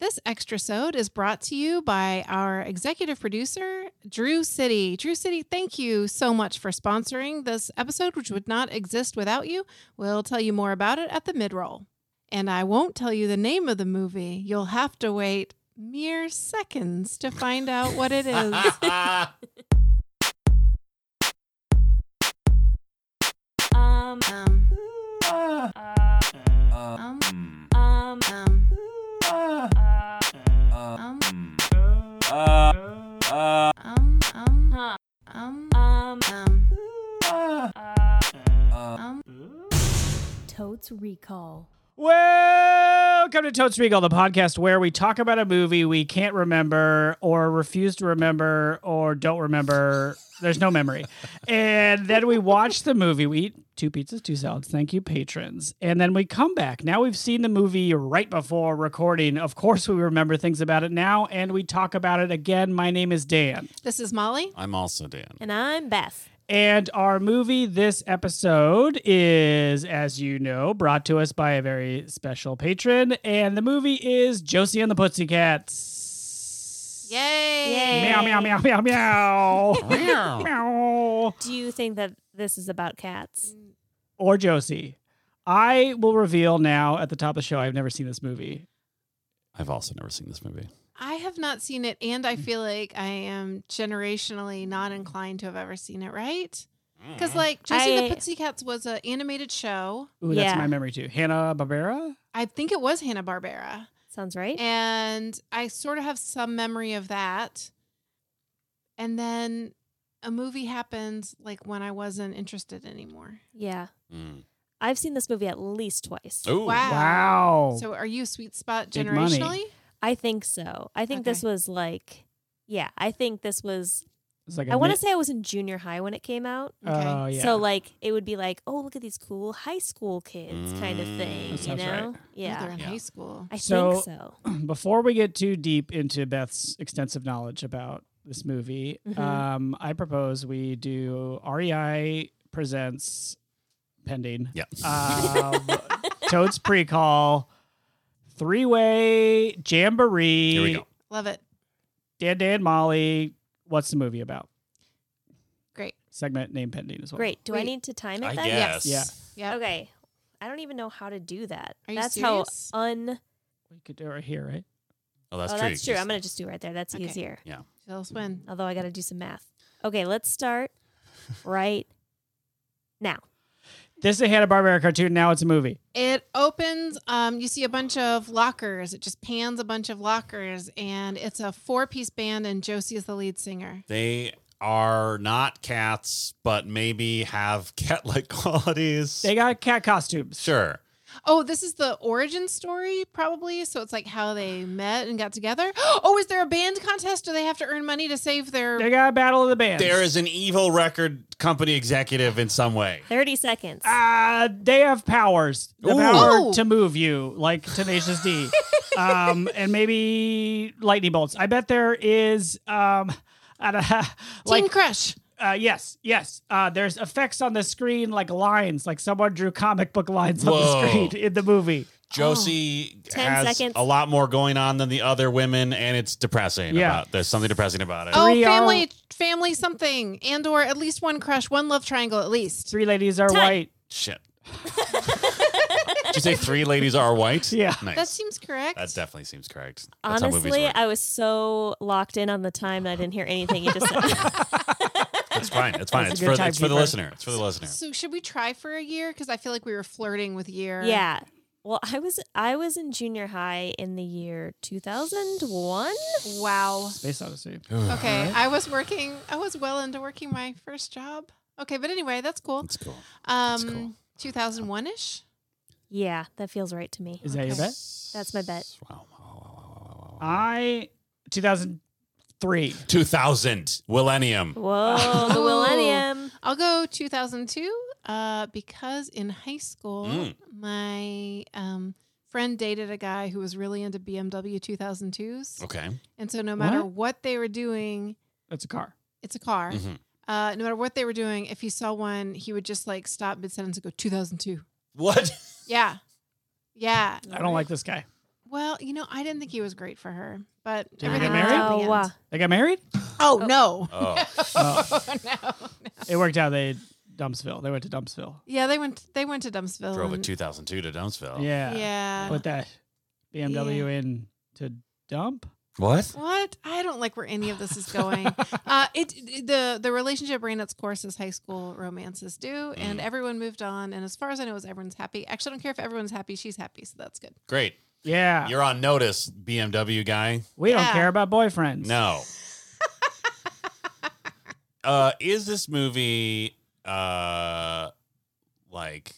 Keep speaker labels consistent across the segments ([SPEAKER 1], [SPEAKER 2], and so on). [SPEAKER 1] This extra sode is brought to you by our executive producer, Drew City. Drew City, thank you so much for sponsoring this episode, which would not exist without you. We'll tell you more about it at the mid-roll. And I won't tell you the name of the movie. You'll have to wait mere seconds to find out what it is.
[SPEAKER 2] Um,
[SPEAKER 1] um,
[SPEAKER 2] uh,
[SPEAKER 1] um,
[SPEAKER 2] um,
[SPEAKER 1] um,
[SPEAKER 2] uh,
[SPEAKER 1] um,
[SPEAKER 3] Uh,
[SPEAKER 1] um, um,
[SPEAKER 2] huh,
[SPEAKER 1] um,
[SPEAKER 2] um,
[SPEAKER 1] um,
[SPEAKER 2] uh,
[SPEAKER 1] um.
[SPEAKER 4] Totes Recall.
[SPEAKER 3] Welcome to Totes Regal, the podcast where we talk about a movie we can't remember or refuse to remember or don't remember. There's no memory. And then we watch the movie. We eat two pizzas, two salads. Thank you, patrons. And then we come back. Now we've seen the movie right before recording. Of course, we remember things about it now and we talk about it again. My name is Dan.
[SPEAKER 1] This is Molly.
[SPEAKER 5] I'm also Dan.
[SPEAKER 2] and I'm Beth.
[SPEAKER 3] And our movie this episode is, as you know, brought to us by a very special patron. And the movie is Josie and the Pussycats.
[SPEAKER 1] Yay!
[SPEAKER 3] Meow, meow, meow, meow, meow. meow.
[SPEAKER 2] Do you think that this is about cats?
[SPEAKER 3] Or Josie. I will reveal now at the top of the show, I've never seen this movie.
[SPEAKER 5] I've also never seen this movie.
[SPEAKER 1] I have not seen it, and I feel like I am generationally not inclined to have ever seen it, right?
[SPEAKER 5] Mm-hmm.
[SPEAKER 1] Because like Josie and
[SPEAKER 2] I-
[SPEAKER 1] the Pussycats was an animated show.
[SPEAKER 3] Ooh, that's
[SPEAKER 2] Yeah.
[SPEAKER 3] my memory too. Hannah Barbera?
[SPEAKER 1] I think it was Hanna Barbera,
[SPEAKER 2] Sounds right.
[SPEAKER 1] Eh. and I sort of have some memory of that. And then a movie happened like when I wasn't interested anymore.
[SPEAKER 2] yeah,
[SPEAKER 5] Mm.
[SPEAKER 2] I've seen this movie at least twice.
[SPEAKER 3] Oh.
[SPEAKER 5] Ooh.
[SPEAKER 1] Wow.
[SPEAKER 3] Wow.
[SPEAKER 1] So are you a sweet spot
[SPEAKER 3] Oh. Big money.
[SPEAKER 1] generationally?
[SPEAKER 2] I think so. I think this
[SPEAKER 1] Okay.
[SPEAKER 2] was like, yeah, I think this was.
[SPEAKER 3] it's like
[SPEAKER 2] I want to say I was in junior high when it came out.
[SPEAKER 3] Oh,
[SPEAKER 1] Okay.
[SPEAKER 3] yeah.
[SPEAKER 2] So like it would be like, oh look at these cool high school kids kind of thing,
[SPEAKER 3] Mm. That
[SPEAKER 2] you
[SPEAKER 3] sounds
[SPEAKER 2] know?
[SPEAKER 3] right.
[SPEAKER 1] Yeah,
[SPEAKER 2] Yeah,
[SPEAKER 1] they're in
[SPEAKER 5] Yeah.
[SPEAKER 1] high school.
[SPEAKER 2] I
[SPEAKER 3] So-
[SPEAKER 2] think so.
[SPEAKER 3] before we get too deep into Beth's extensive knowledge about this movie,
[SPEAKER 2] Mhm.
[SPEAKER 3] um, I propose we do REI presents pending
[SPEAKER 5] Yeah.
[SPEAKER 3] um, Toad's pre-call three way jamboree.
[SPEAKER 5] Here we go.
[SPEAKER 1] Love it.
[SPEAKER 3] Dan, Dan, Molly. What's the movie about?
[SPEAKER 1] Great.
[SPEAKER 3] Segment name pending as well.
[SPEAKER 2] Great. Do I
[SPEAKER 1] Wait.
[SPEAKER 2] need to time
[SPEAKER 5] I
[SPEAKER 2] it then?
[SPEAKER 5] guess.
[SPEAKER 3] Yeah.
[SPEAKER 1] Yeah.
[SPEAKER 2] Okay. I don't even know how to do that.
[SPEAKER 1] Are you
[SPEAKER 2] that's
[SPEAKER 1] serious?
[SPEAKER 2] how un.
[SPEAKER 3] We could do it right here, right?
[SPEAKER 5] Oh, that's
[SPEAKER 2] oh,
[SPEAKER 5] true.
[SPEAKER 2] that's true.
[SPEAKER 5] Just-
[SPEAKER 2] I'm gonna just do right there. That's
[SPEAKER 1] Okay.
[SPEAKER 2] easier.
[SPEAKER 1] Tell us when.
[SPEAKER 2] Although I gotta do some math. Okay, let's start right now.
[SPEAKER 3] This is a Hanna Barbera cartoon. Now it's a movie.
[SPEAKER 1] It opens, um, you see a bunch of lockers. It just pans a bunch of lockers, and it's a four piece band, and Josie is the lead singer.
[SPEAKER 5] They are not cats, but maybe have cat like qualities.
[SPEAKER 3] They got cat costumes.
[SPEAKER 5] sure.
[SPEAKER 1] Oh, this is the origin story, probably. So it's like how they met and got together. Oh, is there a band contest? Do they have to earn money to save
[SPEAKER 3] They
[SPEAKER 1] their.
[SPEAKER 3] got a battle of the bands.
[SPEAKER 5] There is an evil record company executive in some way.
[SPEAKER 2] Thirty seconds.
[SPEAKER 5] Ah!
[SPEAKER 3] Uh, they have powers. The
[SPEAKER 5] Ooh.
[SPEAKER 3] power
[SPEAKER 1] Oh.
[SPEAKER 3] to move you, like Tenacious D. um, and maybe lightning bolts. I bet there is um I don't-
[SPEAKER 1] Teen
[SPEAKER 3] like
[SPEAKER 1] Crush.
[SPEAKER 3] uh, yes, yes. Uh, there's effects on the screen like lines, like someone drew comic book lines on the
[SPEAKER 5] Whoa.
[SPEAKER 3] screen in the movie.
[SPEAKER 5] Josie
[SPEAKER 2] Ten
[SPEAKER 5] has
[SPEAKER 2] seconds.
[SPEAKER 5] a lot more going on than the other women, and it's depressing.
[SPEAKER 3] Yeah.
[SPEAKER 5] About, there's something depressing about it.
[SPEAKER 1] Oh,
[SPEAKER 3] Three are-
[SPEAKER 1] family, family something, and or at least one crush, one love triangle at least.
[SPEAKER 3] Three ladies are
[SPEAKER 2] Time.
[SPEAKER 3] white.
[SPEAKER 5] Shit. Did you say three ladies are white?
[SPEAKER 3] Yeah.
[SPEAKER 5] Nice.
[SPEAKER 1] That seems correct.
[SPEAKER 5] that definitely seems correct. That's how movies
[SPEAKER 2] Honestly,
[SPEAKER 5] work.
[SPEAKER 2] I was so locked in on the time that I didn't hear anything you just said.
[SPEAKER 5] It's fine. It's fine. It's
[SPEAKER 3] That's a
[SPEAKER 5] for,
[SPEAKER 3] good
[SPEAKER 5] it's for the
[SPEAKER 3] timekeeper.
[SPEAKER 5] listener. It's for the listener.
[SPEAKER 1] so should we try for a year? Because I feel like we were flirting with year.
[SPEAKER 2] yeah. Well, I was I was in junior high in the year two thousand one.
[SPEAKER 1] Wow.
[SPEAKER 3] Space Odyssey.
[SPEAKER 5] Uh-huh.
[SPEAKER 1] Okay, I was working. I was well into working my first job. Okay, but anyway, that's cool.
[SPEAKER 5] That's cool. that's cool.
[SPEAKER 1] Um, two thousand one ish.
[SPEAKER 2] Yeah, that feels right to me.
[SPEAKER 3] Is that your
[SPEAKER 1] Okay.
[SPEAKER 3] bet?
[SPEAKER 2] That's my bet.
[SPEAKER 5] Wow. wow, wow, wow, wow, wow, wow.
[SPEAKER 3] I 2003.
[SPEAKER 5] 2000 millennium.
[SPEAKER 2] Whoa, the
[SPEAKER 5] Oh!
[SPEAKER 1] Ooh.
[SPEAKER 2] millennium.
[SPEAKER 1] I'll go two thousand two. Uh, because in high school,
[SPEAKER 5] Mm.
[SPEAKER 1] my um friend dated a guy who was really into BMW two thousand twos,
[SPEAKER 5] Okay.
[SPEAKER 1] and so no matter
[SPEAKER 3] What?
[SPEAKER 1] what, they were doing,
[SPEAKER 3] That's a car.
[SPEAKER 1] it's a car.
[SPEAKER 5] Mhm.
[SPEAKER 1] Uh, no matter what they were doing, if he saw one, he would just like stop mid sentence and go two thousand two.
[SPEAKER 5] What?
[SPEAKER 1] Yeah, yeah.
[SPEAKER 3] I don't like this guy.
[SPEAKER 1] Well, you know, I didn't think he was great for her, but
[SPEAKER 3] Did we get
[SPEAKER 1] everything
[SPEAKER 3] married?
[SPEAKER 1] worked out in the
[SPEAKER 2] Wow.
[SPEAKER 1] end.
[SPEAKER 3] They got married?
[SPEAKER 1] Oh, no.
[SPEAKER 5] Oh,
[SPEAKER 3] Oh.
[SPEAKER 1] no.
[SPEAKER 3] it worked out. They Dumpsville. They went to Dumpsville.
[SPEAKER 1] Yeah, they went. They went to Dumpsville.
[SPEAKER 5] drove a
[SPEAKER 2] Um,
[SPEAKER 1] and-
[SPEAKER 5] 2002 to Dumpsville.
[SPEAKER 3] Yeah.
[SPEAKER 1] Yeah.
[SPEAKER 3] Put that BMW in to dump.
[SPEAKER 5] What?
[SPEAKER 1] What? I don't like where any of this is going. uh, it, it- the the relationship ran its course as high school romances do, and
[SPEAKER 5] Mm.
[SPEAKER 1] everyone moved on. And as far as I know, is everyone's happy. Actually, I don't care if everyone's happy. She's happy, so that's good.
[SPEAKER 5] Great.
[SPEAKER 3] Yeah.
[SPEAKER 5] You're on notice, BMW guy.
[SPEAKER 3] we don't
[SPEAKER 1] Yeah.
[SPEAKER 3] care about boyfriends.
[SPEAKER 5] No. uh, is this movie uh like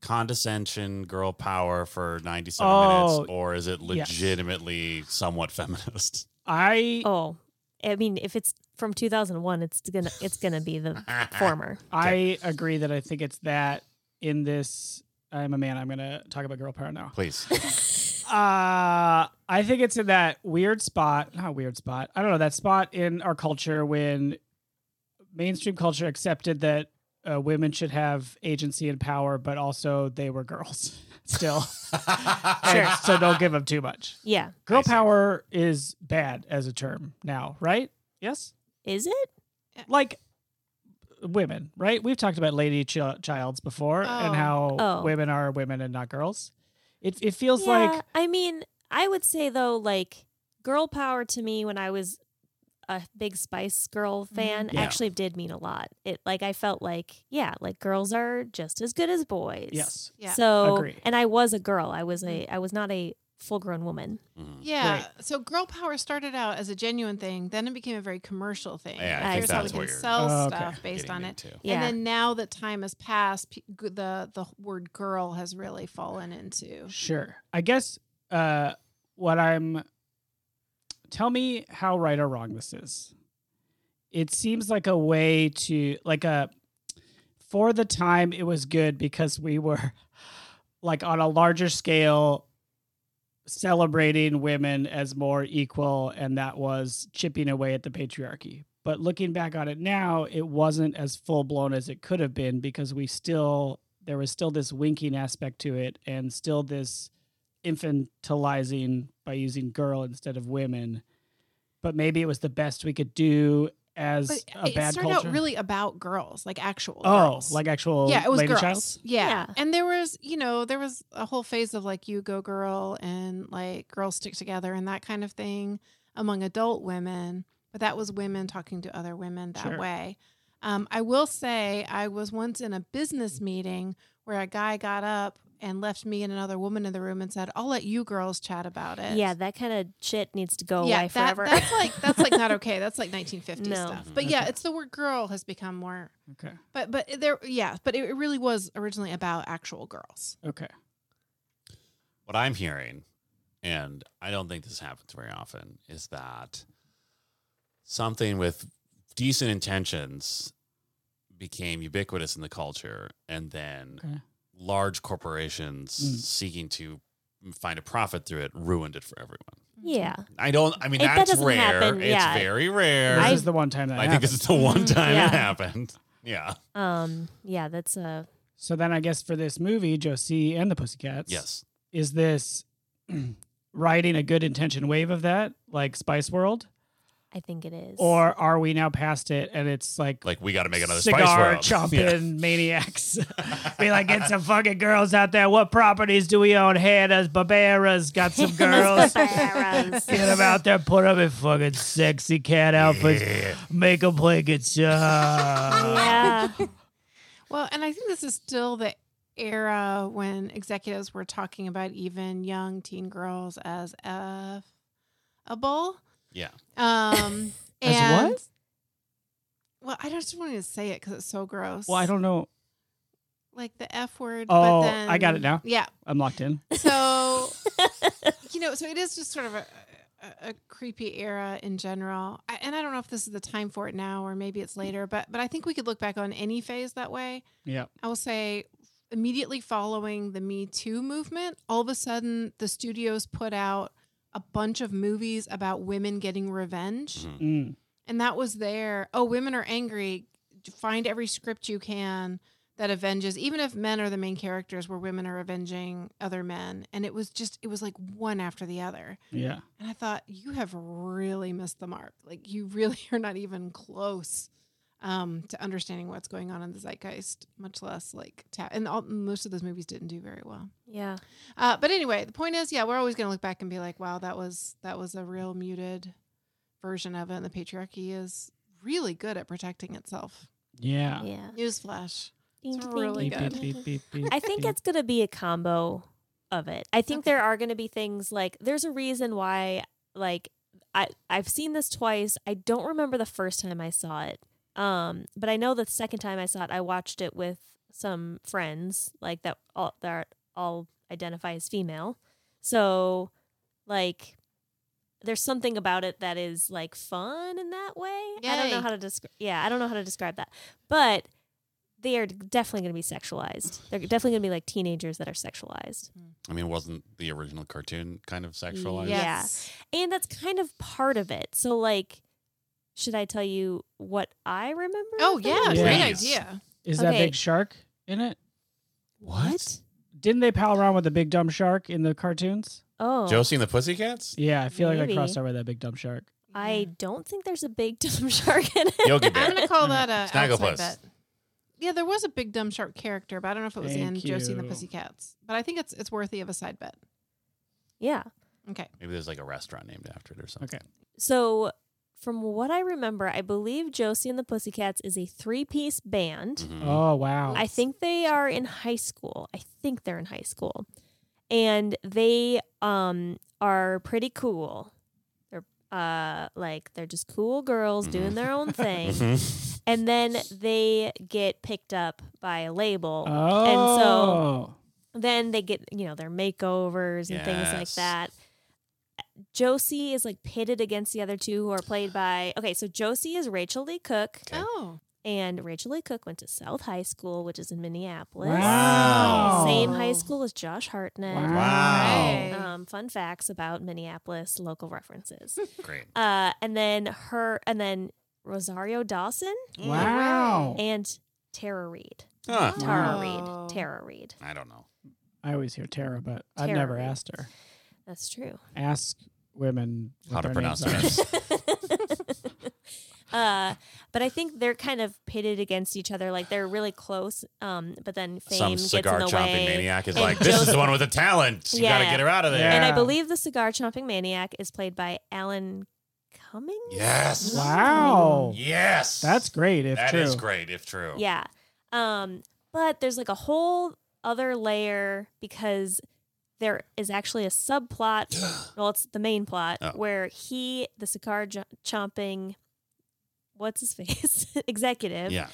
[SPEAKER 5] condescension, girl power for 97
[SPEAKER 3] Oh,
[SPEAKER 5] minutes, or is it
[SPEAKER 3] yes.
[SPEAKER 5] legitimately somewhat feminist?
[SPEAKER 3] I
[SPEAKER 2] Oh, I mean, if it's from 2001, it's gonna it's gonna be the former.
[SPEAKER 3] I agree that I think it's that in this I'm a man, I'm gonna talk about girl power now.
[SPEAKER 5] Please.
[SPEAKER 3] Uh, I think it's in that weird spot, not weird spot. I don't know that spot in our culture when mainstream culture accepted that uh, women should have agency and power, but also they were girls still, And so don't give them too much.
[SPEAKER 2] Yeah,
[SPEAKER 3] Girl
[SPEAKER 5] I see.
[SPEAKER 3] power is bad as a term now, right? Yes,
[SPEAKER 2] is it?
[SPEAKER 3] like women, right? We've talked about lady ch- childs before
[SPEAKER 1] Oh.
[SPEAKER 3] and how
[SPEAKER 2] Oh.
[SPEAKER 3] women are women and not girls. It it feels
[SPEAKER 2] yeah,
[SPEAKER 3] like
[SPEAKER 2] I mean, I would say though, like girl power to me when I was a big Spice Girl
[SPEAKER 1] Mm-hmm.
[SPEAKER 2] fan
[SPEAKER 5] Yeah.
[SPEAKER 2] actually did mean a lot. It like I felt like yeah, like girls are just as good as boys.
[SPEAKER 3] yes,
[SPEAKER 1] Yeah. Mm-hmm.
[SPEAKER 2] So
[SPEAKER 3] Agree.
[SPEAKER 2] and I was a girl. I was a I was not a full grown woman.
[SPEAKER 5] Mhm.
[SPEAKER 1] yeah. So girl power started out as a genuine thing, then it became a very commercial thing.
[SPEAKER 5] Yeah,
[SPEAKER 2] I
[SPEAKER 1] Here's
[SPEAKER 2] think
[SPEAKER 1] how we
[SPEAKER 2] that's
[SPEAKER 1] can
[SPEAKER 5] what you're-
[SPEAKER 1] sell
[SPEAKER 3] Oh, okay.
[SPEAKER 1] stuff based
[SPEAKER 5] Getting
[SPEAKER 1] on it.
[SPEAKER 5] into.
[SPEAKER 2] Yeah.
[SPEAKER 1] And then now that time has passed, p- g- the the word girl has really fallen into.
[SPEAKER 3] sure. I guess uh, what I'm tell me how right or wrong this is. It seems like a way to like a for the time it was good because we were like on a larger scale celebrating women as more equal and that was chipping away at the patriarchy. But looking back on it now, it wasn't as full blown as it could have been because we still there was still this winking aspect to it and still this infantilizing by using girl instead of women. But maybe it was the best we could do as
[SPEAKER 1] But
[SPEAKER 3] a
[SPEAKER 1] it
[SPEAKER 3] bad
[SPEAKER 1] started
[SPEAKER 3] culture.
[SPEAKER 1] out really about girls, like actual.
[SPEAKER 3] Oh,
[SPEAKER 1] girls.
[SPEAKER 3] like actual
[SPEAKER 1] yeah, it was
[SPEAKER 3] lady
[SPEAKER 1] girls.
[SPEAKER 3] child?
[SPEAKER 1] Yeah.
[SPEAKER 2] Yeah.
[SPEAKER 1] and there was you know there was a whole phase of like you go girl and like girls stick together and that kind of thing among adult women, but that was women talking to other women that
[SPEAKER 3] Sure.
[SPEAKER 1] way. Um, I will say I was once in a business meeting where a guy got up and left me and another woman in the room and said, "I'll let you girls chat about it."
[SPEAKER 2] Yeah, that kind of shit needs to go away
[SPEAKER 1] that-
[SPEAKER 2] forever.
[SPEAKER 1] that's like that's like not okay. That's like 1950s
[SPEAKER 2] No.
[SPEAKER 1] stuff. But
[SPEAKER 3] Mm-hmm.
[SPEAKER 1] yeah, it's the word "girl" has become more.
[SPEAKER 3] Okay.
[SPEAKER 1] But but there, yeah. But it, it really was originally about actual girls.
[SPEAKER 3] Okay.
[SPEAKER 5] what I'm hearing, and I don't think this happens very often, is that something with decent intentions became ubiquitous in the culture, and then
[SPEAKER 3] Okay.
[SPEAKER 5] large corporations
[SPEAKER 3] Mm.
[SPEAKER 5] seeking to find a profit through it ruined it for everyone.
[SPEAKER 2] yeah.
[SPEAKER 5] I don't. I mean,
[SPEAKER 2] It- that
[SPEAKER 5] that's
[SPEAKER 2] doesn't
[SPEAKER 5] rare.
[SPEAKER 2] happen,
[SPEAKER 5] It's
[SPEAKER 2] yeah.
[SPEAKER 5] very rare.
[SPEAKER 3] this
[SPEAKER 5] I,
[SPEAKER 3] is the one time that
[SPEAKER 5] think this
[SPEAKER 3] happened.
[SPEAKER 5] is the one
[SPEAKER 1] Mhm.
[SPEAKER 5] time
[SPEAKER 2] Yeah.
[SPEAKER 5] it happened. Yeah.
[SPEAKER 1] Mm-hmm.
[SPEAKER 2] Um yeah, that's a
[SPEAKER 3] So then I guess for this movie, Josie and the Pussycats,
[SPEAKER 5] Yes.
[SPEAKER 3] is this riding a good intention wave of that, like Spice World?
[SPEAKER 2] I think it is.
[SPEAKER 3] Or are we now past it and it's like,
[SPEAKER 5] Like we got to make another Spice
[SPEAKER 3] cigar
[SPEAKER 5] World.
[SPEAKER 3] chomping maniacs? Be like, get some fucking girls out there. What properties do we own? Hannah's, Barbera's, got some girls. Get them out there, put them in fucking sexy cat outfits,
[SPEAKER 5] Yeah.
[SPEAKER 3] make them play guitar.
[SPEAKER 2] yeah.
[SPEAKER 1] Well, and I think this is still the era when executives were talking about even young teen girls as a a bull.
[SPEAKER 5] Yeah.
[SPEAKER 1] Um,
[SPEAKER 3] As
[SPEAKER 1] and,
[SPEAKER 3] what?
[SPEAKER 1] Well, I just wanted to say it because it's so gross.
[SPEAKER 3] Well, I don't know.
[SPEAKER 1] like the f word. but
[SPEAKER 3] Oh,
[SPEAKER 1] then,
[SPEAKER 3] I got it now.
[SPEAKER 1] Yeah.
[SPEAKER 3] I'm locked in.
[SPEAKER 1] So, you know, so it is just sort of a, a, a creepy era in general. I, and I don't know if this is the time for it now or maybe it's later, but but I think we could look back on any phase that way.
[SPEAKER 3] Yeah.
[SPEAKER 1] I will say immediately following the Me Too movement, all of a sudden the studios put out a bunch of movies about women getting revenge.
[SPEAKER 5] Mhm.
[SPEAKER 3] Mm.
[SPEAKER 1] And that was their, oh, women are angry. Find every script you can that avenges, even if men are the main characters, where women are avenging other men. And it was just, it was like one after the other.
[SPEAKER 3] Yeah.
[SPEAKER 1] And I thought, you have really missed the mark. Like, you really are not even close um, to understanding what's going on in the zeitgeist, much less like tap. And all, most of those movies didn't do very well.
[SPEAKER 2] Yeah.
[SPEAKER 1] Uh, but anyway, the point is, yeah, we're always going to look back and be like, wow, that was that was a real muted version of it. And the patriarchy is really good at protecting itself.
[SPEAKER 3] Yeah.
[SPEAKER 2] Yeah.
[SPEAKER 1] Newsflash.
[SPEAKER 2] Ding, ding,
[SPEAKER 1] really
[SPEAKER 2] ding,
[SPEAKER 1] good.
[SPEAKER 2] ding, ding.
[SPEAKER 3] beep,
[SPEAKER 2] I think
[SPEAKER 3] beep.
[SPEAKER 2] it's going to be a combo of it. I think
[SPEAKER 1] Okay.
[SPEAKER 2] there are going to be things like there's a reason why like I I've seen this twice. I don't remember the first time I saw it. Um, but I know the second time I saw it, I watched it with some friends like that all that all identify as female. So like there's something about it that is like fun in that way. I don't
[SPEAKER 1] Yay.
[SPEAKER 2] know how to describe. Yeah, I don't know how to describe that. But they are definitely going to be sexualized. They're definitely going to be like teenagers that are sexualized.
[SPEAKER 5] I mean, wasn't the original cartoon kind of sexualized?
[SPEAKER 2] Yeah. And that's kind of part of it. So, like, should I tell you what I remember?
[SPEAKER 1] Oh
[SPEAKER 2] of the
[SPEAKER 1] yeah,
[SPEAKER 3] Yeah.
[SPEAKER 1] great
[SPEAKER 5] Yes.
[SPEAKER 1] idea.
[SPEAKER 3] Is that
[SPEAKER 2] okay.
[SPEAKER 3] big shark in it?
[SPEAKER 5] What?
[SPEAKER 3] Didn't they pal around with the big dumb shark in the cartoons?
[SPEAKER 2] Oh,
[SPEAKER 5] Josie and the Pussycats?
[SPEAKER 3] Yeah, I feel like I
[SPEAKER 2] Maybe.
[SPEAKER 3] crossed over that big dumb shark.
[SPEAKER 2] I don't think there's a big dumb shark in it.
[SPEAKER 5] Yogi
[SPEAKER 1] I'm
[SPEAKER 5] Bear.
[SPEAKER 1] gonna call that a outside
[SPEAKER 5] Snagglepuss.
[SPEAKER 1] bet. Yeah, there was a big dumb shark character, but I don't know if it was in
[SPEAKER 3] Thank
[SPEAKER 1] Josie and the
[SPEAKER 3] you.
[SPEAKER 1] Pussycats. But I think it's it's worthy of a side bet.
[SPEAKER 2] yeah.
[SPEAKER 1] Okay.
[SPEAKER 5] Maybe there's like a restaurant named after it or something.
[SPEAKER 3] Okay.
[SPEAKER 2] So, from what I remember, I believe Josie and the Pussycats is a three piece band.
[SPEAKER 5] Mhm.
[SPEAKER 3] Oh wow.
[SPEAKER 2] Mm. I think they are in high school. I think they're in high school. And they um are pretty cool. They're uh like they're just cool girls doing their own thing.
[SPEAKER 5] Mhm.
[SPEAKER 2] and then they get picked up by a label.
[SPEAKER 3] oh.
[SPEAKER 2] then they get, you know, their makeovers and things like
[SPEAKER 5] Yes.
[SPEAKER 2] that. Josie is like pitted against the other two who are played by Okay, so Josie is Rachel Lee Cook
[SPEAKER 5] Okay.
[SPEAKER 1] Oh,
[SPEAKER 2] and Rachel Lee Cook went to South High School, which is in Minneapolis.
[SPEAKER 3] Wow.
[SPEAKER 2] Same high
[SPEAKER 1] Oh.
[SPEAKER 2] school as Josh Hartnett.
[SPEAKER 5] Wow.
[SPEAKER 1] Right.
[SPEAKER 2] Um, fun facts about Minneapolis local references.
[SPEAKER 5] Great.
[SPEAKER 2] uh, and then her, and then Rosario Dawson
[SPEAKER 3] Wow.
[SPEAKER 2] and Tara Reed.
[SPEAKER 5] Mm. Huh.
[SPEAKER 2] Tara
[SPEAKER 1] Wow.
[SPEAKER 2] Reed. Tara Reed.
[SPEAKER 5] I don't know.
[SPEAKER 3] I always hear Tara, but I've never
[SPEAKER 2] Tara.
[SPEAKER 3] asked her.
[SPEAKER 2] That's true.
[SPEAKER 3] Ask women what
[SPEAKER 5] How to
[SPEAKER 3] their
[SPEAKER 5] pronounce
[SPEAKER 3] names are.
[SPEAKER 5] it.
[SPEAKER 2] uh, but I think they're kind of pitted against each other. Like they're really close. Um, but then fame
[SPEAKER 5] Some
[SPEAKER 2] gets in
[SPEAKER 5] cigar
[SPEAKER 2] the
[SPEAKER 5] chomping
[SPEAKER 2] way.
[SPEAKER 5] maniac is
[SPEAKER 2] and
[SPEAKER 5] like, this is
[SPEAKER 2] Josie-
[SPEAKER 5] the one with the talent. You got to
[SPEAKER 2] Yeah.
[SPEAKER 5] get her out of there.
[SPEAKER 2] And I
[SPEAKER 3] Yeah.
[SPEAKER 2] believe the cigar chomping maniac is played by Alan Cummings.
[SPEAKER 5] Yes.
[SPEAKER 3] Wow.
[SPEAKER 5] Yes.
[SPEAKER 3] That's great if
[SPEAKER 5] That
[SPEAKER 3] true.
[SPEAKER 5] is great if true.
[SPEAKER 2] Yeah. Um, but there's like a whole other layer because there is actually a subplot. well, it's the main plot
[SPEAKER 5] Oh.
[SPEAKER 2] where he, the cigar jo- chomping, what's his face, executive,
[SPEAKER 5] yeah.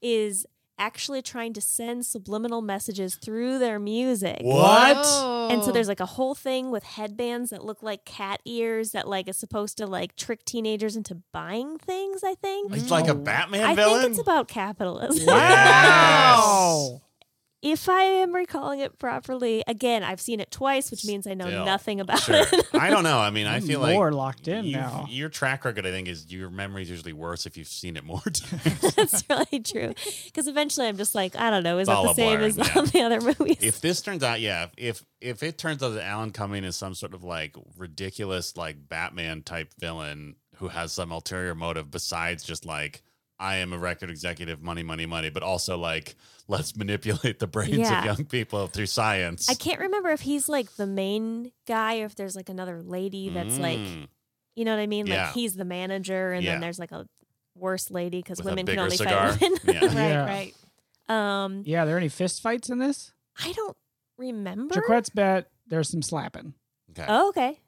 [SPEAKER 2] is actually trying to send subliminal messages through their music.
[SPEAKER 5] What?
[SPEAKER 1] Oh.
[SPEAKER 2] And so there's like a whole thing with headbands that look like cat ears that like is supposed to like trick teenagers into buying things, I think.
[SPEAKER 5] It's like a
[SPEAKER 3] No.
[SPEAKER 5] Batman
[SPEAKER 2] I
[SPEAKER 5] villain?
[SPEAKER 2] think it's about capitalism.
[SPEAKER 5] Wow.
[SPEAKER 2] if I am recalling it properly, again, I've seen it twice, which means I know
[SPEAKER 5] Still,
[SPEAKER 2] nothing about
[SPEAKER 5] Sure.
[SPEAKER 2] it.
[SPEAKER 5] I don't know. I mean, I
[SPEAKER 3] I'm
[SPEAKER 5] feel
[SPEAKER 3] more
[SPEAKER 5] like
[SPEAKER 3] locked in
[SPEAKER 5] you've-
[SPEAKER 3] now.
[SPEAKER 5] your track record, I think, is your memory's usually worse if you've seen it more times.
[SPEAKER 2] That's really true. Because eventually I'm just like, I don't know, is that
[SPEAKER 5] It's all
[SPEAKER 2] the
[SPEAKER 5] a
[SPEAKER 2] same
[SPEAKER 5] blur,
[SPEAKER 2] as
[SPEAKER 5] yeah.
[SPEAKER 2] all the other movies?
[SPEAKER 5] if this turns out, yeah, if if it turns out that Alan Cumming is some sort of like ridiculous like Batman type villain who has some ulterior motive besides just like I am a record executive, money, money, money, but also like let's manipulate the brains
[SPEAKER 2] Yeah.
[SPEAKER 5] of young people through science.
[SPEAKER 2] I can't remember if he's like the main guy or if there's like another lady that's like,
[SPEAKER 5] Mm,
[SPEAKER 2] you know what I mean?
[SPEAKER 5] Yeah.
[SPEAKER 2] Like he's the manager and
[SPEAKER 5] Yeah.
[SPEAKER 2] then there's like a worse lady because
[SPEAKER 5] with a
[SPEAKER 2] women can
[SPEAKER 5] bigger
[SPEAKER 2] only
[SPEAKER 5] cigar.
[SPEAKER 2] fight women.
[SPEAKER 5] yeah.
[SPEAKER 1] right,
[SPEAKER 3] Yeah.
[SPEAKER 1] right.
[SPEAKER 2] um,
[SPEAKER 3] Yeah, are there any fist fights in this?
[SPEAKER 2] I don't remember.
[SPEAKER 3] Jaquette's bet there's some slapping.
[SPEAKER 5] Okay.
[SPEAKER 2] Oh, okay.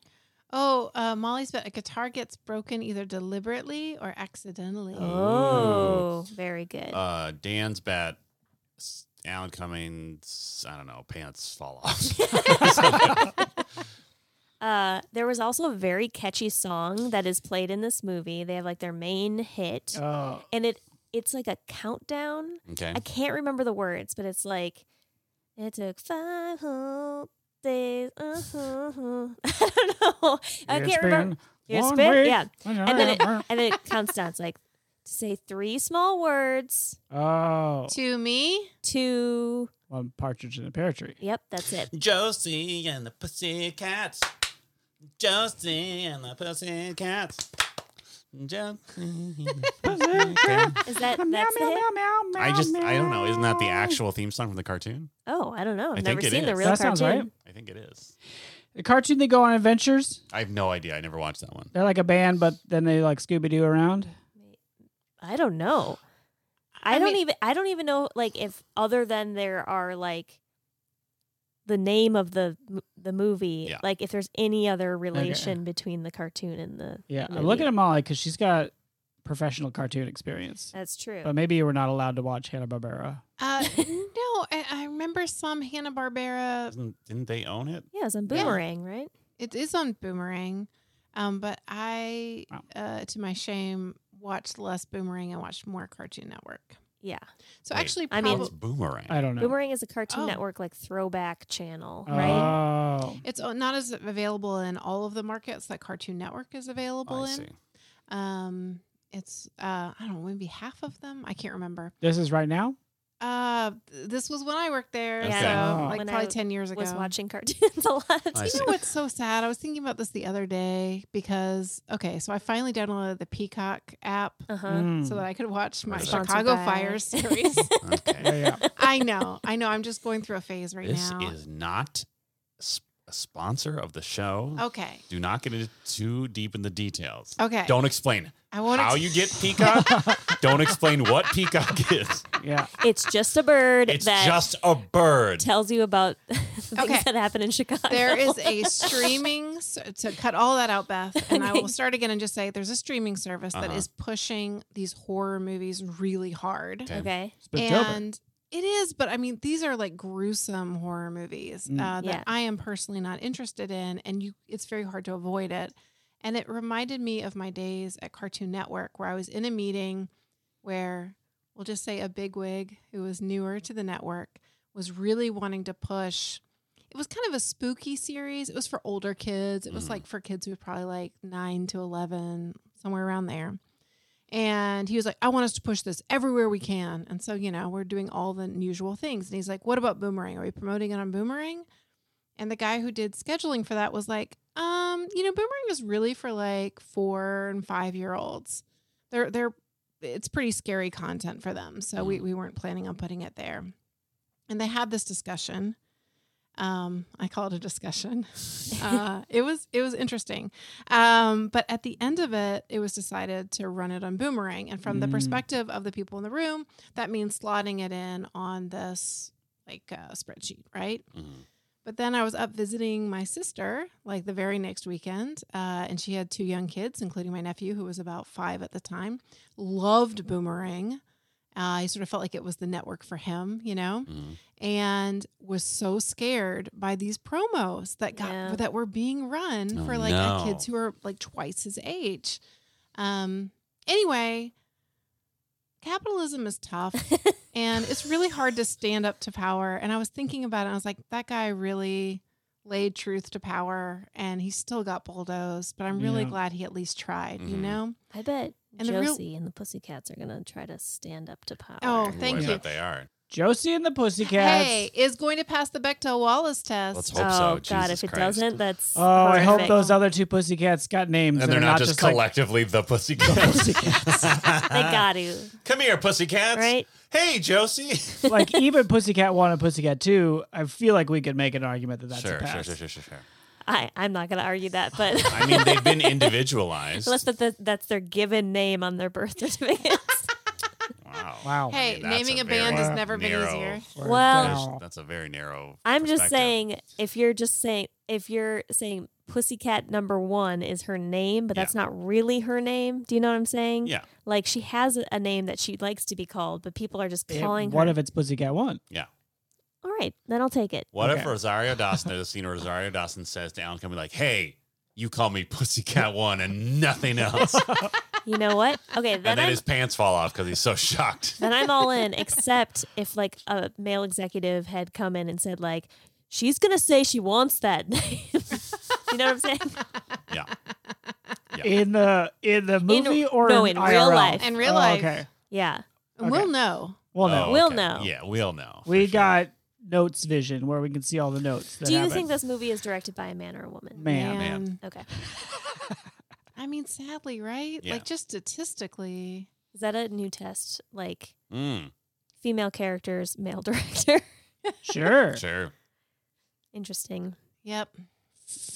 [SPEAKER 1] Oh, uh, Molly's bet a guitar gets broken either deliberately or accidentally.
[SPEAKER 2] Oh, very good.
[SPEAKER 5] Uh, Dan's bet. s- Alan Cummings, I don't know, pants fall off.
[SPEAKER 2] Uh, there was also a very catchy song that is played in this movie. They have like their main hit,
[SPEAKER 3] Oh.
[SPEAKER 2] and it it's like a countdown.
[SPEAKER 5] okay.
[SPEAKER 2] I can't remember the words, but it's like it took five whole days. uh-huh." I don't know. I
[SPEAKER 3] You're
[SPEAKER 2] can't
[SPEAKER 3] spinning
[SPEAKER 2] remember. You're
[SPEAKER 3] one
[SPEAKER 2] spin-
[SPEAKER 3] way.
[SPEAKER 2] yeah.
[SPEAKER 3] And
[SPEAKER 2] then it- And then it counts down. It's like to say three small words
[SPEAKER 3] Oh,
[SPEAKER 1] To me,
[SPEAKER 2] to.
[SPEAKER 3] one partridge in a pear tree.
[SPEAKER 2] Yep, that's it.
[SPEAKER 5] Josie and the Pussycats. Josie and the Pussycats. Josie and the Pussycats.
[SPEAKER 2] Is that that's the
[SPEAKER 3] Meow, meow,
[SPEAKER 2] hit?
[SPEAKER 3] meow, meow, meow,
[SPEAKER 5] I just, I don't know. Isn't that the
[SPEAKER 3] meow.
[SPEAKER 5] actual theme song from the cartoon?
[SPEAKER 2] Oh, I don't know. I've
[SPEAKER 5] I
[SPEAKER 2] never
[SPEAKER 5] think it
[SPEAKER 2] seen the
[SPEAKER 5] is.
[SPEAKER 2] real
[SPEAKER 3] That
[SPEAKER 2] cartoon.
[SPEAKER 3] sounds right.
[SPEAKER 5] I think it is.
[SPEAKER 3] The cartoon they go on adventures.
[SPEAKER 5] I have no idea. I never watched that one.
[SPEAKER 3] They're like a band, but then they like Scooby Doo around.
[SPEAKER 2] I don't know. I,
[SPEAKER 1] I
[SPEAKER 2] don't
[SPEAKER 1] mean-
[SPEAKER 2] even I don't even know like if other than there are like the name of the m- the movie
[SPEAKER 5] Yeah.
[SPEAKER 2] like if there's any other relation between the cartoon and the
[SPEAKER 3] Yeah,
[SPEAKER 2] movie.
[SPEAKER 3] look at Molly because she's got professional cartoon experience.
[SPEAKER 2] That's true.
[SPEAKER 3] But maybe you were not allowed to watch Hanna Barbera.
[SPEAKER 1] uh, no, I, I remember some Hanna Barbera.
[SPEAKER 5] Doesn't, didn't they own it?
[SPEAKER 2] yeah, it's on
[SPEAKER 1] Yeah.
[SPEAKER 2] Boomerang, right?
[SPEAKER 1] It is on Boomerang, um, but I,
[SPEAKER 3] Wow.
[SPEAKER 1] uh, to my shame, watched less Boomerang and watched more Cartoon Network.
[SPEAKER 2] Yeah.
[SPEAKER 1] So
[SPEAKER 5] Wait,
[SPEAKER 1] actually,
[SPEAKER 2] I
[SPEAKER 1] I
[SPEAKER 2] mean-
[SPEAKER 5] It's Boomerang.
[SPEAKER 3] I don't know.
[SPEAKER 2] Boomerang is a Cartoon
[SPEAKER 1] Oh.
[SPEAKER 2] Network like throwback channel,
[SPEAKER 3] oh.
[SPEAKER 2] right?
[SPEAKER 1] it's not as available in all of the markets that Cartoon Network
[SPEAKER 2] Oh,
[SPEAKER 1] is available
[SPEAKER 5] Oh, I
[SPEAKER 1] in.
[SPEAKER 5] see.
[SPEAKER 1] Um, it's uh, I don't know, maybe half of them. I can't remember.
[SPEAKER 3] This is right now.
[SPEAKER 1] Uh, th- this was when I worked there,
[SPEAKER 5] Okay.
[SPEAKER 1] so
[SPEAKER 3] Oh.
[SPEAKER 1] like
[SPEAKER 2] When
[SPEAKER 1] probably
[SPEAKER 2] I
[SPEAKER 1] ten years ago.
[SPEAKER 2] Was watching cartoons a lot.
[SPEAKER 5] I
[SPEAKER 1] you
[SPEAKER 5] see.
[SPEAKER 1] know what's so sad? I was thinking about this the other day because okay, so I finally downloaded the Peacock app
[SPEAKER 2] Uh-huh.
[SPEAKER 3] Mm.
[SPEAKER 5] Hmm.
[SPEAKER 1] so that I could watch my
[SPEAKER 5] Right.
[SPEAKER 2] Sponsored
[SPEAKER 1] Chicago
[SPEAKER 2] by-
[SPEAKER 1] Fire series.
[SPEAKER 5] Okay.
[SPEAKER 3] Yeah, yeah.
[SPEAKER 1] I know, I know. I'm just going through a phase right
[SPEAKER 5] this
[SPEAKER 1] now.
[SPEAKER 5] is not s- a sponsor of the show.
[SPEAKER 1] okay,
[SPEAKER 5] Do not get into too deep in the details.
[SPEAKER 1] okay.
[SPEAKER 5] Don't explain
[SPEAKER 1] I want
[SPEAKER 5] how you get peacock. don't explain what peacock is.
[SPEAKER 3] yeah.
[SPEAKER 2] It's just a bird
[SPEAKER 5] It's
[SPEAKER 2] that
[SPEAKER 5] just a bird.
[SPEAKER 2] tells you about things
[SPEAKER 1] Okay.
[SPEAKER 2] that happen in Chicago.
[SPEAKER 1] There is a streaming s- to cut all that out, Beth, and I will start again and just say there's a streaming service that
[SPEAKER 5] Uh-huh.
[SPEAKER 1] is pushing these horror movies really hard,
[SPEAKER 5] Okay.
[SPEAKER 2] Okay.
[SPEAKER 3] Spooktober.
[SPEAKER 1] and it is. But I mean, these are like gruesome horror movies
[SPEAKER 3] Mm.
[SPEAKER 1] uh, that
[SPEAKER 2] Yeah.
[SPEAKER 1] I am personally not interested in, and you, it's very hard to avoid it. And it reminded me of my days at Cartoon Network, where I was in a meeting where we'll just say a bigwig who was newer to the network was really wanting to push. It was kind of a spooky series. It was for older kids. It was
[SPEAKER 5] Mhm.
[SPEAKER 1] like for kids who were probably like nine to 11, somewhere around there. And he was like, I want us to push this everywhere we can. And so, you know, we're doing all the usual things. And he's like, What about Boomerang? Are we promoting it on Boomerang? And the guy who did scheduling for that was like, um, you know, Boomerang is really for like four and five year olds. They're they're it's pretty scary content for them. So we, we weren't planning on putting it there. And they had this discussion. Um, I call it a discussion. Uh, it was it was interesting. Um, but at the end of it, it was decided to run it on Boomerang. And from the
[SPEAKER 3] Mm.
[SPEAKER 1] perspective of the people in the room, that means slotting it in on this like uh, spreadsheet, right?
[SPEAKER 5] Mhm.
[SPEAKER 1] But then I was up visiting my sister like the very next weekend, uh, and she had two young kids, including my nephew, who was about five at the time. Loved Boomerang. Uh, he sort of felt like it was the network for him, you know,
[SPEAKER 5] Mhm.
[SPEAKER 1] and was so scared by these promos that got
[SPEAKER 2] Yeah.
[SPEAKER 1] that were being run
[SPEAKER 5] Oh,
[SPEAKER 1] for like
[SPEAKER 5] no.
[SPEAKER 1] kids who are like twice his age. Um. Anyway, capitalism is tough and it's really hard to stand up to power. And I was thinking about it. And I was like, that guy really laid truth to power, and he still got bulldozed. But I'm really
[SPEAKER 3] Yeah.
[SPEAKER 1] glad he at least tried. You
[SPEAKER 5] Mhm.
[SPEAKER 1] know?
[SPEAKER 2] I bet
[SPEAKER 1] And the real-
[SPEAKER 2] Josie and the Pussycats are gonna try to stand up to power.
[SPEAKER 1] Oh,
[SPEAKER 5] Ooh,
[SPEAKER 1] thank
[SPEAKER 5] I
[SPEAKER 1] you.
[SPEAKER 5] bet they are.
[SPEAKER 3] Josie and the Pussycats.
[SPEAKER 1] Hey, is going to pass the Bechdel Wallace test.
[SPEAKER 5] Let's hope so.
[SPEAKER 2] Oh God!
[SPEAKER 5] Jesus
[SPEAKER 2] if it
[SPEAKER 5] Christ.
[SPEAKER 2] doesn't, that's
[SPEAKER 3] Oh, I hope
[SPEAKER 2] horrific.
[SPEAKER 3] those other two pussycats got names.
[SPEAKER 5] And they're not, just,
[SPEAKER 3] like-
[SPEAKER 5] collectively the Pussycats.
[SPEAKER 2] they
[SPEAKER 5] Ah.
[SPEAKER 2] got you
[SPEAKER 5] Come here, Pussycats.
[SPEAKER 2] right.
[SPEAKER 5] Hey, Josie.
[SPEAKER 3] like, even Pussycat 1 and Pussycat 2, I feel like we could make an argument that that's a
[SPEAKER 5] sure,
[SPEAKER 3] pass.
[SPEAKER 5] sure, sure, sure, sure, sure.
[SPEAKER 2] I I'm not gonna argue that, but
[SPEAKER 5] I mean, they've been individualized.
[SPEAKER 2] unless that, that that's their given name on their birth certificates.
[SPEAKER 5] Wow.
[SPEAKER 3] Wow.
[SPEAKER 5] I
[SPEAKER 1] Hey,
[SPEAKER 5] mean, that's
[SPEAKER 1] naming a,
[SPEAKER 5] very
[SPEAKER 1] band has
[SPEAKER 3] Wow.
[SPEAKER 1] never been
[SPEAKER 5] narrow-
[SPEAKER 1] easier.
[SPEAKER 3] Or
[SPEAKER 2] Well-
[SPEAKER 3] down.
[SPEAKER 5] That's a very narrow.
[SPEAKER 2] I'm just
[SPEAKER 5] perspective.
[SPEAKER 2] saying, if you're just saying, if you're saying Pussycat number one is her name, but
[SPEAKER 5] Yeah.
[SPEAKER 2] that's not really her name. Do you know what I'm saying?
[SPEAKER 5] Yeah.
[SPEAKER 2] Like she has a- a name that she likes to be called, but people are just
[SPEAKER 3] It-
[SPEAKER 2] calling
[SPEAKER 3] what
[SPEAKER 2] her.
[SPEAKER 3] if it's Pussycat 1?
[SPEAKER 2] All right, then I'll take it.
[SPEAKER 5] What if
[SPEAKER 3] Okay.
[SPEAKER 5] Rosario Dawson at a scene where Rosario Dawson says to Alan Cumming, like, hey, you call me Pussycat One and nothing else.
[SPEAKER 2] You know what? Okay, then
[SPEAKER 5] and then
[SPEAKER 2] I'm
[SPEAKER 5] his pants fall off because he's so shocked.
[SPEAKER 2] then I'm all in. Except if like a male executive had come in and said like, she's gonna say she wants that name. you know what I'm saying?
[SPEAKER 5] Yeah. Yeah.
[SPEAKER 3] in the in the movie or
[SPEAKER 2] no,
[SPEAKER 3] in
[SPEAKER 2] in real
[SPEAKER 3] IRL?
[SPEAKER 2] life.
[SPEAKER 1] In real
[SPEAKER 3] Oh,
[SPEAKER 1] life.
[SPEAKER 3] Okay.
[SPEAKER 2] Yeah.
[SPEAKER 1] And
[SPEAKER 3] Okay.
[SPEAKER 1] We'll know.
[SPEAKER 3] Well, no,
[SPEAKER 5] Oh,
[SPEAKER 2] We'll
[SPEAKER 5] okay.
[SPEAKER 2] know.
[SPEAKER 5] Yeah, we'll know. for
[SPEAKER 3] we
[SPEAKER 5] sure.
[SPEAKER 3] got notes vision where we can see all the notes. That
[SPEAKER 2] Do you
[SPEAKER 3] happen.
[SPEAKER 2] think this movie is directed by a man or a woman?
[SPEAKER 3] man?
[SPEAKER 5] man.
[SPEAKER 2] Okay.
[SPEAKER 1] I mean, sadly, right?
[SPEAKER 5] Yeah.
[SPEAKER 1] Like, just statistically.
[SPEAKER 2] Is that a new test? Like
[SPEAKER 5] Mm,
[SPEAKER 2] female characters, male director.
[SPEAKER 3] Sure.
[SPEAKER 5] sure.
[SPEAKER 2] Interesting.
[SPEAKER 1] Yep.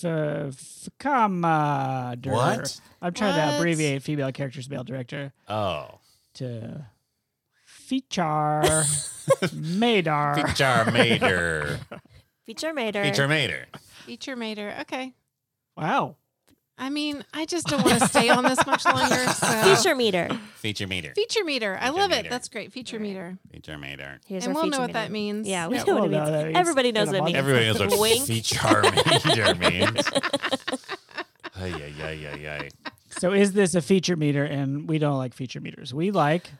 [SPEAKER 3] F- commander.
[SPEAKER 5] What?
[SPEAKER 3] I'm trying to
[SPEAKER 1] What?
[SPEAKER 3] abbreviate female characters, male director
[SPEAKER 5] Oh,
[SPEAKER 3] to feature Madar.
[SPEAKER 5] feature mater.
[SPEAKER 2] Feature mater.
[SPEAKER 5] feature mater.
[SPEAKER 1] Feature mater. Okay.
[SPEAKER 3] Wow.
[SPEAKER 1] I mean, I just don't want to stay on this much longer. So.
[SPEAKER 2] Feature meter.
[SPEAKER 5] Feature mater.
[SPEAKER 1] Feature meter. I
[SPEAKER 5] Feature
[SPEAKER 1] love
[SPEAKER 5] meter.
[SPEAKER 1] it. That's great. Feature
[SPEAKER 2] All right.
[SPEAKER 1] meter.
[SPEAKER 5] Feature mater.
[SPEAKER 2] Here's
[SPEAKER 1] and
[SPEAKER 2] our
[SPEAKER 1] we'll know
[SPEAKER 2] feature
[SPEAKER 1] what
[SPEAKER 2] meter.
[SPEAKER 1] that means.
[SPEAKER 2] Yeah, we
[SPEAKER 3] Yeah,
[SPEAKER 2] know
[SPEAKER 3] we'll
[SPEAKER 2] what it
[SPEAKER 3] know
[SPEAKER 2] means.
[SPEAKER 3] that means.
[SPEAKER 2] Everybody knows
[SPEAKER 3] Got a
[SPEAKER 2] what it
[SPEAKER 3] month.
[SPEAKER 2] means.
[SPEAKER 5] Everybody knows what
[SPEAKER 2] Wink.
[SPEAKER 5] feature mater means. Ay, ay, ay, ay, ay.
[SPEAKER 3] So is this a feature meter? And we don't like feature meters. We like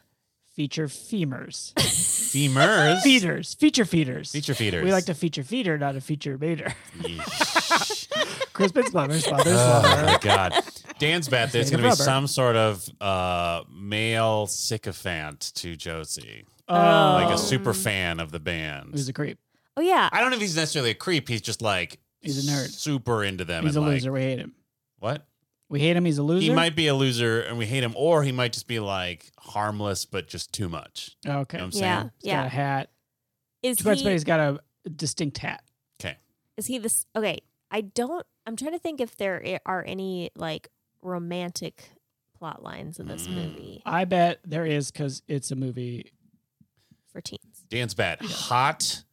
[SPEAKER 3] feature femurs.
[SPEAKER 5] Femurs.
[SPEAKER 3] feeders. Feature feeders.
[SPEAKER 5] Feature feeders.
[SPEAKER 3] We like to feature feeder, not a feature mater.
[SPEAKER 5] Yeesh.
[SPEAKER 3] Crispin's Glover's father's
[SPEAKER 5] Oh
[SPEAKER 3] lover.
[SPEAKER 5] my god. Dan's bet there's
[SPEAKER 3] Made of
[SPEAKER 5] going to be
[SPEAKER 3] rubber.
[SPEAKER 5] some sort of uh, male sycophant to Josie,
[SPEAKER 3] Oh,
[SPEAKER 5] like
[SPEAKER 2] Oh.
[SPEAKER 5] a super fan of the band.
[SPEAKER 3] He's a creep.
[SPEAKER 2] Oh yeah.
[SPEAKER 5] I don't know if he's necessarily a creep. He's just like
[SPEAKER 3] He's a nerd.
[SPEAKER 5] super into them.
[SPEAKER 3] He's a
[SPEAKER 5] and like,
[SPEAKER 3] loser. We hate him.
[SPEAKER 5] What?
[SPEAKER 3] We hate him. He's a loser.
[SPEAKER 5] He might be a loser, and we hate him, or he might just be like harmless, but just too much.
[SPEAKER 3] Oh, Okay.
[SPEAKER 5] You know what I'm
[SPEAKER 2] Yeah.
[SPEAKER 5] saying?
[SPEAKER 3] He's got a
[SPEAKER 2] Yeah.
[SPEAKER 3] hat.
[SPEAKER 2] Is
[SPEAKER 3] Tourette's, but
[SPEAKER 2] he
[SPEAKER 3] he's got a distinct hat.
[SPEAKER 2] is he this okay i don't i'm trying to think if there i- are any like romantic plot lines in this
[SPEAKER 5] Mm.
[SPEAKER 2] movie
[SPEAKER 3] I bet there is because it's a movie.
[SPEAKER 2] for teens
[SPEAKER 5] Dan's bet hot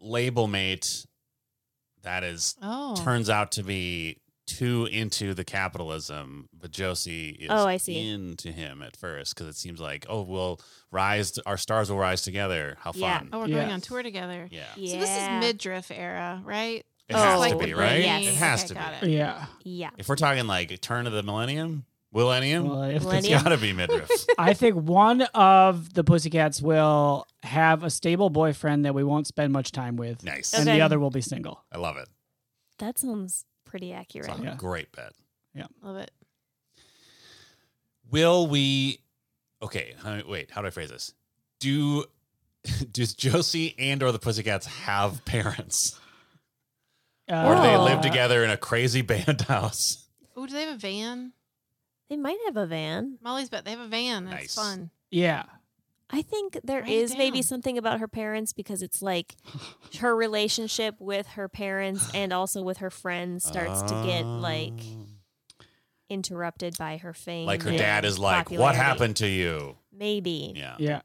[SPEAKER 5] label mate. That is
[SPEAKER 1] Oh.
[SPEAKER 5] turns out to be too into the capitalism, but Josie is
[SPEAKER 2] Oh, I see.
[SPEAKER 5] into him at first because it seems like, oh, we'll rise, our stars will rise together. How
[SPEAKER 2] Yeah.
[SPEAKER 5] fun.
[SPEAKER 1] Oh, we're
[SPEAKER 3] Yeah.
[SPEAKER 1] going on tour together.
[SPEAKER 5] Yeah.
[SPEAKER 2] yeah
[SPEAKER 1] So this is midriff era, right?
[SPEAKER 5] It has to
[SPEAKER 2] Oh,
[SPEAKER 5] be, right?
[SPEAKER 2] yes.
[SPEAKER 5] It has
[SPEAKER 1] Okay,
[SPEAKER 5] to
[SPEAKER 1] got
[SPEAKER 5] be.
[SPEAKER 1] it.
[SPEAKER 3] Yeah.
[SPEAKER 2] yeah
[SPEAKER 5] If we're talking like turn of the millennium, millennium,
[SPEAKER 3] Well, if
[SPEAKER 5] it's
[SPEAKER 2] millennium.
[SPEAKER 5] got to be midriff.
[SPEAKER 3] I think one of the Pussycats will have a stable boyfriend that we won't spend much time with,
[SPEAKER 5] nice.
[SPEAKER 3] and
[SPEAKER 2] Okay.
[SPEAKER 3] the other will be single.
[SPEAKER 5] I love it.
[SPEAKER 2] that sounds pretty
[SPEAKER 5] It's
[SPEAKER 2] accurate
[SPEAKER 5] a
[SPEAKER 3] Yeah.
[SPEAKER 5] great bet.
[SPEAKER 1] Love it.
[SPEAKER 5] Will we? Okay, how- wait. How do I phrase this? Do does Josie and or the Pussycats have parents? Or do they
[SPEAKER 3] Uh,
[SPEAKER 2] Oh.
[SPEAKER 5] live together in a crazy band house?
[SPEAKER 1] Oh, do they have a van?
[SPEAKER 2] they might have a van
[SPEAKER 1] Molly's bet they have a van. That's
[SPEAKER 5] Nice.
[SPEAKER 1] fun.
[SPEAKER 3] Yeah.
[SPEAKER 2] i think there is
[SPEAKER 1] Write it
[SPEAKER 2] maybe
[SPEAKER 1] down.
[SPEAKER 2] something about her parents because it's like her relationship with her parents and also with her friends starts to get
[SPEAKER 5] Oh.
[SPEAKER 2] like
[SPEAKER 1] Ah.
[SPEAKER 2] interrupted by her fame
[SPEAKER 5] like her
[SPEAKER 2] and
[SPEAKER 5] dad is like, "What
[SPEAKER 2] popularity."
[SPEAKER 5] happened to you?"
[SPEAKER 2] maybe
[SPEAKER 5] Yeah,
[SPEAKER 3] Yeah.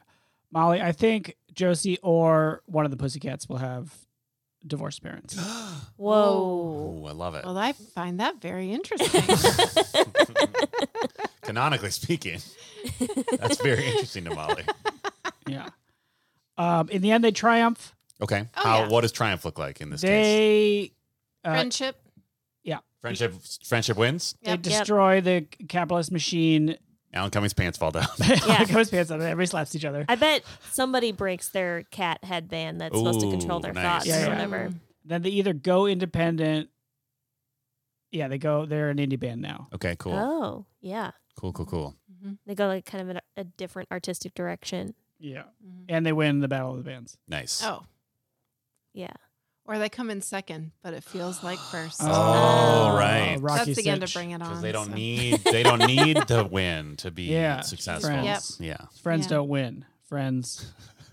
[SPEAKER 3] Molly, I think Josie or one of the Pussycats will have divorced parents.
[SPEAKER 2] whoa
[SPEAKER 5] oh, I love it.
[SPEAKER 1] Well, I find that very interesting.
[SPEAKER 5] Canonically speaking, that's very interesting to Molly.
[SPEAKER 3] yeah. Um, in the end, they triumph.
[SPEAKER 5] Okay,
[SPEAKER 1] Oh,
[SPEAKER 5] how
[SPEAKER 1] yeah.
[SPEAKER 5] what does triumph look like in this case?
[SPEAKER 3] They uh,
[SPEAKER 1] Friendship.
[SPEAKER 5] Friendship, friendship wins.
[SPEAKER 3] they
[SPEAKER 1] Yep.
[SPEAKER 3] destroy the capitalist machine.
[SPEAKER 5] Alan Cummings' pants fall down.
[SPEAKER 3] Yeah. Goes pants on it. Everybody slaps each other.
[SPEAKER 2] I bet somebody breaks their cat headband that's supposed to control
[SPEAKER 5] Ooh,
[SPEAKER 2] their
[SPEAKER 5] nice.
[SPEAKER 2] thoughts
[SPEAKER 3] Yeah,
[SPEAKER 2] or
[SPEAKER 3] yeah.
[SPEAKER 2] whatever.
[SPEAKER 1] Mm.
[SPEAKER 3] Then they either go independent. Yeah, they go. They're an indie band now.
[SPEAKER 5] Okay, cool,
[SPEAKER 2] Oh, yeah.
[SPEAKER 5] cool, cool, cool.
[SPEAKER 1] Mhm,
[SPEAKER 2] They go like kind of in a, a different artistic direction.
[SPEAKER 3] Yeah,
[SPEAKER 1] mhm.
[SPEAKER 3] and they win the battle of the bands.
[SPEAKER 5] Nice.
[SPEAKER 1] Oh,
[SPEAKER 2] Yeah.
[SPEAKER 1] or they come in second, but it feels like first.
[SPEAKER 5] Oh,
[SPEAKER 2] Oh,
[SPEAKER 5] right.
[SPEAKER 3] uh, Rocky
[SPEAKER 1] That's the end
[SPEAKER 3] Sitch.
[SPEAKER 1] to bring it on.
[SPEAKER 5] Because they don't
[SPEAKER 1] so.
[SPEAKER 5] need they don't need the win to be
[SPEAKER 3] Yeah,
[SPEAKER 5] successful.
[SPEAKER 3] friends.
[SPEAKER 5] Yeah.
[SPEAKER 3] Friends
[SPEAKER 1] Yeah.
[SPEAKER 3] don't win. Friends,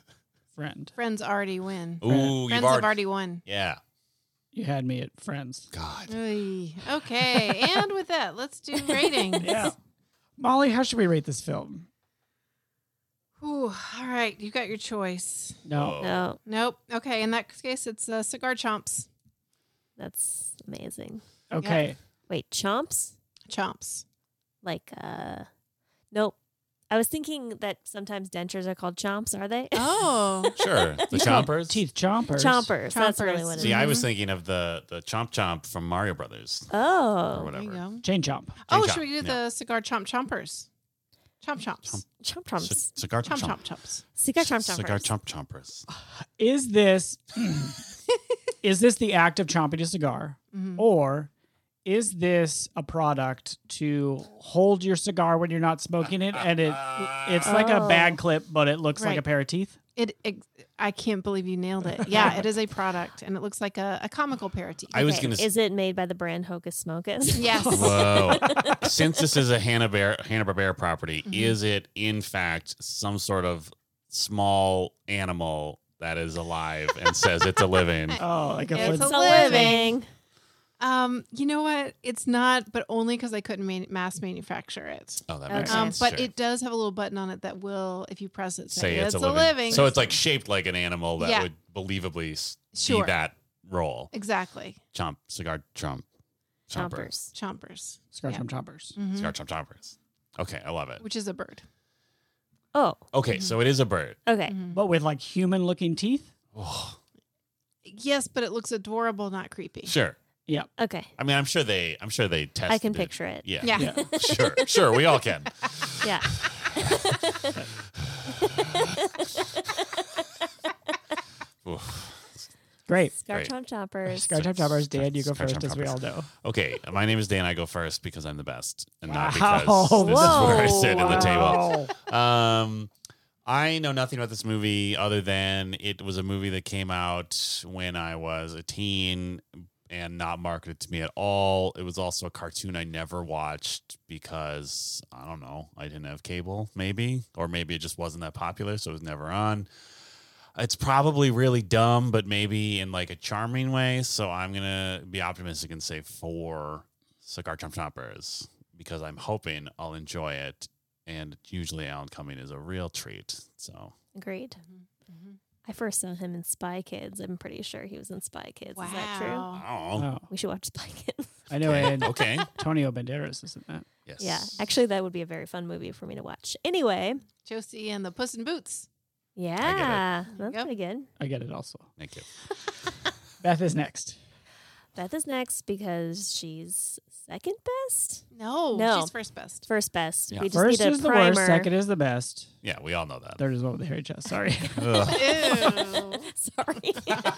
[SPEAKER 3] friend.
[SPEAKER 1] Friends already win.
[SPEAKER 5] Ooh,
[SPEAKER 1] Friends
[SPEAKER 5] you've
[SPEAKER 1] have
[SPEAKER 5] already,
[SPEAKER 1] already won.
[SPEAKER 5] Yeah.
[SPEAKER 3] You had me at friends.
[SPEAKER 5] God.
[SPEAKER 1] Mm. Oy. Okay, and with that, let's do ratings.
[SPEAKER 3] Yeah. Molly, how should we rate this film?
[SPEAKER 1] Ooh, all right, you got your choice.
[SPEAKER 3] No.
[SPEAKER 5] Whoa.
[SPEAKER 2] No,
[SPEAKER 1] Nope. Okay, in that case, it's uh, cigar chomps.
[SPEAKER 2] that's amazing.
[SPEAKER 3] Okay.
[SPEAKER 2] Wait, chomps?
[SPEAKER 1] Chomps.
[SPEAKER 2] Like, uh, nope. I was thinking that sometimes dentures are called chomps, are they?
[SPEAKER 1] Oh,
[SPEAKER 5] Sure. The
[SPEAKER 3] These are
[SPEAKER 5] chompers.
[SPEAKER 3] Teeth chompers.
[SPEAKER 2] chompers. That's
[SPEAKER 1] Chompers.
[SPEAKER 2] really what it is.
[SPEAKER 5] See, I was thinking of the the chomp chomp from Mario Brothers or
[SPEAKER 2] Oh,
[SPEAKER 1] there you
[SPEAKER 5] whatever.
[SPEAKER 1] go.
[SPEAKER 3] Chain chomp.
[SPEAKER 1] Oh,
[SPEAKER 5] Chomp
[SPEAKER 1] should we do
[SPEAKER 5] chomp,
[SPEAKER 1] the cigar chomp chompers? Chomp chomps.
[SPEAKER 2] chomp
[SPEAKER 5] C-
[SPEAKER 2] chomps.
[SPEAKER 5] cigar
[SPEAKER 1] Chomp
[SPEAKER 5] chomp
[SPEAKER 1] chomp chomps.
[SPEAKER 2] Cigar chomp chompers.
[SPEAKER 5] Cigar chomp chompers.
[SPEAKER 3] Is this is this the act of chomping a cigar
[SPEAKER 1] Mhm.
[SPEAKER 3] or is this a product to hold your cigar when you're not smoking it? And it it's like a
[SPEAKER 2] Oh.
[SPEAKER 3] bag clip, but it looks like a
[SPEAKER 1] Right.
[SPEAKER 3] pair of teeth.
[SPEAKER 1] It, ex I can't believe you nailed it. Yeah, it is a product, and it looks like a, a comical parody.
[SPEAKER 5] I was
[SPEAKER 2] Okay,
[SPEAKER 5] gonna s-
[SPEAKER 2] Is it made by the brand Hocus Pocus?
[SPEAKER 1] Yes.
[SPEAKER 5] Whoa. Since this is a Hanna Barbera property,
[SPEAKER 1] Mhm.
[SPEAKER 5] is it in fact some sort of small animal that is alive and says it's a living?
[SPEAKER 3] Oh, like a
[SPEAKER 1] It's
[SPEAKER 3] Flint-
[SPEAKER 2] it's
[SPEAKER 1] a
[SPEAKER 2] a
[SPEAKER 1] living.
[SPEAKER 2] living.
[SPEAKER 1] Um, you know what? It's not, but only because I couldn't man- mass manufacture it.
[SPEAKER 5] Oh, that
[SPEAKER 2] Okay.
[SPEAKER 5] makes
[SPEAKER 1] Um,
[SPEAKER 5] sense.
[SPEAKER 1] but
[SPEAKER 5] Sure.
[SPEAKER 1] it does have a little button on it that will, if you press it, say,
[SPEAKER 5] say it's, a, living.
[SPEAKER 1] living.
[SPEAKER 5] So it's like shaped like an animal that
[SPEAKER 1] Yeah.
[SPEAKER 5] would believably s-
[SPEAKER 1] Sure.
[SPEAKER 5] be that role.
[SPEAKER 1] exactly
[SPEAKER 5] Chomp, cigar, chomp, chomper,
[SPEAKER 2] Chompers.
[SPEAKER 1] chompers,
[SPEAKER 3] Scratch
[SPEAKER 1] Yeah.
[SPEAKER 3] them chompers.
[SPEAKER 1] Mhm.
[SPEAKER 5] cigar, chomp, chompers. Okay, I love it.
[SPEAKER 1] which is a bird.
[SPEAKER 2] Oh,
[SPEAKER 5] Okay,
[SPEAKER 1] Mhm.
[SPEAKER 5] so it is a bird.
[SPEAKER 2] okay.
[SPEAKER 1] Mhm.
[SPEAKER 3] But with like human looking teeth?
[SPEAKER 5] Oh,
[SPEAKER 1] Yes, but it looks adorable, not creepy.
[SPEAKER 5] sure.
[SPEAKER 2] Okay.
[SPEAKER 5] I mean, I'm sure they, I'm sure they tested.
[SPEAKER 2] I can
[SPEAKER 5] it.
[SPEAKER 2] picture it.
[SPEAKER 5] Yeah.
[SPEAKER 1] Yeah.
[SPEAKER 3] Yeah.
[SPEAKER 5] sure, sure. We all can.
[SPEAKER 2] Yeah.
[SPEAKER 5] Oof.
[SPEAKER 3] Great.
[SPEAKER 2] Scar
[SPEAKER 5] Great.
[SPEAKER 2] chomp chompers.
[SPEAKER 3] Scratch up chompers,
[SPEAKER 5] Scar-
[SPEAKER 3] Dan, you go
[SPEAKER 5] Scar
[SPEAKER 3] first,
[SPEAKER 5] Chomp
[SPEAKER 3] as we
[SPEAKER 5] Chompers.
[SPEAKER 3] all know.
[SPEAKER 5] Okay, my name is Dan. I go first because I'm the best, and not
[SPEAKER 3] Wow.
[SPEAKER 5] because this is where I sit at the table.
[SPEAKER 3] Wow.
[SPEAKER 5] Um, I know nothing about this movie other than it was a movie that came out when I was a teen and not marketed to me at all. It was also a cartoon I never watched because I don't know, I didn't have cable, maybe, or maybe it just wasn't that popular, so it was never on. It's probably really dumb, but maybe in like a charming way. So I'm gonna be optimistic and say four cigar chomp chompers because I'm hoping I'll enjoy it and usually Alan Cumming is a real treat. So
[SPEAKER 2] Agreed. Mm-hmm.
[SPEAKER 1] Mhm.
[SPEAKER 2] I first saw him in Spy Kids. I'm pretty sure he was in Spy Kids. Is that true?
[SPEAKER 1] Wow.
[SPEAKER 5] oh,
[SPEAKER 3] Wow.
[SPEAKER 2] We should watch Spy Kids.
[SPEAKER 3] I know and
[SPEAKER 5] okay,
[SPEAKER 3] Antonio Banderas, isn't that?
[SPEAKER 5] yes,
[SPEAKER 2] yeah. Actually, that would be a very fun movie for me to watch. Anyway,
[SPEAKER 1] Josie and the Puss in Boots.
[SPEAKER 2] yeah. That's
[SPEAKER 1] Yep.
[SPEAKER 2] pretty good.
[SPEAKER 3] I get it also.
[SPEAKER 5] Thank you.
[SPEAKER 3] Beth is next.
[SPEAKER 2] Beth is next because she's second best?
[SPEAKER 1] No,
[SPEAKER 2] No.
[SPEAKER 1] she's first best.
[SPEAKER 2] First best.
[SPEAKER 5] Yeah.
[SPEAKER 2] We just
[SPEAKER 3] First
[SPEAKER 2] need a
[SPEAKER 3] is the
[SPEAKER 2] primer.
[SPEAKER 3] worst, second is the best.
[SPEAKER 5] Yeah, we all know that.
[SPEAKER 3] Third is one with the hairy chest. Sorry.
[SPEAKER 5] Ugh.
[SPEAKER 1] Ew.
[SPEAKER 2] Sorry.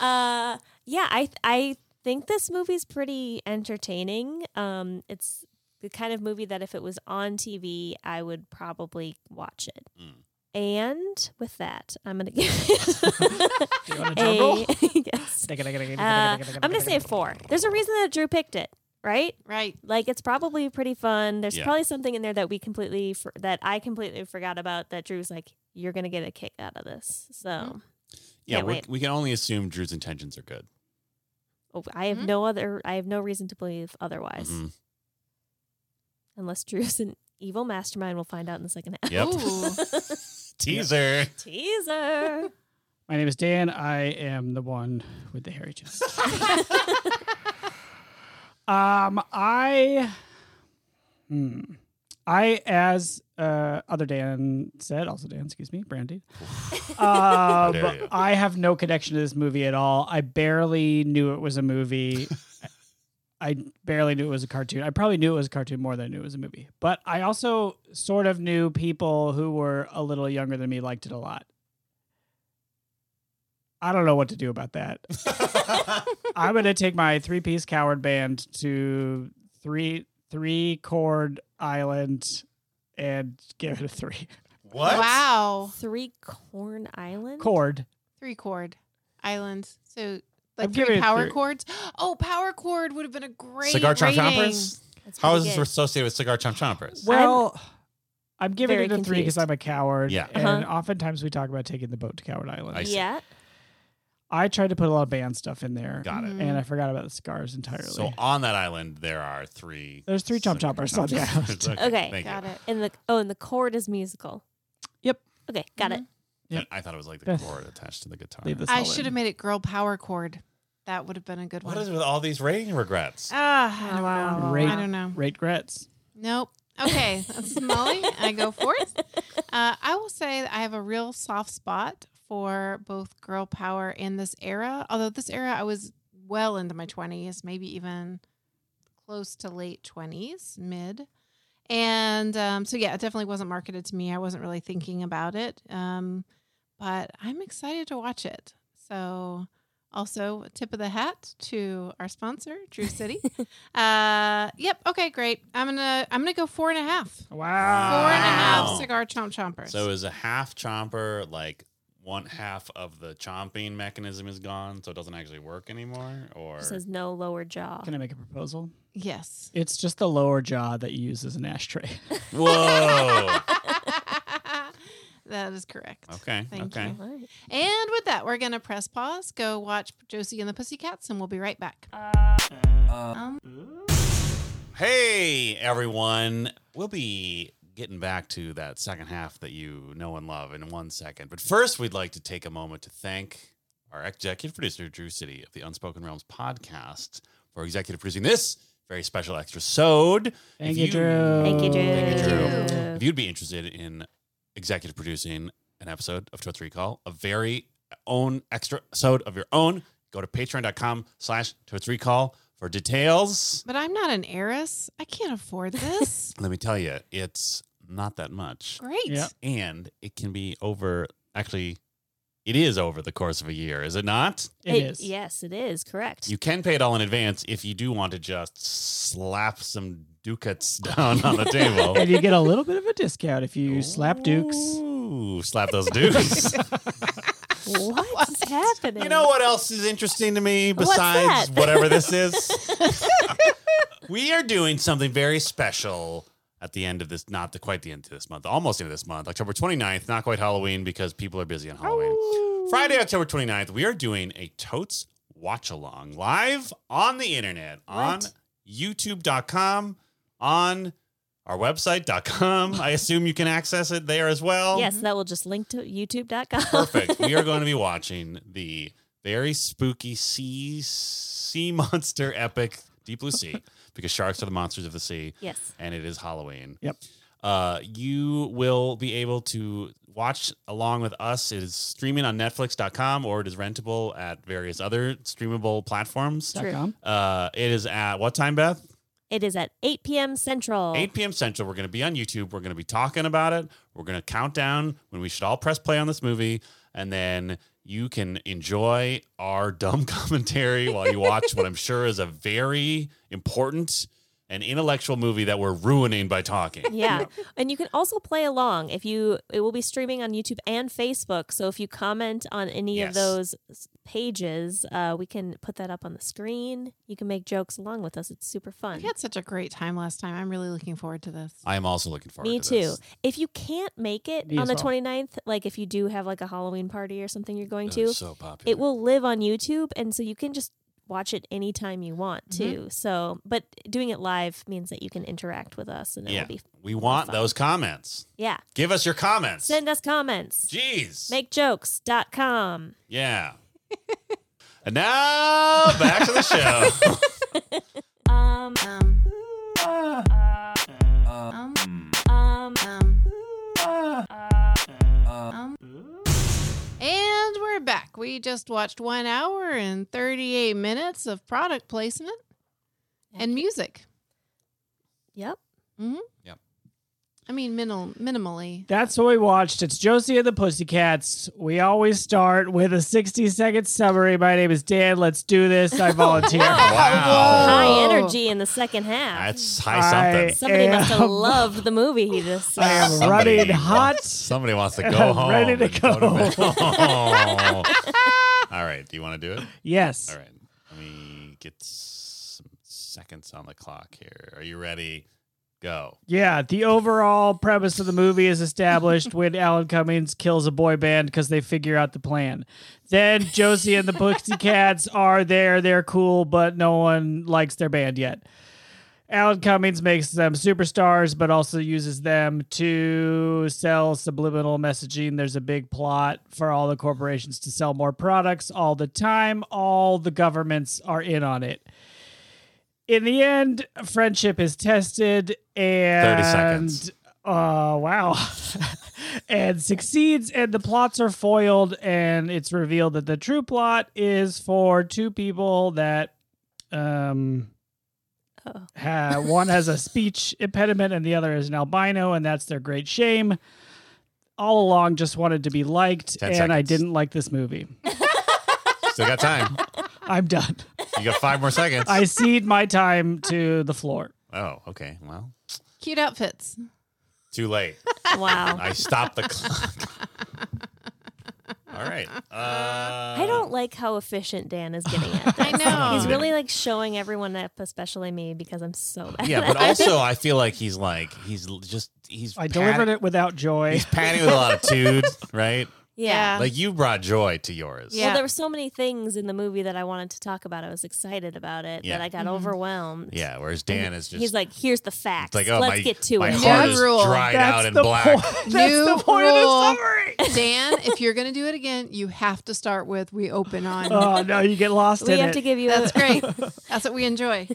[SPEAKER 2] uh, yeah, I I think this movie's pretty entertaining. Um, it's the kind of movie that if it was on TV, I would probably watch it.
[SPEAKER 5] Mm.
[SPEAKER 2] And with that, I'm gonna give it
[SPEAKER 3] Do you want a drum roll?
[SPEAKER 2] a yes. Uh, I'm gonna say four. There's a reason that Drew picked it, right?
[SPEAKER 1] right.
[SPEAKER 2] Like it's probably pretty fun. There's
[SPEAKER 5] Yeah.
[SPEAKER 2] probably something in there that we completely for- that I completely forgot about that Drew's like you're going to get a kick out of this. So,
[SPEAKER 1] Mhm.
[SPEAKER 5] yeah,
[SPEAKER 2] Can't
[SPEAKER 5] we
[SPEAKER 2] wait.
[SPEAKER 5] we can only assume Drew's intentions are good.
[SPEAKER 2] oh, I have
[SPEAKER 1] Mhm.
[SPEAKER 2] no other I have no reason to believe otherwise
[SPEAKER 5] Mhm.
[SPEAKER 2] unless Drew's an evil mastermind we'll find out in the second half.
[SPEAKER 5] Yep,
[SPEAKER 1] Ooh.
[SPEAKER 5] teaser.
[SPEAKER 2] Teaser.
[SPEAKER 3] My name is Dan. I am the one with the hairy chest. um, I, hmm, I as uh, other Dan said, also Dan, excuse me, Brandy. um,
[SPEAKER 5] dare you.
[SPEAKER 3] I have no connection to this movie at all. I barely knew it was a movie. I barely knew it was a cartoon. I probably knew it was a cartoon more than I knew it was a movie. But I also sort of knew people who were a little younger than me liked it a lot. I don't know what to do about that. I'm gonna take my three piece coward band to three three chord island and give it a three.
[SPEAKER 5] what?
[SPEAKER 1] Wow.
[SPEAKER 2] Three Corn Island.
[SPEAKER 3] Chord.
[SPEAKER 1] Three chord island. So like
[SPEAKER 3] I'm giving
[SPEAKER 1] three
[SPEAKER 3] it
[SPEAKER 1] power
[SPEAKER 3] three.
[SPEAKER 1] chords. Oh, power chord would have been a great
[SPEAKER 5] cigar chomp
[SPEAKER 1] rating.
[SPEAKER 5] chompers.
[SPEAKER 2] That's
[SPEAKER 5] How is
[SPEAKER 2] pretty
[SPEAKER 5] this
[SPEAKER 2] good.
[SPEAKER 5] associated with cigar chomp chompers?
[SPEAKER 3] Well I'm, giving
[SPEAKER 2] very
[SPEAKER 3] it a three because
[SPEAKER 2] confused.
[SPEAKER 3] I'm a coward.
[SPEAKER 5] Yeah.
[SPEAKER 3] And
[SPEAKER 2] Uh-huh.
[SPEAKER 3] oftentimes we talk about taking the boat to Coward Island.
[SPEAKER 5] I see.
[SPEAKER 2] yeah.
[SPEAKER 3] I tried to put a lot of band stuff in there.
[SPEAKER 5] Got
[SPEAKER 1] Mm-hmm.
[SPEAKER 5] it.
[SPEAKER 3] And I forgot about the scars entirely.
[SPEAKER 5] So on that island, there are three.
[SPEAKER 3] There's three chomp
[SPEAKER 5] cigar
[SPEAKER 3] chompers
[SPEAKER 5] chomp
[SPEAKER 3] on the
[SPEAKER 5] chompers.
[SPEAKER 3] island.
[SPEAKER 2] Okay,
[SPEAKER 5] thank
[SPEAKER 1] Got
[SPEAKER 5] you.
[SPEAKER 1] it.
[SPEAKER 2] And the oh, and the chord is musical.
[SPEAKER 3] Yep.
[SPEAKER 2] Okay, got
[SPEAKER 5] Mm-hmm.
[SPEAKER 2] it.
[SPEAKER 3] Yep.
[SPEAKER 5] I thought it was like the
[SPEAKER 3] Beth.
[SPEAKER 5] cord attached to the guitar.
[SPEAKER 3] Leave this
[SPEAKER 1] Mm-hmm. I
[SPEAKER 3] all
[SPEAKER 1] should have
[SPEAKER 3] in.
[SPEAKER 1] made it girl power chord. That would have been a good
[SPEAKER 5] What
[SPEAKER 1] one.
[SPEAKER 5] is with all these rating regrets?
[SPEAKER 1] Ah, I don't
[SPEAKER 2] Oh, Wow.
[SPEAKER 1] know.
[SPEAKER 3] Great.
[SPEAKER 1] I don't know.
[SPEAKER 3] Rate Gretz.
[SPEAKER 1] Nope. Okay, that's Molly. I go fourth. Uh, I will say that I have a real soft spot for both girl power and this era. Although this era, I was well into my twenties, maybe even close to late twenties, mid. And um, so, yeah, it definitely wasn't marketed to me. I wasn't really thinking about it, um, but I'm excited to watch it. So Also, tip of the hat to our sponsor, Drew City. uh, yep. Okay. Great. I'm gonna I'm gonna go four and a half. Four
[SPEAKER 3] Wow.
[SPEAKER 1] and a half
[SPEAKER 5] Wow.
[SPEAKER 1] cigar chomp chompers.
[SPEAKER 5] So is a half chomper like one half of the chomping mechanism is gone, so it doesn't actually work anymore? Or
[SPEAKER 2] Just says no lower jaw.
[SPEAKER 3] Can I make a proposal?
[SPEAKER 1] yes.
[SPEAKER 3] It's just the lower jaw that you use as an ashtray.
[SPEAKER 5] whoa.
[SPEAKER 1] that is correct.
[SPEAKER 5] Okay.
[SPEAKER 1] Thank
[SPEAKER 5] okay.
[SPEAKER 1] you.
[SPEAKER 2] Alright.
[SPEAKER 1] And with that, we're gonna press pause, go watch Josie and the Pussycats, and we'll be right back. um,
[SPEAKER 5] Hey everyone. We'll be getting back to that second half that you know and love in one second. But first we'd like to take a moment to thank our executive producer, Drew City of the Unspoken Realms podcast, for executive producing this very special extra sode.
[SPEAKER 3] Thank
[SPEAKER 5] If
[SPEAKER 3] you,
[SPEAKER 5] you-
[SPEAKER 3] Drew.
[SPEAKER 2] Thank you, Drew.
[SPEAKER 5] Thank you, Drew.
[SPEAKER 1] Drew.
[SPEAKER 5] If you'd be interested in executive producing an episode of Totes Recall, a very own extra episode of your own, go to patreon.com slash Totes Recall for details.
[SPEAKER 1] but I'm not an heiress. I can't afford this.
[SPEAKER 5] Let me tell you, it's not that much.
[SPEAKER 1] Great.
[SPEAKER 3] Yep.
[SPEAKER 5] And it can be over, actually, it is over the course of a year, is it not?
[SPEAKER 3] It is.
[SPEAKER 2] Yes, it is. Correct.
[SPEAKER 5] You can pay it all in advance if you do want to just slap some ducats down on the table.
[SPEAKER 3] And you get a little bit of a discount if you slap dukes.
[SPEAKER 5] Ooh, slap those dukes.
[SPEAKER 2] what is happening?
[SPEAKER 5] You know what else is interesting to me
[SPEAKER 2] What's
[SPEAKER 5] besides
[SPEAKER 2] that?
[SPEAKER 5] whatever this is? we are doing something very special at the end of this, not the, quite the end of this month, almost the end of this month, October 29th, not quite Halloween because people are busy on Halloween. Friday, October 29th, we are doing a Totes watch along live on the internet on
[SPEAKER 2] What?
[SPEAKER 5] youtube.com, on our website.com. I assume you can access it there as well.
[SPEAKER 2] Yes, that will just link to YouTube.com.
[SPEAKER 5] Mm-hmm. Perfect. We are going to be watching the very spooky sea sea monster epic Deep Blue Sea because sharks are the monsters of the sea
[SPEAKER 2] yes.
[SPEAKER 5] and it is Halloween.
[SPEAKER 3] Yep.
[SPEAKER 5] Uh, you will be able to watch along with us. It is streaming on Netflix.com or it is rentable at various other streamable platforms.
[SPEAKER 3] Dot com.
[SPEAKER 5] Uh, it is at what time, Beth?
[SPEAKER 2] It is at 8 p.m. Central.
[SPEAKER 5] 8 p.m. Central. We're going to be on YouTube. We're going to be talking about it. We're going to count down when we should all press play on this movie. And then you can enjoy our dumb commentary while you watch what I'm sure is a very important and intellectual movie that we're ruining by talking.
[SPEAKER 2] Yeah. And you can also play along if you it will be streaming on YouTube and Facebook. So if you comment on any
[SPEAKER 5] Yes.
[SPEAKER 2] of those s- pages, uh, we can put that up on the screen. You can make jokes along with us. It's super
[SPEAKER 1] I
[SPEAKER 2] fun.
[SPEAKER 1] had such a great time last time. I'm really looking forward to this.
[SPEAKER 5] I am also looking forward
[SPEAKER 2] Me
[SPEAKER 5] to
[SPEAKER 2] too.
[SPEAKER 5] this.
[SPEAKER 2] If you can't make it
[SPEAKER 3] Me
[SPEAKER 2] on
[SPEAKER 3] as
[SPEAKER 2] the
[SPEAKER 3] well.
[SPEAKER 2] twenty 29th, like if you do have like a Halloween party or something you're going
[SPEAKER 5] That
[SPEAKER 2] to,
[SPEAKER 5] is so popular.
[SPEAKER 2] it will live on YouTube and so you can just watch it anytime you want to. So, but doing it live means that you can interact with us and
[SPEAKER 5] Yeah.
[SPEAKER 2] it'll be
[SPEAKER 5] We want
[SPEAKER 2] fun.
[SPEAKER 5] those comments.
[SPEAKER 2] Yeah.
[SPEAKER 5] Give us your comments.
[SPEAKER 2] Send us comments.
[SPEAKER 5] Jeez.
[SPEAKER 2] Makejokes.com.
[SPEAKER 5] yeah. and now back to the show.
[SPEAKER 4] Um,
[SPEAKER 1] Um,
[SPEAKER 4] um,
[SPEAKER 1] um, um. And we're back. We just watched one hour and 38 minutes of product placement and music.
[SPEAKER 2] Yep.
[SPEAKER 1] I mean, minimal, minimally.
[SPEAKER 3] That's what we watched. It's Josie and the Pussycats. We always start with a 60 second summary. My name is Dan. Let's do this. I volunteer.
[SPEAKER 5] Oh, wow.
[SPEAKER 2] High
[SPEAKER 1] Oh.
[SPEAKER 2] energy in the second half.
[SPEAKER 5] That's high something.
[SPEAKER 2] Somebody must have
[SPEAKER 3] am-
[SPEAKER 2] loved the movie he just saw.
[SPEAKER 3] I am running hot.
[SPEAKER 5] Somebody wants to
[SPEAKER 3] and
[SPEAKER 5] go
[SPEAKER 3] I'm
[SPEAKER 5] home.
[SPEAKER 3] ready to
[SPEAKER 5] and bed.
[SPEAKER 3] go.
[SPEAKER 5] All right. Do you want to do it?
[SPEAKER 3] Yes.
[SPEAKER 5] All right. Let me get some seconds on the clock here. Are you ready? Go.
[SPEAKER 3] Yeah, the overall premise of the movie is established when Alan Cummings kills a boy band because they figure out the plan. Then Josie and the Pussycats are there. They're cool, but no one likes their band yet. Alan Cummings makes them superstars, but also uses them to sell subliminal messaging. There's a big plot for all the corporations to sell more products all the time. All the governments are in on it. In the end, friendship is tested and.
[SPEAKER 5] seconds.
[SPEAKER 3] Uh, wow. and succeeds, and the plots are foiled, and it's revealed that the true plot is for two people that. Um,
[SPEAKER 2] Oh.
[SPEAKER 3] Ha one has a speech impediment and the other is an albino, and that's their great shame. All along, just wanted to be liked,
[SPEAKER 5] Ten
[SPEAKER 3] and I
[SPEAKER 5] seconds.
[SPEAKER 3] didn't like this movie.
[SPEAKER 5] Still got time.
[SPEAKER 3] I'm done.
[SPEAKER 5] You got five more seconds.
[SPEAKER 3] I cede my time to the floor.
[SPEAKER 5] oh, okay. Well,
[SPEAKER 1] Cute outfits.
[SPEAKER 5] too late.
[SPEAKER 2] Wow.
[SPEAKER 5] I stopped the clock. All right. Uh,
[SPEAKER 2] I don't like how efficient Dan is getting at.
[SPEAKER 1] I
[SPEAKER 2] this.
[SPEAKER 1] know.
[SPEAKER 2] He's really like showing everyone up, especially me, because I'm so bad.
[SPEAKER 5] Yeah,
[SPEAKER 2] at
[SPEAKER 5] but
[SPEAKER 2] it.
[SPEAKER 5] also I feel like he's like he's l- just he's.
[SPEAKER 3] I
[SPEAKER 5] pat-
[SPEAKER 3] delivered it without joy.
[SPEAKER 5] He's patting with a lot of tude, right?
[SPEAKER 2] yeah.
[SPEAKER 1] Yeah.
[SPEAKER 5] Like you brought joy to yours.
[SPEAKER 1] Yeah.
[SPEAKER 2] Well, there were so many things in the movie that I wanted to talk about. I was excited about it,
[SPEAKER 5] Yeah.
[SPEAKER 2] that I got
[SPEAKER 3] Mm-hmm.
[SPEAKER 1] Mhm.
[SPEAKER 2] overwhelmed.
[SPEAKER 5] Yeah, Whereas Dan is just
[SPEAKER 2] He's like, "Here's the
[SPEAKER 5] it's
[SPEAKER 2] facts.
[SPEAKER 5] like oh
[SPEAKER 2] Let's
[SPEAKER 5] my
[SPEAKER 2] get to
[SPEAKER 5] my
[SPEAKER 2] it."
[SPEAKER 1] New
[SPEAKER 5] heart is
[SPEAKER 1] rule.
[SPEAKER 5] dried out and black.
[SPEAKER 3] Point. That's
[SPEAKER 1] New
[SPEAKER 3] the point
[SPEAKER 1] rule.
[SPEAKER 3] of the summary.
[SPEAKER 1] Dan, if you're going to do it again, you have to start with we open on.
[SPEAKER 3] Oh no, you get lost
[SPEAKER 2] we
[SPEAKER 3] in
[SPEAKER 2] have
[SPEAKER 3] it.
[SPEAKER 2] to give you
[SPEAKER 1] That's
[SPEAKER 2] a
[SPEAKER 1] great. That's what we enjoy.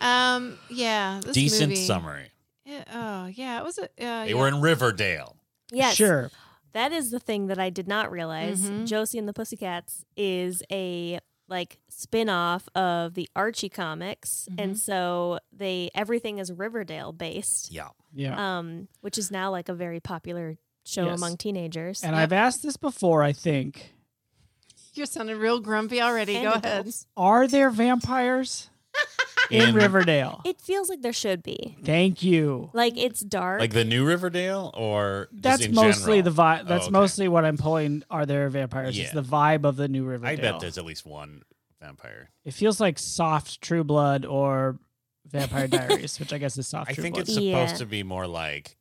[SPEAKER 1] Um, yeah, this
[SPEAKER 5] Decent
[SPEAKER 1] movie-
[SPEAKER 5] summary.
[SPEAKER 1] It- oh yeah, it was a. Uh,
[SPEAKER 5] They
[SPEAKER 1] yeah.
[SPEAKER 5] were in Riverdale.
[SPEAKER 2] yes.
[SPEAKER 3] Sure. Mm-hmm.
[SPEAKER 2] That is the thing that I did not realize.
[SPEAKER 1] Mhm.
[SPEAKER 2] Josie and the Pussycats is a like spin-off of the Archie comics.
[SPEAKER 3] Mm-hmm.
[SPEAKER 2] And so they everything is Riverdale based.
[SPEAKER 5] Yeah.
[SPEAKER 3] Yeah.
[SPEAKER 2] Um, which is now like a very popular show
[SPEAKER 3] Yes.
[SPEAKER 2] among teenagers.
[SPEAKER 3] and I've asked this before, I think.
[SPEAKER 1] You're sounding real grumpy already.
[SPEAKER 2] And
[SPEAKER 1] Go ahead.
[SPEAKER 2] adults.
[SPEAKER 3] Are there vampires in, Riverdale?
[SPEAKER 2] It feels like there should be.
[SPEAKER 3] Thank you.
[SPEAKER 2] Like it's dark.
[SPEAKER 5] Like the new Riverdale or just
[SPEAKER 3] That's
[SPEAKER 5] in
[SPEAKER 3] mostly
[SPEAKER 5] general?
[SPEAKER 3] the vibe. That's
[SPEAKER 5] Oh, okay.
[SPEAKER 3] mostly what I'm pulling. Are there vampires? It's
[SPEAKER 5] Yeah.
[SPEAKER 3] the vibe of the new Riverdale.
[SPEAKER 5] I bet there's at least one vampire.
[SPEAKER 3] It feels like soft True Blood or Vampire Diaries, which I guess is soft
[SPEAKER 5] I
[SPEAKER 3] True
[SPEAKER 5] think
[SPEAKER 3] Blood.
[SPEAKER 5] it's supposed
[SPEAKER 2] Yeah.
[SPEAKER 5] to be more like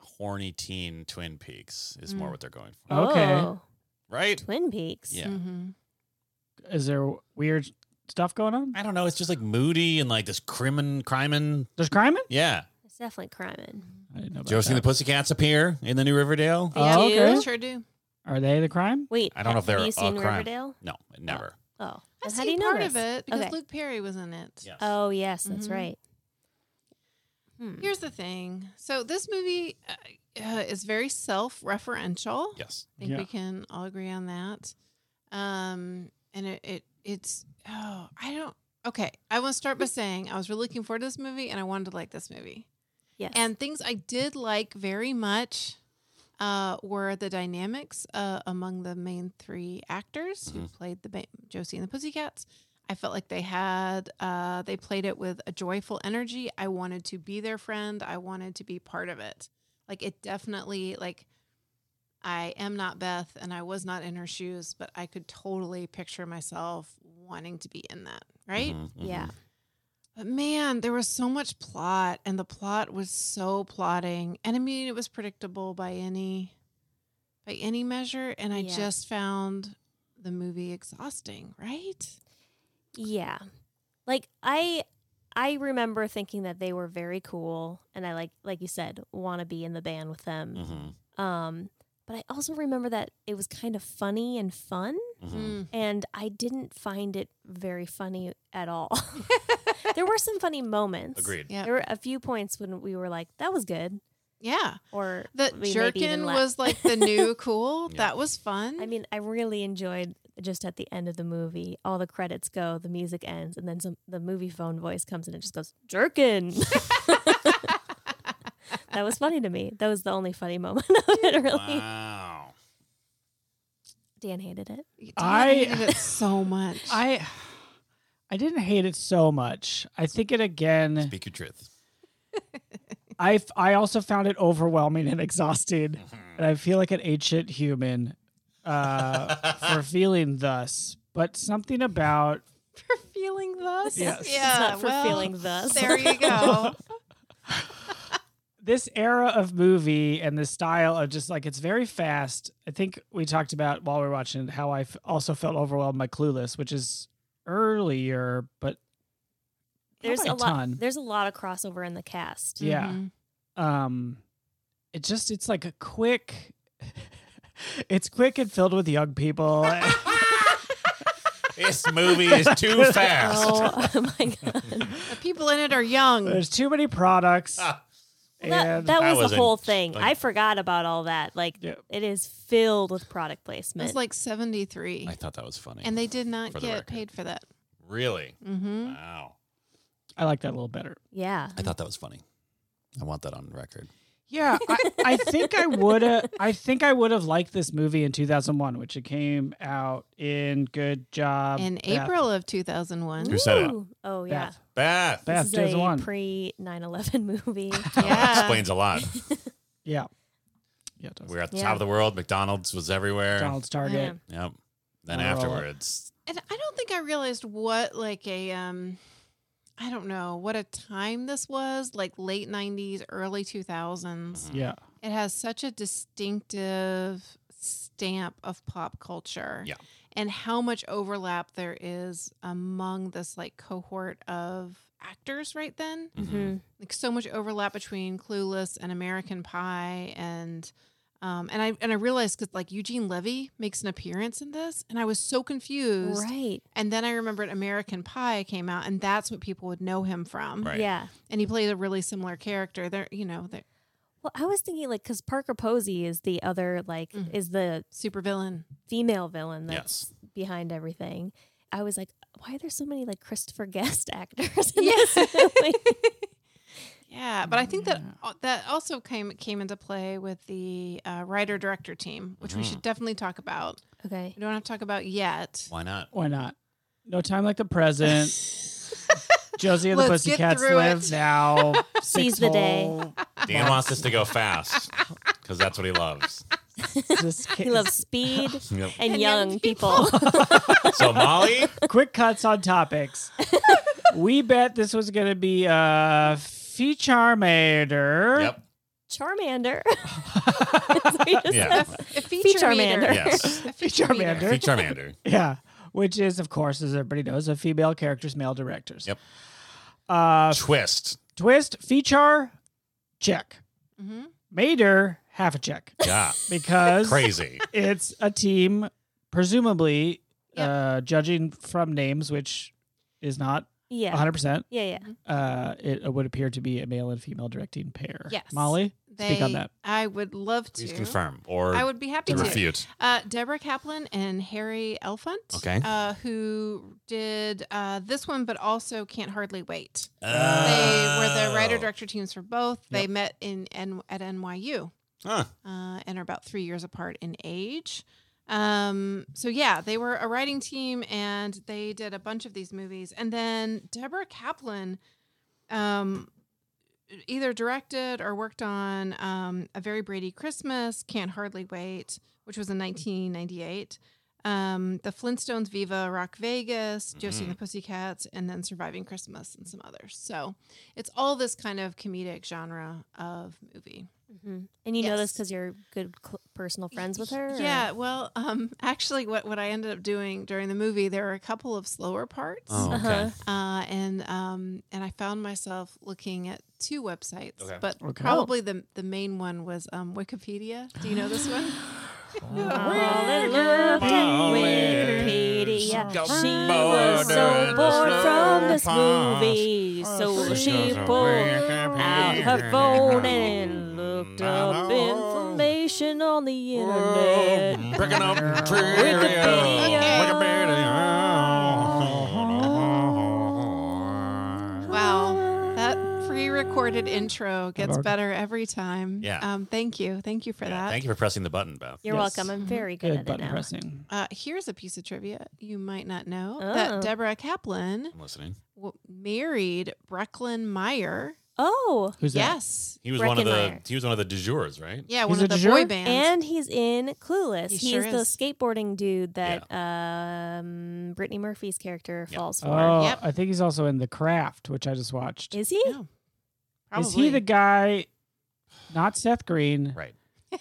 [SPEAKER 5] horny teen Twin Peaks is more
[SPEAKER 1] Mm.
[SPEAKER 5] what they're going for,
[SPEAKER 3] okay.
[SPEAKER 2] Oh,
[SPEAKER 5] right?
[SPEAKER 2] Twin Peaks.
[SPEAKER 5] Yeah.
[SPEAKER 1] Mhm.
[SPEAKER 3] Is there weird stuff going on?
[SPEAKER 5] I don't know. It's just like moody and like this crimin, crimin.
[SPEAKER 3] There's crime in?
[SPEAKER 5] Yeah.
[SPEAKER 2] It's definitely crimin.
[SPEAKER 3] I didn't know about
[SPEAKER 5] Josie and the
[SPEAKER 3] that.
[SPEAKER 5] Pussycats appear in the new Riverdale.
[SPEAKER 1] Yeah,
[SPEAKER 3] Oh,
[SPEAKER 1] they
[SPEAKER 3] okay.
[SPEAKER 1] sure do.
[SPEAKER 3] Are they the crime?
[SPEAKER 2] Wait,
[SPEAKER 5] I don't know if they're
[SPEAKER 2] have you
[SPEAKER 5] a
[SPEAKER 2] seen
[SPEAKER 5] crime.
[SPEAKER 2] Riverdale?
[SPEAKER 5] No, never.
[SPEAKER 2] Oh,
[SPEAKER 1] I've
[SPEAKER 2] Then how do you
[SPEAKER 1] seen
[SPEAKER 2] know
[SPEAKER 1] part of
[SPEAKER 2] this?
[SPEAKER 1] it because
[SPEAKER 2] Okay.
[SPEAKER 1] Luke Perry was in it.
[SPEAKER 5] Yes.
[SPEAKER 2] Oh yes, that's
[SPEAKER 1] Mhm.
[SPEAKER 2] right. Hmm.
[SPEAKER 1] Here's the thing. So this movie uh, uh, is very self-referential.
[SPEAKER 5] Yes.
[SPEAKER 1] I think
[SPEAKER 3] Yeah.
[SPEAKER 1] we can all agree on that. Um, and it, it it's oh I don't okay. I want to start by saying I was really looking forward to this movie and I wanted to like this movie.
[SPEAKER 2] Yes.
[SPEAKER 1] And things I did like very much uh, were the dynamics uh, among the main three actors who
[SPEAKER 5] Mhm.
[SPEAKER 1] played the ba- Josie and the Pussycats. I felt like they had uh, they played it with a joyful energy. I wanted to be their friend. I wanted to be part of it. Like it definitely like I am not Beth and I was not in her shoes, but I could totally picture myself wanting to be in that, right?
[SPEAKER 5] Mhm, mhm.
[SPEAKER 2] yeah.
[SPEAKER 1] But man, there was so much plot, and the plot was so plotting. And I mean, it was predictable by any by any measure. And I
[SPEAKER 2] Yeah.
[SPEAKER 1] just found the movie exhausting, right?
[SPEAKER 2] Yeah. Like I I remember thinking that they were very cool and I like like you said want to be in the band with them.
[SPEAKER 5] Mhm,
[SPEAKER 1] Mm.
[SPEAKER 2] Um but I also remember that it was kind of funny and fun
[SPEAKER 5] mhm.
[SPEAKER 2] and I didn't find it very funny at all. there were some funny moments.
[SPEAKER 5] Agreed.
[SPEAKER 1] Yeah,
[SPEAKER 2] There were a few points when we were like that was good
[SPEAKER 1] yeah.
[SPEAKER 2] or
[SPEAKER 1] The
[SPEAKER 2] we maybe
[SPEAKER 1] jerkin
[SPEAKER 2] even la-
[SPEAKER 1] was like the new cool.
[SPEAKER 5] Yeah.
[SPEAKER 1] That was fun.
[SPEAKER 2] I mean, I really enjoyed just at the end of the movie, all the credits go, the music ends, and then some the movie phone voice comes in and just goes, Jerkin. that was funny to me. That was the only funny moment of it, really.
[SPEAKER 5] Wow.
[SPEAKER 2] Dan hated it.
[SPEAKER 1] Damn,
[SPEAKER 3] I-
[SPEAKER 1] I hated it so much.
[SPEAKER 3] I I didn't hate it so much. I think it again.
[SPEAKER 5] Speak your truth.
[SPEAKER 3] I f- I also found it overwhelming and exhausting,
[SPEAKER 5] Mhm.
[SPEAKER 3] and I feel like an ancient human uh, for feeling thus. But something about
[SPEAKER 1] for feeling thus.
[SPEAKER 3] Yes. It's
[SPEAKER 1] Yeah.
[SPEAKER 2] not for
[SPEAKER 1] well,
[SPEAKER 2] feeling thus.
[SPEAKER 1] There you go.
[SPEAKER 3] this era of movie and this style of just like it's very fast. I think we talked about while we were watching how I f- also felt overwhelmed by Clueless, which is earlier, but not
[SPEAKER 2] There's
[SPEAKER 3] by
[SPEAKER 2] a lot
[SPEAKER 3] ton.
[SPEAKER 2] there's a lot of crossover in the cast.
[SPEAKER 3] Yeah.
[SPEAKER 1] Mhm.
[SPEAKER 3] um it just it's like a quick it's quick and filled with young people
[SPEAKER 5] this movie is too fast.
[SPEAKER 2] Oh, my god.
[SPEAKER 1] The people in it are young.
[SPEAKER 3] there's too many products
[SPEAKER 5] Ah,
[SPEAKER 2] Well, that, that
[SPEAKER 3] and
[SPEAKER 5] That
[SPEAKER 2] was,
[SPEAKER 5] was
[SPEAKER 2] the
[SPEAKER 5] a-
[SPEAKER 2] whole thing.
[SPEAKER 5] like-
[SPEAKER 2] I forgot about all that. Like
[SPEAKER 3] Yeah.
[SPEAKER 2] it is filled with product
[SPEAKER 1] It
[SPEAKER 2] placement.
[SPEAKER 1] was like 73.
[SPEAKER 5] I thought that was funny.
[SPEAKER 1] And they did not
[SPEAKER 5] For the
[SPEAKER 1] get
[SPEAKER 5] record.
[SPEAKER 1] paid for that.
[SPEAKER 5] really?
[SPEAKER 1] Mm-hmm.
[SPEAKER 5] Wow.
[SPEAKER 3] i like that a little better
[SPEAKER 2] yeah.
[SPEAKER 5] I thought that was funny. I want that on record.
[SPEAKER 3] Yeah, I, I think I would have. I think I would have liked this movie in 2001, which it came out in. Good job,
[SPEAKER 1] in
[SPEAKER 3] Beth.
[SPEAKER 1] April of 2001.
[SPEAKER 5] Who said it?
[SPEAKER 2] Ooh. Oh yeah.
[SPEAKER 3] Beth.
[SPEAKER 5] Beth.
[SPEAKER 3] Beth
[SPEAKER 2] this is a
[SPEAKER 3] 2001.
[SPEAKER 2] pre 9/11 movie.
[SPEAKER 5] Oh, that
[SPEAKER 1] Yeah.
[SPEAKER 5] explains a lot.
[SPEAKER 3] yeah, yeah. it does.
[SPEAKER 5] We were at the
[SPEAKER 2] Yeah.
[SPEAKER 5] top of the world. McDonald's was everywhere.
[SPEAKER 3] Donald's Target.
[SPEAKER 2] Yeah.
[SPEAKER 5] Yep. Then
[SPEAKER 3] Motorola.
[SPEAKER 5] afterwards,
[SPEAKER 1] And I don't think I realized what like a um I don't know what a time this was, like late 90s, early 2000s.
[SPEAKER 3] Yeah.
[SPEAKER 1] It has such a distinctive stamp of pop culture.
[SPEAKER 5] Yeah.
[SPEAKER 1] And how much overlap there is among this like cohort of actors right then.
[SPEAKER 5] Mhm.
[SPEAKER 2] Mhm.
[SPEAKER 1] Like so much overlap between Clueless and American Pie and um, and I and I realized because like Eugene Levy makes an appearance in this, and I was so confused.
[SPEAKER 2] Right.
[SPEAKER 1] And then I remembered American Pie came out, and that's what people would know him from.
[SPEAKER 5] Right.
[SPEAKER 2] Yeah.
[SPEAKER 1] And he played a really similar character. They're, you know, the
[SPEAKER 2] Well, I was thinking like because Parker Posey is the other like
[SPEAKER 1] Mhm.
[SPEAKER 2] is the
[SPEAKER 1] supervillain.
[SPEAKER 2] female villain
[SPEAKER 5] Yes.
[SPEAKER 2] that's behind everything. I was like, why are there so many like Christopher Guest actors in
[SPEAKER 1] Yeah.
[SPEAKER 2] this movie?
[SPEAKER 1] Yeah, but I think that
[SPEAKER 3] Yeah.
[SPEAKER 1] uh, that also came came into play with the uh, writer director team, which we
[SPEAKER 5] Mhm.
[SPEAKER 1] should definitely talk about.
[SPEAKER 2] okay.
[SPEAKER 1] We don't have to talk about yet.
[SPEAKER 5] why not?
[SPEAKER 3] Why not? No time like the present. Josie and the
[SPEAKER 1] Let's get
[SPEAKER 3] Pussycats
[SPEAKER 1] through
[SPEAKER 3] live
[SPEAKER 1] it.
[SPEAKER 3] now.
[SPEAKER 2] Seize the day.
[SPEAKER 5] Dan wants us to go fast because that's what he loves.
[SPEAKER 2] He loves speed
[SPEAKER 5] Yep.
[SPEAKER 2] and,
[SPEAKER 1] And young
[SPEAKER 2] young, people.
[SPEAKER 5] So Molly,
[SPEAKER 3] quick cuts on topics. we bet this was going to be a featuremator.
[SPEAKER 5] yep,
[SPEAKER 2] Charmander. That's what he just
[SPEAKER 5] Yeah.
[SPEAKER 2] said.
[SPEAKER 1] A feature
[SPEAKER 2] Featuremander.
[SPEAKER 1] meter.
[SPEAKER 5] yes,
[SPEAKER 1] A feature meter.
[SPEAKER 3] Featuremander.
[SPEAKER 5] Feet Charmander.
[SPEAKER 3] Yeah. Which is, of course, as everybody knows, a female characters, male directors.
[SPEAKER 5] Yep.
[SPEAKER 3] Uh,
[SPEAKER 5] Twist.
[SPEAKER 3] twist, feature, check.
[SPEAKER 1] Mhm.
[SPEAKER 3] Mater, half a check.
[SPEAKER 5] Yeah,
[SPEAKER 3] Because
[SPEAKER 5] crazy.
[SPEAKER 3] it's a team, presumably,
[SPEAKER 1] Yep.
[SPEAKER 3] uh, judging from names, which is not
[SPEAKER 2] Yeah.
[SPEAKER 3] 100%.
[SPEAKER 2] Yeah, yeah.
[SPEAKER 3] Uh, it would appear to be a male and female directing pair.
[SPEAKER 1] Yes.
[SPEAKER 3] Molly,
[SPEAKER 1] They,
[SPEAKER 3] speak on that.
[SPEAKER 1] I would love to.
[SPEAKER 5] Please confirm or
[SPEAKER 1] I would be happy
[SPEAKER 5] to
[SPEAKER 1] to.
[SPEAKER 5] refute.
[SPEAKER 1] Uh, Deborah Kaplan and Harry Elfont.
[SPEAKER 5] Okay.
[SPEAKER 1] Uh, who did uh, this one, but also Can't Hardly Wait. They
[SPEAKER 5] Oh.
[SPEAKER 1] were the writer director teams for both. They
[SPEAKER 3] Yep.
[SPEAKER 1] met in N- at NYU
[SPEAKER 5] Huh.
[SPEAKER 1] uh, and are about three years apart in age. Um, so yeah, they were a writing team and they did a bunch of these movies. And then Deborah Kaplan um, either directed or worked on um, A Very Brady Christmas, Can't Hardly Wait, which was in 1998. Um, the Flintstones, Viva Rock Vegas, Josie and the Pussycats, and then Surviving Christmas and some others. So it's all this kind of comedic genre of movie.
[SPEAKER 2] hmm And you know this
[SPEAKER 1] Yes.
[SPEAKER 2] because you're good cl- personal friends with her? or-
[SPEAKER 1] Yeah, well, um, actually, what, what I ended up doing during the movie, there were a couple of slower parts,
[SPEAKER 5] Oh, okay.
[SPEAKER 2] Uh-huh.
[SPEAKER 1] uh, and um, and I found myself looking at two websites,
[SPEAKER 5] Okay.
[SPEAKER 1] but
[SPEAKER 3] Okay.
[SPEAKER 1] probably the the main one was um, Wikipedia. Do you know this one?
[SPEAKER 2] All in love with Wikipedia. She was so bored from this movie,
[SPEAKER 1] Oh,
[SPEAKER 2] so she pulled out her phone and looked up information on the
[SPEAKER 1] Oh,
[SPEAKER 2] internet.
[SPEAKER 5] Breaking up Wikipedia.
[SPEAKER 1] Wow, that pre-recorded intro gets
[SPEAKER 3] Mark.
[SPEAKER 1] better every time.
[SPEAKER 5] Yeah.
[SPEAKER 1] Um, thank you, thank you for
[SPEAKER 5] Yeah,
[SPEAKER 1] that.
[SPEAKER 5] thank you for pressing the button, Beth.
[SPEAKER 2] You're
[SPEAKER 3] Yes.
[SPEAKER 2] welcome. I'm very good,
[SPEAKER 3] Good
[SPEAKER 2] at it
[SPEAKER 3] button
[SPEAKER 2] now.
[SPEAKER 3] pressing.
[SPEAKER 1] Uh, here's a piece of trivia you might not know
[SPEAKER 2] Oh.
[SPEAKER 1] that Deborah Kaplan
[SPEAKER 5] I'm listening.
[SPEAKER 1] w- married Brecklin Meyer.
[SPEAKER 2] Oh,
[SPEAKER 3] Who's that?
[SPEAKER 1] Yes.
[SPEAKER 5] He was one of the
[SPEAKER 2] Breckenmeyer.
[SPEAKER 5] he was one of the du jours, right?
[SPEAKER 1] Yeah,
[SPEAKER 3] He's
[SPEAKER 1] one
[SPEAKER 3] a
[SPEAKER 1] of the
[SPEAKER 3] du
[SPEAKER 1] boy
[SPEAKER 3] jour?
[SPEAKER 1] bands.
[SPEAKER 2] and he's in Clueless.
[SPEAKER 1] He
[SPEAKER 2] he's
[SPEAKER 1] sure
[SPEAKER 2] the
[SPEAKER 1] is.
[SPEAKER 2] skateboarding dude that um, Brittany Murphy's character
[SPEAKER 5] Yeah.
[SPEAKER 2] falls for.
[SPEAKER 3] Oh,
[SPEAKER 1] Yep.
[SPEAKER 3] I think he's also in The Craft, which I just watched.
[SPEAKER 2] Is he?
[SPEAKER 1] Yeah,
[SPEAKER 3] Is he
[SPEAKER 1] probably.
[SPEAKER 3] the guy? Not Seth Green.
[SPEAKER 5] Right.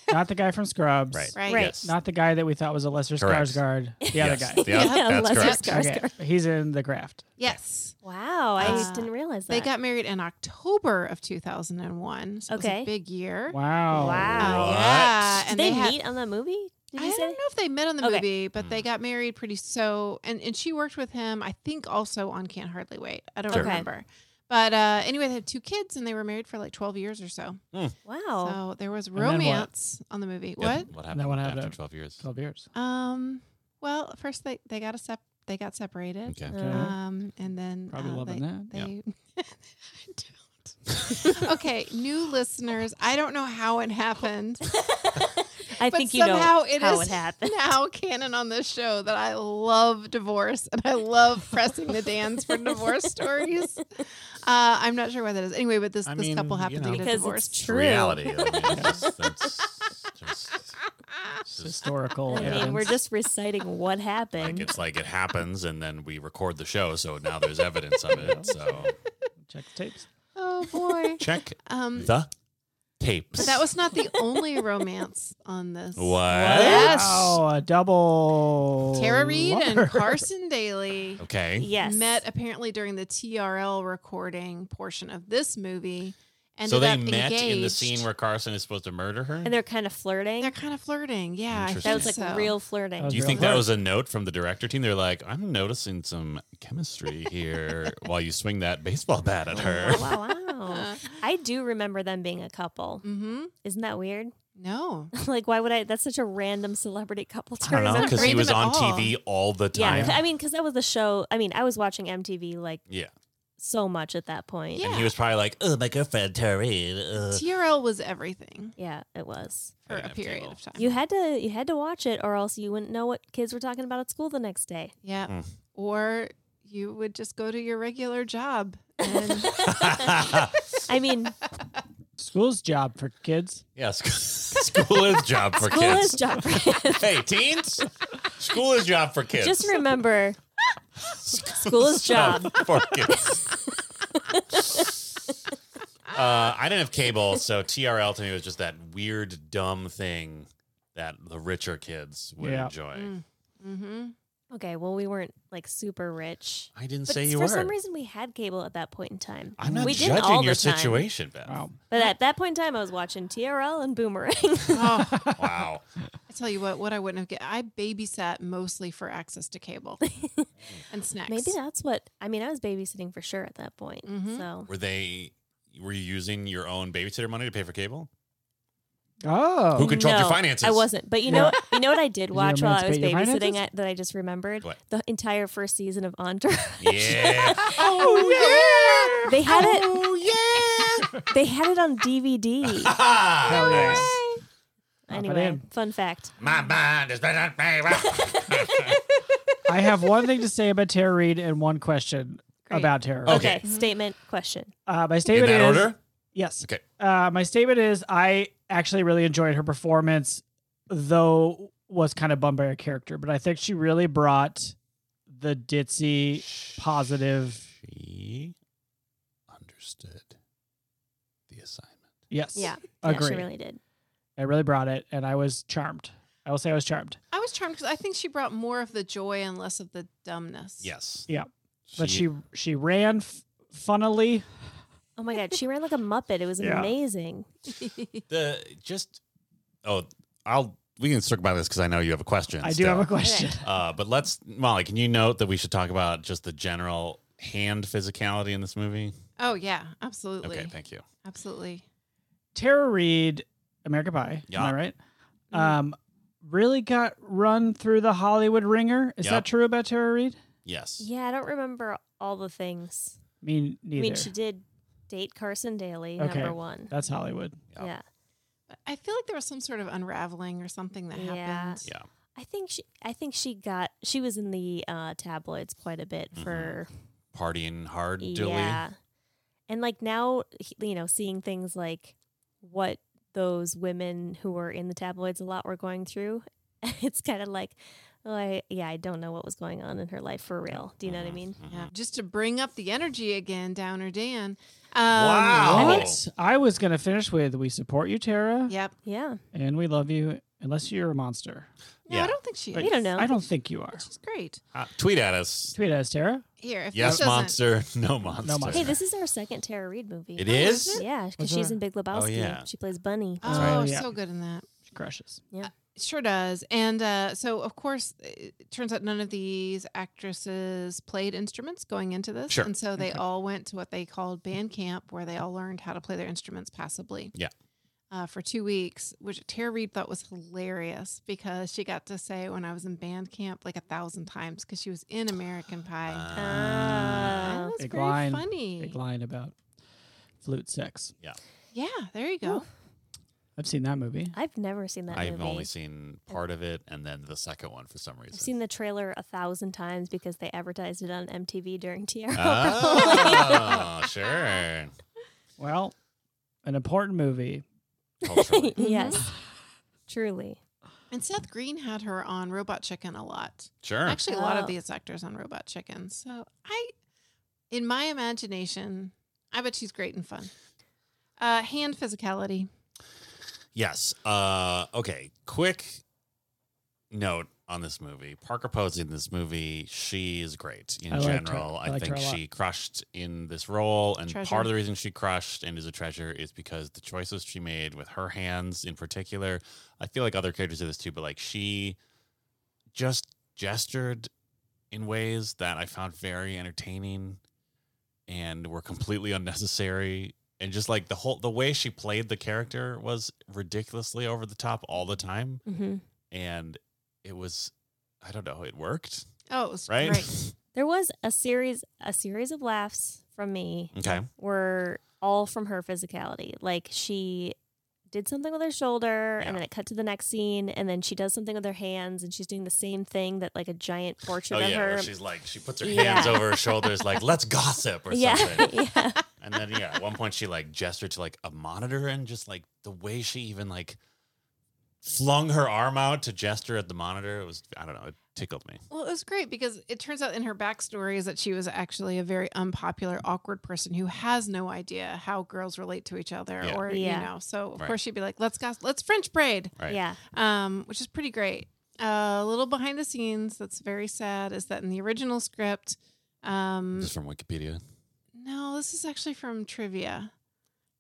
[SPEAKER 3] Not the guy from Scrubs.
[SPEAKER 5] Right.
[SPEAKER 1] right?
[SPEAKER 2] Right.
[SPEAKER 5] Yes.
[SPEAKER 3] Not the guy that we thought was a lesser
[SPEAKER 5] Correct.
[SPEAKER 3] Skarsgård. The
[SPEAKER 5] yes.
[SPEAKER 3] other guy.
[SPEAKER 5] The other-
[SPEAKER 2] Yeah,
[SPEAKER 5] that's
[SPEAKER 2] Lesser
[SPEAKER 5] correct.
[SPEAKER 2] Skarsgård.
[SPEAKER 3] Okay. He's in The Craft.
[SPEAKER 1] Yes.
[SPEAKER 2] Wow, I
[SPEAKER 1] Uh,
[SPEAKER 2] just didn't realize that.
[SPEAKER 1] They got married in October of 2001. So it was
[SPEAKER 2] Okay.
[SPEAKER 1] a big year.
[SPEAKER 3] Wow.
[SPEAKER 2] Wow.
[SPEAKER 5] What?
[SPEAKER 1] Yeah.
[SPEAKER 2] Did
[SPEAKER 1] And
[SPEAKER 2] they,
[SPEAKER 1] they, had,
[SPEAKER 2] meet on that movie? Did
[SPEAKER 1] I
[SPEAKER 2] you
[SPEAKER 1] don't
[SPEAKER 2] say?
[SPEAKER 1] know if they met on the
[SPEAKER 2] Okay.
[SPEAKER 1] movie, but
[SPEAKER 3] Hmm.
[SPEAKER 1] they got married pretty so and, and she worked with him, I think also on Can't Hardly Wait. I don't
[SPEAKER 5] Sure.
[SPEAKER 2] Okay.
[SPEAKER 1] remember. But uh, anyway, they had two kids and they were married for like 12 years or so.
[SPEAKER 2] Wow.
[SPEAKER 1] So there was
[SPEAKER 3] then what?
[SPEAKER 1] romance on the movie.
[SPEAKER 5] Yeah,
[SPEAKER 1] What?
[SPEAKER 5] What happened?
[SPEAKER 3] one
[SPEAKER 5] after
[SPEAKER 3] happened.
[SPEAKER 5] 12 years.
[SPEAKER 3] 12 years.
[SPEAKER 1] Um well, first they they got a sep- they got separated.
[SPEAKER 5] Okay.
[SPEAKER 3] Okay.
[SPEAKER 1] Um and then
[SPEAKER 3] Probably
[SPEAKER 1] uh,
[SPEAKER 3] loving
[SPEAKER 1] they,
[SPEAKER 3] that.
[SPEAKER 5] Yeah.
[SPEAKER 1] They I don't. okay, new listeners, I don't know how it happened.
[SPEAKER 2] I
[SPEAKER 1] But
[SPEAKER 2] think you know
[SPEAKER 1] somehow
[SPEAKER 2] how
[SPEAKER 1] it is-
[SPEAKER 2] it happened.
[SPEAKER 1] Now, canon on this show that I love divorce and I love pressing the dance for divorce stories. Uh, I'm not sure why that is. Anyway, but this
[SPEAKER 5] I
[SPEAKER 1] this
[SPEAKER 5] mean,
[SPEAKER 1] couple
[SPEAKER 5] you
[SPEAKER 1] happened
[SPEAKER 5] know.
[SPEAKER 1] to get a
[SPEAKER 2] Because
[SPEAKER 1] divorce.
[SPEAKER 2] it's
[SPEAKER 5] It's
[SPEAKER 2] true.
[SPEAKER 5] reality. I mean, that's, that's just,
[SPEAKER 1] Ah,
[SPEAKER 5] it's just
[SPEAKER 3] historical.
[SPEAKER 2] I
[SPEAKER 3] evidence.
[SPEAKER 2] mean, we're just reciting what
[SPEAKER 5] like
[SPEAKER 2] happened.
[SPEAKER 5] it's like it happens, and then we record the show, so now there's evidence of it. So
[SPEAKER 3] check the tapes.
[SPEAKER 1] oh boy.
[SPEAKER 5] check
[SPEAKER 1] Um,
[SPEAKER 5] the tapes.
[SPEAKER 1] but that was not the only romance on this.
[SPEAKER 5] what?
[SPEAKER 1] Yes.
[SPEAKER 3] Wow, Oh, a double.
[SPEAKER 1] Tara Reid and
[SPEAKER 3] lumper.
[SPEAKER 1] Carson Daly
[SPEAKER 5] Okay.
[SPEAKER 2] yes.
[SPEAKER 1] met apparently during the TRL recording portion of this movie. Ended
[SPEAKER 5] so they
[SPEAKER 1] up
[SPEAKER 5] met in the
[SPEAKER 1] engaged.
[SPEAKER 5] scene where Carson is supposed to murder her.
[SPEAKER 2] and they're kind of flirting.
[SPEAKER 1] they're kind of flirting. Yeah, I
[SPEAKER 5] Interesting.
[SPEAKER 2] that was like
[SPEAKER 1] think so.
[SPEAKER 2] real flirting.
[SPEAKER 3] That was
[SPEAKER 5] Do you
[SPEAKER 3] Real
[SPEAKER 5] think that
[SPEAKER 3] hard.
[SPEAKER 5] was a note from the director team? They're like, I'm noticing some chemistry here while you swing that baseball bat at her.
[SPEAKER 2] Wow, wow, wow. I do remember them being a couple.
[SPEAKER 1] Uh, mm-hmm.
[SPEAKER 2] Isn't that weird?
[SPEAKER 1] No.
[SPEAKER 2] like, why would I? That's such a random celebrity couple to
[SPEAKER 5] I don't know,
[SPEAKER 2] remember.
[SPEAKER 5] because he
[SPEAKER 1] Random
[SPEAKER 5] was
[SPEAKER 1] at
[SPEAKER 5] on
[SPEAKER 1] all.
[SPEAKER 5] TV all the
[SPEAKER 2] yeah,
[SPEAKER 5] time.
[SPEAKER 2] I mean, because that was the show. I mean, I was watching MTV like
[SPEAKER 5] Yeah.
[SPEAKER 2] so much at that point.
[SPEAKER 1] Yeah.
[SPEAKER 5] And he was probably like, oh, my girlfriend, Taryn. Uh.
[SPEAKER 1] TRL was everything
[SPEAKER 2] Yeah, it was.
[SPEAKER 1] for a
[SPEAKER 5] Enough
[SPEAKER 1] period
[SPEAKER 5] table.
[SPEAKER 1] of time.
[SPEAKER 2] You had to you had to watch it, or else you wouldn't know what kids were talking about at school the next day.
[SPEAKER 1] yeah.
[SPEAKER 5] Mm.
[SPEAKER 1] Or you would just go to your regular job. And
[SPEAKER 2] I mean,
[SPEAKER 3] School's job for kids.
[SPEAKER 5] yeah, sc- school is job for
[SPEAKER 2] school
[SPEAKER 5] kids.
[SPEAKER 2] is job.
[SPEAKER 5] hey, teens, school is job for kids.
[SPEAKER 2] Just remember, school
[SPEAKER 5] Oh,
[SPEAKER 2] is job.
[SPEAKER 5] for kids. uh, I didn't have cable, so TRL to me was just that weird, dumb thing that the richer kids would
[SPEAKER 3] Yeah.
[SPEAKER 5] enjoy.
[SPEAKER 1] Mm. Mhm.
[SPEAKER 2] Okay, well, we weren't like super rich.
[SPEAKER 5] I didn't
[SPEAKER 2] But
[SPEAKER 5] say you
[SPEAKER 2] for
[SPEAKER 5] were.
[SPEAKER 2] some reason, we had cable at that point in time.
[SPEAKER 5] I'm not
[SPEAKER 2] we didn't all
[SPEAKER 5] judging your
[SPEAKER 2] the time.
[SPEAKER 5] situation, Beth.
[SPEAKER 3] Wow.
[SPEAKER 2] But at that point in time, I was watching TRL and Boomerang.
[SPEAKER 1] Oh,
[SPEAKER 5] Wow.
[SPEAKER 1] I tell you what, what I wouldn't have get. I babysat mostly for access to cable and snacks.
[SPEAKER 2] Maybe that's what I mean. I was babysitting for sure at that point.
[SPEAKER 3] Mm-hmm.
[SPEAKER 1] Mhm.
[SPEAKER 2] So
[SPEAKER 5] Were they? Were you using your own babysitter money to pay for cable?
[SPEAKER 3] Oh.
[SPEAKER 5] Who controlled your
[SPEAKER 2] No,
[SPEAKER 5] finances?
[SPEAKER 2] I wasn't. But you
[SPEAKER 3] Yeah.
[SPEAKER 2] know, you know what I did
[SPEAKER 3] you
[SPEAKER 2] watch while I was
[SPEAKER 3] emancipate your
[SPEAKER 2] babysitting
[SPEAKER 3] finances?
[SPEAKER 2] I, that I just remembered
[SPEAKER 5] What?
[SPEAKER 2] the entire first season of Entourage.
[SPEAKER 5] Yeah.
[SPEAKER 3] Oh, yeah.
[SPEAKER 2] They had it.
[SPEAKER 5] oh yeah.
[SPEAKER 2] They had it on DVD.
[SPEAKER 5] Ah, nice.
[SPEAKER 3] Pop it
[SPEAKER 2] anyway,
[SPEAKER 3] in.
[SPEAKER 2] fun fact.
[SPEAKER 5] My mind has been on favor.
[SPEAKER 3] I have one thing to say about Tara Reid and one question
[SPEAKER 1] Great.
[SPEAKER 3] about Tara. Reid.
[SPEAKER 5] Okay.
[SPEAKER 2] Okay, statement question.
[SPEAKER 3] Uh, my
[SPEAKER 5] In
[SPEAKER 3] statement
[SPEAKER 5] that
[SPEAKER 3] is
[SPEAKER 5] order?
[SPEAKER 3] yes.
[SPEAKER 5] Okay.
[SPEAKER 3] Uh, my statement is I actually really enjoyed her performance, though was kind of bummed by her character, but I think she really brought the ditzy positive.
[SPEAKER 5] She understood the assignment.
[SPEAKER 3] Yes.
[SPEAKER 2] Yeah,
[SPEAKER 3] Agree.
[SPEAKER 2] yeah, she really did.
[SPEAKER 3] I really brought it, and I was charmed. I will say I was charmed.
[SPEAKER 1] I was charmed because I think she brought more of the joy and less of the dumbness.
[SPEAKER 5] Yes.
[SPEAKER 3] Yeah. But she she ran f- funnily.
[SPEAKER 2] Oh my god, she ran like a muppet. It was
[SPEAKER 3] Yeah.
[SPEAKER 2] amazing.
[SPEAKER 5] the just oh I'll we can circle back to this because I know you have a question.
[SPEAKER 3] I do have a question.
[SPEAKER 5] question. Uh, but let's Molly, can you note that we should talk about just the general hand physicality in this movie?
[SPEAKER 1] Oh yeah, absolutely.
[SPEAKER 5] Okay, thank you.
[SPEAKER 1] Absolutely.
[SPEAKER 3] Tara Reid, America Pie. Am
[SPEAKER 5] Yeah.
[SPEAKER 3] I right?
[SPEAKER 2] Mm-hmm.
[SPEAKER 3] Um, really got run through the Hollywood ringer. Is
[SPEAKER 5] Yep.
[SPEAKER 3] that true about Tara Reid?
[SPEAKER 5] Yes.
[SPEAKER 2] Yeah, I don't remember all the things.
[SPEAKER 3] Me neither.
[SPEAKER 2] I mean, she did date Carson Daly,
[SPEAKER 3] Okay.
[SPEAKER 2] number one.
[SPEAKER 3] That's Hollywood.
[SPEAKER 5] Yeah.
[SPEAKER 2] Yeah.
[SPEAKER 1] But I feel like there was some sort of unraveling or something that
[SPEAKER 2] Yeah.
[SPEAKER 1] happened.
[SPEAKER 5] Yeah.
[SPEAKER 2] I think she I think she got she was in the uh, tabloids quite a bit
[SPEAKER 3] Mm-hmm.
[SPEAKER 5] Mhm.
[SPEAKER 2] for
[SPEAKER 5] Partying hard, Dilly.
[SPEAKER 2] yeah. And like now he- you know seeing things like what those women who were in the tabloids a lot were going through it's kind of like oh, I, yeah, I don't know what was going on in her life for real. Do you know what I
[SPEAKER 5] Mm-hmm.
[SPEAKER 2] mean?
[SPEAKER 1] Yeah. Just to bring up the energy again, Downer Dan. Um,
[SPEAKER 5] Wow.
[SPEAKER 1] I mean,
[SPEAKER 3] What? I was gonna finish with we support you, Tara,
[SPEAKER 1] Yep.
[SPEAKER 2] Yeah.
[SPEAKER 3] and we love you, unless you're a monster.
[SPEAKER 1] No,
[SPEAKER 5] Yeah.
[SPEAKER 1] I don't think she is.
[SPEAKER 3] But
[SPEAKER 2] We don't know.
[SPEAKER 3] I don't think you are.
[SPEAKER 1] She's great.
[SPEAKER 5] Uh, tweet at us.
[SPEAKER 3] Tweet at us, Tara.
[SPEAKER 1] Here, if
[SPEAKER 5] Yes,
[SPEAKER 1] this doesn't,
[SPEAKER 5] monster. No monster.
[SPEAKER 3] monster.
[SPEAKER 2] Hey, this is our second Tara Reid movie.
[SPEAKER 5] It is?
[SPEAKER 1] is it?
[SPEAKER 2] Yeah,
[SPEAKER 3] What's
[SPEAKER 2] because she's
[SPEAKER 3] her-
[SPEAKER 2] in Big Lebowski.
[SPEAKER 5] Oh, yeah.
[SPEAKER 2] She plays Bunny.
[SPEAKER 1] Oh,
[SPEAKER 5] right.
[SPEAKER 3] Oh, yeah.
[SPEAKER 1] so good in that.
[SPEAKER 3] She crushes.
[SPEAKER 1] Sure does. And uh, so, of course, eh, it turns out none of these actresses played instruments going into this.
[SPEAKER 5] Sure.
[SPEAKER 1] And so they
[SPEAKER 3] Okay.
[SPEAKER 1] all went to what they called band camp, where they all learned how to play their instruments passably.
[SPEAKER 5] Yeah.
[SPEAKER 1] Uh, for two weeks, which Tara Reid thought was hilarious because she got to say when I was in band camp like a thousand times because she was in American Pie.
[SPEAKER 5] Ah.
[SPEAKER 1] That
[SPEAKER 2] Ah.
[SPEAKER 1] was
[SPEAKER 5] Mm-hmm.
[SPEAKER 3] Big
[SPEAKER 1] very
[SPEAKER 3] line.
[SPEAKER 1] funny.
[SPEAKER 3] Big line about flute sex.
[SPEAKER 1] Yeah, there you go.
[SPEAKER 3] I've seen that movie.
[SPEAKER 2] I've never seen that
[SPEAKER 5] I've
[SPEAKER 2] movie.
[SPEAKER 5] only seen part of it and then the second one for some reason.
[SPEAKER 2] I've seen the trailer a thousand times because they advertised it on MTV during TRL.
[SPEAKER 5] Ah. Oh, sure.
[SPEAKER 3] Well, an important movie.
[SPEAKER 5] Culturally.
[SPEAKER 1] Mm-hmm.
[SPEAKER 2] yes, truly.
[SPEAKER 1] And Seth Green had her on Robot Chicken a lot.
[SPEAKER 5] Sure.
[SPEAKER 1] Actually, a lot of
[SPEAKER 2] Oh.
[SPEAKER 1] these actors on Robot Chicken. So I, in my imagination, I bet she's great and fun. Uh, hand physicality.
[SPEAKER 5] Yes. Uh, okay. Quick note on this movie. Parker Posey in this movie, she is great in
[SPEAKER 3] I liked her.
[SPEAKER 5] general.
[SPEAKER 3] I
[SPEAKER 5] I,
[SPEAKER 3] liked her
[SPEAKER 5] think
[SPEAKER 3] a lot.
[SPEAKER 5] she crushed in this role, and
[SPEAKER 1] Treasure.
[SPEAKER 5] part of the reason she crushed and is a treasure is because the choices she made with her hands, in particular. I feel like other characters do this too, but like she just gestured in ways that I found very entertaining and were completely unnecessary and just like the whole the way she played the character was ridiculously over the top all the time
[SPEAKER 2] Mm-hmm.
[SPEAKER 5] and it was i don't know it worked
[SPEAKER 1] Oh, it was
[SPEAKER 5] right
[SPEAKER 1] great.
[SPEAKER 2] There was a series, a series of laughs from me
[SPEAKER 5] okay
[SPEAKER 2] were all from her physicality. Like she did something with her shoulder
[SPEAKER 5] Yeah.
[SPEAKER 2] and then it cut to the next scene and then she does something with her hands and she's doing the same thing that like a giant portrait
[SPEAKER 5] oh
[SPEAKER 2] of
[SPEAKER 5] yeah
[SPEAKER 2] her.
[SPEAKER 5] where she's like she puts her
[SPEAKER 2] Yeah.
[SPEAKER 5] hands over her shoulders like let's gossip or
[SPEAKER 2] yeah.
[SPEAKER 5] something
[SPEAKER 2] yeah.
[SPEAKER 5] and then yeah at one point she like gestured to like a monitor and just like the way she even like flung her arm out to gesture at the monitor it was i don't know it tickled me
[SPEAKER 1] Well, it was great because it turns out in her backstory is that she was actually a very unpopular, awkward person who has no idea how girls relate to each other,
[SPEAKER 5] Yeah.
[SPEAKER 1] or
[SPEAKER 2] Yeah.
[SPEAKER 1] you know. So of
[SPEAKER 5] Right.
[SPEAKER 1] course she'd be like, "Let's gossip. Let's French braid,"
[SPEAKER 5] right
[SPEAKER 2] Yeah.
[SPEAKER 1] um, which is pretty great. Uh, a little behind the scenes that's very sad is that in the original script, um,
[SPEAKER 5] this is from wikipedia
[SPEAKER 1] no, this is actually from trivia.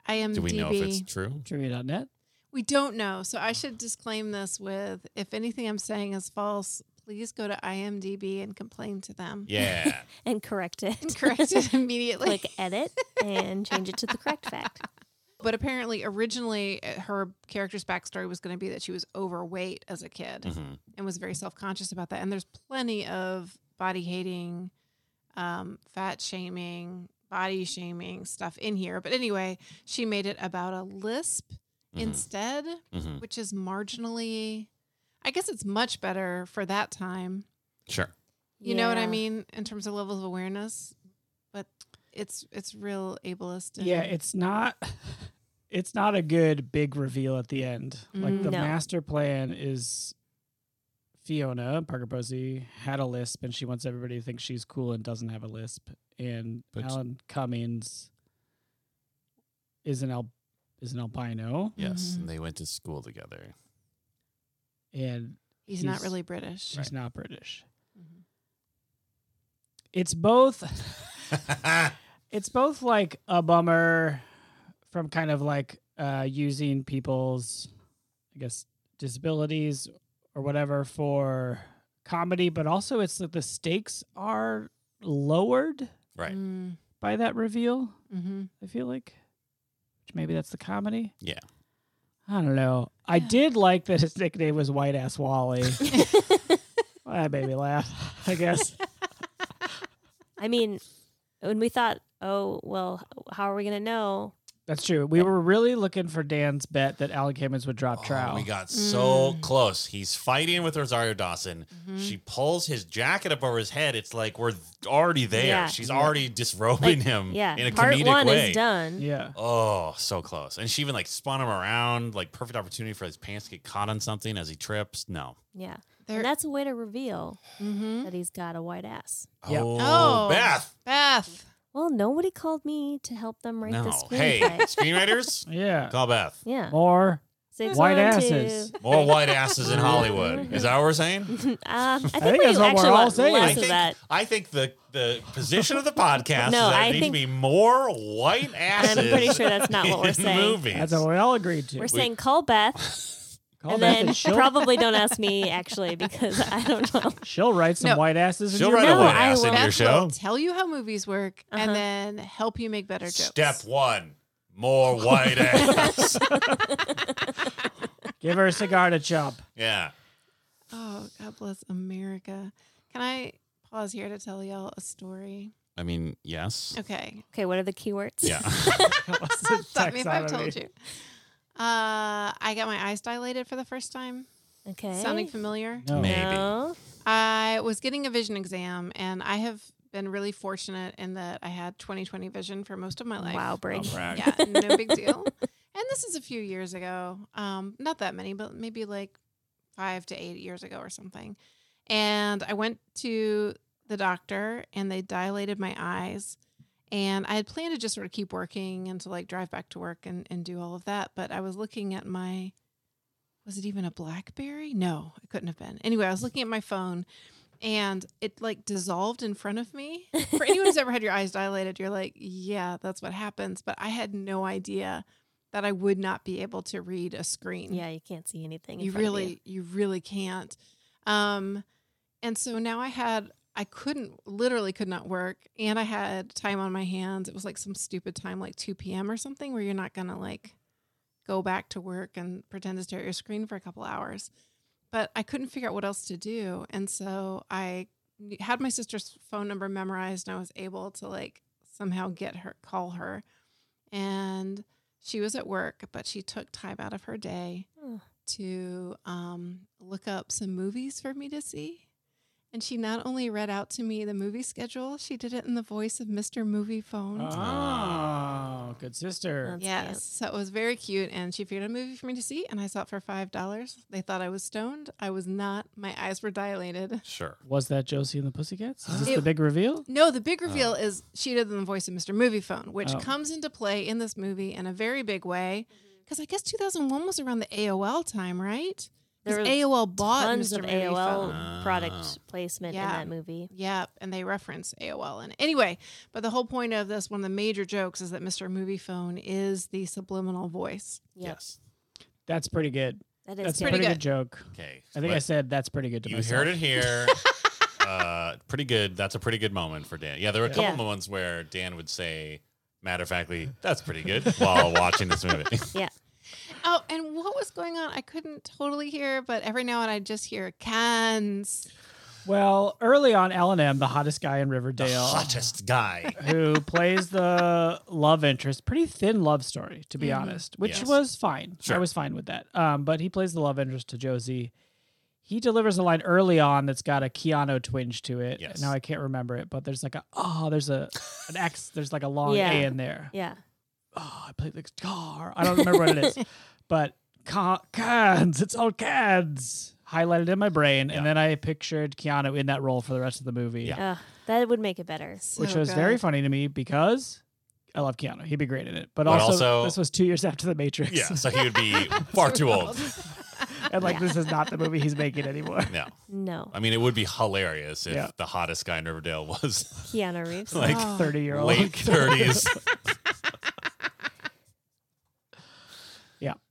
[SPEAKER 2] Mm,
[SPEAKER 5] do we know if it's
[SPEAKER 1] IMDb.
[SPEAKER 5] true
[SPEAKER 3] Trivia.net.
[SPEAKER 1] We don't know, so I should disclaim this with if anything I'm saying is false, please go to IMDb and complain to them.
[SPEAKER 5] yeah
[SPEAKER 2] And correct it.
[SPEAKER 1] and correct it immediately.
[SPEAKER 2] Click edit and change it to the correct fact.
[SPEAKER 1] But apparently, originally, uh, her character's backstory was going to be that she was overweight as a kid
[SPEAKER 5] hmm
[SPEAKER 1] and was very self conscious about that. And there's plenty of body hating, um, fat shaming, body shaming stuff in here. But anyway, she made it about a lisp
[SPEAKER 5] Mm-hmm.
[SPEAKER 1] instead,
[SPEAKER 5] hmm
[SPEAKER 1] which is marginally, I guess it's much better for that time.
[SPEAKER 5] sure
[SPEAKER 1] You know what I
[SPEAKER 2] Yeah.
[SPEAKER 1] mean in terms of levels of awareness, but it's it's real ableist. and-
[SPEAKER 3] Yeah, it's not. It's not a good big reveal at the end. Like the
[SPEAKER 2] No.
[SPEAKER 3] master plan is Fiona Parker Posey had a lisp, and she wants everybody to think she's cool and doesn't have a lisp. And
[SPEAKER 5] But-
[SPEAKER 3] Alan Cummings is an al- is an albino,
[SPEAKER 5] Yes,
[SPEAKER 2] Mm-hmm.
[SPEAKER 1] Mhm.
[SPEAKER 5] and they went to school together.
[SPEAKER 3] and
[SPEAKER 1] he's, not
[SPEAKER 3] he's-
[SPEAKER 1] really British.
[SPEAKER 3] she's not British. It's both. it's both like a bummer from kind of like uh, using people's, I guess, disabilities or whatever for comedy, but also it's that the stakes are lowered
[SPEAKER 5] right.
[SPEAKER 1] Mm-hmm.
[SPEAKER 3] by that reveal. I feel like, which maybe that's the comedy.
[SPEAKER 5] Yeah.
[SPEAKER 3] I don't know. I
[SPEAKER 1] Yeah.
[SPEAKER 3] did like that his nickname was White Ass Wally. well, that made me laugh. I guess.
[SPEAKER 2] I mean, when we thought, oh, well, how are we going to know?
[SPEAKER 3] That's true. We were really looking for Dan's bet that Alan Cummings would drop
[SPEAKER 5] Oh,
[SPEAKER 3] trout.
[SPEAKER 5] we got so
[SPEAKER 2] Mm.
[SPEAKER 5] close. He's fighting with Rosario Dawson.
[SPEAKER 1] Mm-hmm.
[SPEAKER 2] Mm-hmm.
[SPEAKER 5] She pulls his jacket up over his head. It's like we're already there.
[SPEAKER 2] Yeah.
[SPEAKER 5] She's already disrobing
[SPEAKER 2] Like,
[SPEAKER 3] Mm.
[SPEAKER 5] him
[SPEAKER 2] Yeah.
[SPEAKER 5] in a
[SPEAKER 2] Part
[SPEAKER 5] comedic
[SPEAKER 2] one
[SPEAKER 5] way.
[SPEAKER 2] is done.
[SPEAKER 3] yeah.
[SPEAKER 5] Oh, so close. And she even like spun him around, like perfect opportunity for his pants to get caught on something as he trips. No.
[SPEAKER 2] Yeah.
[SPEAKER 1] There,
[SPEAKER 2] and that's a way to reveal
[SPEAKER 1] hmm
[SPEAKER 2] that he's got a white ass.
[SPEAKER 3] Yep.
[SPEAKER 5] Oh,
[SPEAKER 1] Oh.
[SPEAKER 5] Beth.
[SPEAKER 1] Beth.
[SPEAKER 2] Well, nobody called me to help them write the
[SPEAKER 5] no.
[SPEAKER 2] screenplay.
[SPEAKER 5] Hey, screenwriters,
[SPEAKER 3] Yeah.
[SPEAKER 5] call Beth.
[SPEAKER 2] Yeah.
[SPEAKER 3] Or
[SPEAKER 2] Six,
[SPEAKER 3] White
[SPEAKER 2] one,
[SPEAKER 3] asses.
[SPEAKER 2] two.
[SPEAKER 5] More white asses in Hollywood. Is that what we're saying?
[SPEAKER 2] um, I think,
[SPEAKER 3] think
[SPEAKER 2] we
[SPEAKER 3] that's what we're
[SPEAKER 2] actually
[SPEAKER 3] all
[SPEAKER 2] want
[SPEAKER 3] saying.
[SPEAKER 5] I
[SPEAKER 2] less
[SPEAKER 5] think,
[SPEAKER 2] of that.
[SPEAKER 5] I think the, the position of the podcast
[SPEAKER 2] No,
[SPEAKER 5] is that
[SPEAKER 2] I
[SPEAKER 5] I need
[SPEAKER 2] think-
[SPEAKER 5] to be more white asses.
[SPEAKER 2] pretty sure that's not what we're
[SPEAKER 5] in
[SPEAKER 2] saying.
[SPEAKER 5] Movies.
[SPEAKER 3] that's what we all agreed to.
[SPEAKER 2] We're saying call Beth,
[SPEAKER 3] Call
[SPEAKER 2] and
[SPEAKER 3] Beth
[SPEAKER 2] then
[SPEAKER 3] and she'll,
[SPEAKER 2] probably don't ask me actually because I don't know.
[SPEAKER 3] she'll write some
[SPEAKER 1] No.
[SPEAKER 3] white asses. in
[SPEAKER 5] She'll
[SPEAKER 3] your
[SPEAKER 5] write a
[SPEAKER 2] No,
[SPEAKER 3] book.
[SPEAKER 5] white
[SPEAKER 2] I
[SPEAKER 5] ass
[SPEAKER 2] will.
[SPEAKER 5] into your
[SPEAKER 1] Beth will
[SPEAKER 5] show.
[SPEAKER 1] tell you how movies work
[SPEAKER 2] Uh-huh.
[SPEAKER 1] and then help you make better jokes.
[SPEAKER 5] Step one, more white ass.
[SPEAKER 3] Give her a cigar to chop.
[SPEAKER 5] yeah.
[SPEAKER 1] Oh, God bless America. Can I pause here to tell y'all a story?
[SPEAKER 5] I mean, yes.
[SPEAKER 1] Okay.
[SPEAKER 2] Okay, what are the keywords?
[SPEAKER 5] Yeah.
[SPEAKER 1] Stop me if I've told you. Uh, I got my eyes dilated for the first time.
[SPEAKER 2] Okay.
[SPEAKER 1] Sounding familiar?
[SPEAKER 3] No.
[SPEAKER 5] Maybe.
[SPEAKER 2] No.
[SPEAKER 1] I was getting a vision exam, and I have been really fortunate in that I had 20/20 vision for most of my life.
[SPEAKER 2] Wow, Brig.
[SPEAKER 5] brag.
[SPEAKER 1] Yeah, no big deal. And this is a few years ago. Um, not that many, but maybe like five to eight years ago or something. And I went to the doctor and they dilated my eyes. And I had planned to just sort of keep working and to like drive back to work and, and do all of that. But I was looking at my, was it even a Blackberry? No, it couldn't have been. Anyway, I was looking at my phone and it like dissolved in front of me for anyone who's ever had your eyes dilated, you're like, yeah, that's what happens. But I had no idea that I would not be able to read a screen.
[SPEAKER 2] Yeah, you can't see anything. in
[SPEAKER 1] you
[SPEAKER 2] front of
[SPEAKER 1] really, you. really can't. Um, and so now I had, I couldn't, literally could not work, and I had time on my hands. It was like some stupid time, like 2 p.m. or something, where you're not gonna like go back to work and pretend to stare at your screen for a couple hours. But I couldn't figure out what else to do, and so I kn- had my sister's phone number memorized, and I was able to like somehow get her, call her, and she was at work, but she took time out of her day
[SPEAKER 2] Hmm.
[SPEAKER 1] to um, look up some movies for me to see. And she not only read out to me the movie schedule, she did it in the voice of Mr. Movie Phone.
[SPEAKER 3] Ah. Oh, good sister.
[SPEAKER 2] That's
[SPEAKER 1] Yes.
[SPEAKER 2] cute.
[SPEAKER 1] So it was very cute. And she figured out a movie for me to see, and I saw it for $5. They thought I was stoned. I was not. My eyes were dilated.
[SPEAKER 5] Sure.
[SPEAKER 3] Was that Josie and the Pussycats? Is this
[SPEAKER 1] It-
[SPEAKER 3] the big reveal?
[SPEAKER 1] No, the big reveal
[SPEAKER 5] Oh.
[SPEAKER 1] is she did the voice of Mr. Movie Phone, which
[SPEAKER 3] Oh.
[SPEAKER 1] comes into play in this movie in a very big way.
[SPEAKER 2] Mm-hmm.
[SPEAKER 1] Because I guess 2001 was around the AOL time, right?
[SPEAKER 2] There
[SPEAKER 1] Because
[SPEAKER 2] were
[SPEAKER 1] AOL bought
[SPEAKER 2] Tons
[SPEAKER 1] Mr.
[SPEAKER 2] of
[SPEAKER 1] Movie
[SPEAKER 2] AOL
[SPEAKER 1] Phone.
[SPEAKER 5] Ah.
[SPEAKER 2] product placement
[SPEAKER 1] Yeah.
[SPEAKER 2] in that movie.
[SPEAKER 1] Yep, and they reference AOL in it. Anyway, but the whole point of this, one of the major jokes is that Mr. Movie Phone is the subliminal voice.
[SPEAKER 2] Yep.
[SPEAKER 5] Yes.
[SPEAKER 3] That's pretty good.
[SPEAKER 2] That is
[SPEAKER 3] That's
[SPEAKER 1] pretty
[SPEAKER 3] a
[SPEAKER 1] good.
[SPEAKER 3] pretty good. joke.
[SPEAKER 5] Okay.
[SPEAKER 3] I think I said that's pretty good to
[SPEAKER 5] you
[SPEAKER 3] myself.
[SPEAKER 5] heard it here. uh, pretty good. That's a pretty good moment for Dan. Yeah, there were a couple
[SPEAKER 2] Yeah.
[SPEAKER 5] moments where Dan would say, matter of factly, that's pretty good while watching this movie.
[SPEAKER 1] Oh, and what was going on? I couldn't totally hear, but every now and I just hear cans.
[SPEAKER 3] Well, early on, L&M, the hottest guy in
[SPEAKER 5] the
[SPEAKER 3] Riverdale,
[SPEAKER 5] hottest guy.
[SPEAKER 3] who plays the love interest, pretty thin love story, to be
[SPEAKER 1] Mhm.
[SPEAKER 3] honest, which
[SPEAKER 5] Yes.
[SPEAKER 3] was fine. I
[SPEAKER 5] Sure.
[SPEAKER 3] was fine with that. Um, but he plays the love interest to Josie. He delivers a line early on that's got a Keanu twinge to it.
[SPEAKER 5] Yes.
[SPEAKER 3] Now I can't remember it, but there's like a oh, there's a an X, there's like a long
[SPEAKER 2] Yeah.
[SPEAKER 3] A in there.
[SPEAKER 2] Yeah.
[SPEAKER 3] oh, I played the guitar. I don't remember what it is, but ca- cans. It's all cans. Highlighted in my brain,
[SPEAKER 5] Yeah.
[SPEAKER 3] and then I pictured Keanu in that role for the rest of the movie,
[SPEAKER 5] Yeah.
[SPEAKER 2] Ugh, that would make it better.
[SPEAKER 3] which
[SPEAKER 1] So
[SPEAKER 3] was very
[SPEAKER 1] good.
[SPEAKER 3] funny to me because I love Keanu. He'd be great in it. But
[SPEAKER 5] But
[SPEAKER 3] also,
[SPEAKER 5] also-
[SPEAKER 3] this was two years after The Matrix,
[SPEAKER 5] Yeah, so he would be far too old.
[SPEAKER 3] and like
[SPEAKER 2] Yeah.
[SPEAKER 3] this is not the movie he's making anymore.
[SPEAKER 5] No,
[SPEAKER 2] No.
[SPEAKER 5] I mean it would be hilarious if
[SPEAKER 3] Yeah.
[SPEAKER 5] the hottest guy in Riverdale was
[SPEAKER 2] Keanu Reeves.
[SPEAKER 5] like
[SPEAKER 1] Oh.
[SPEAKER 3] Thirty year old.
[SPEAKER 5] late thirties.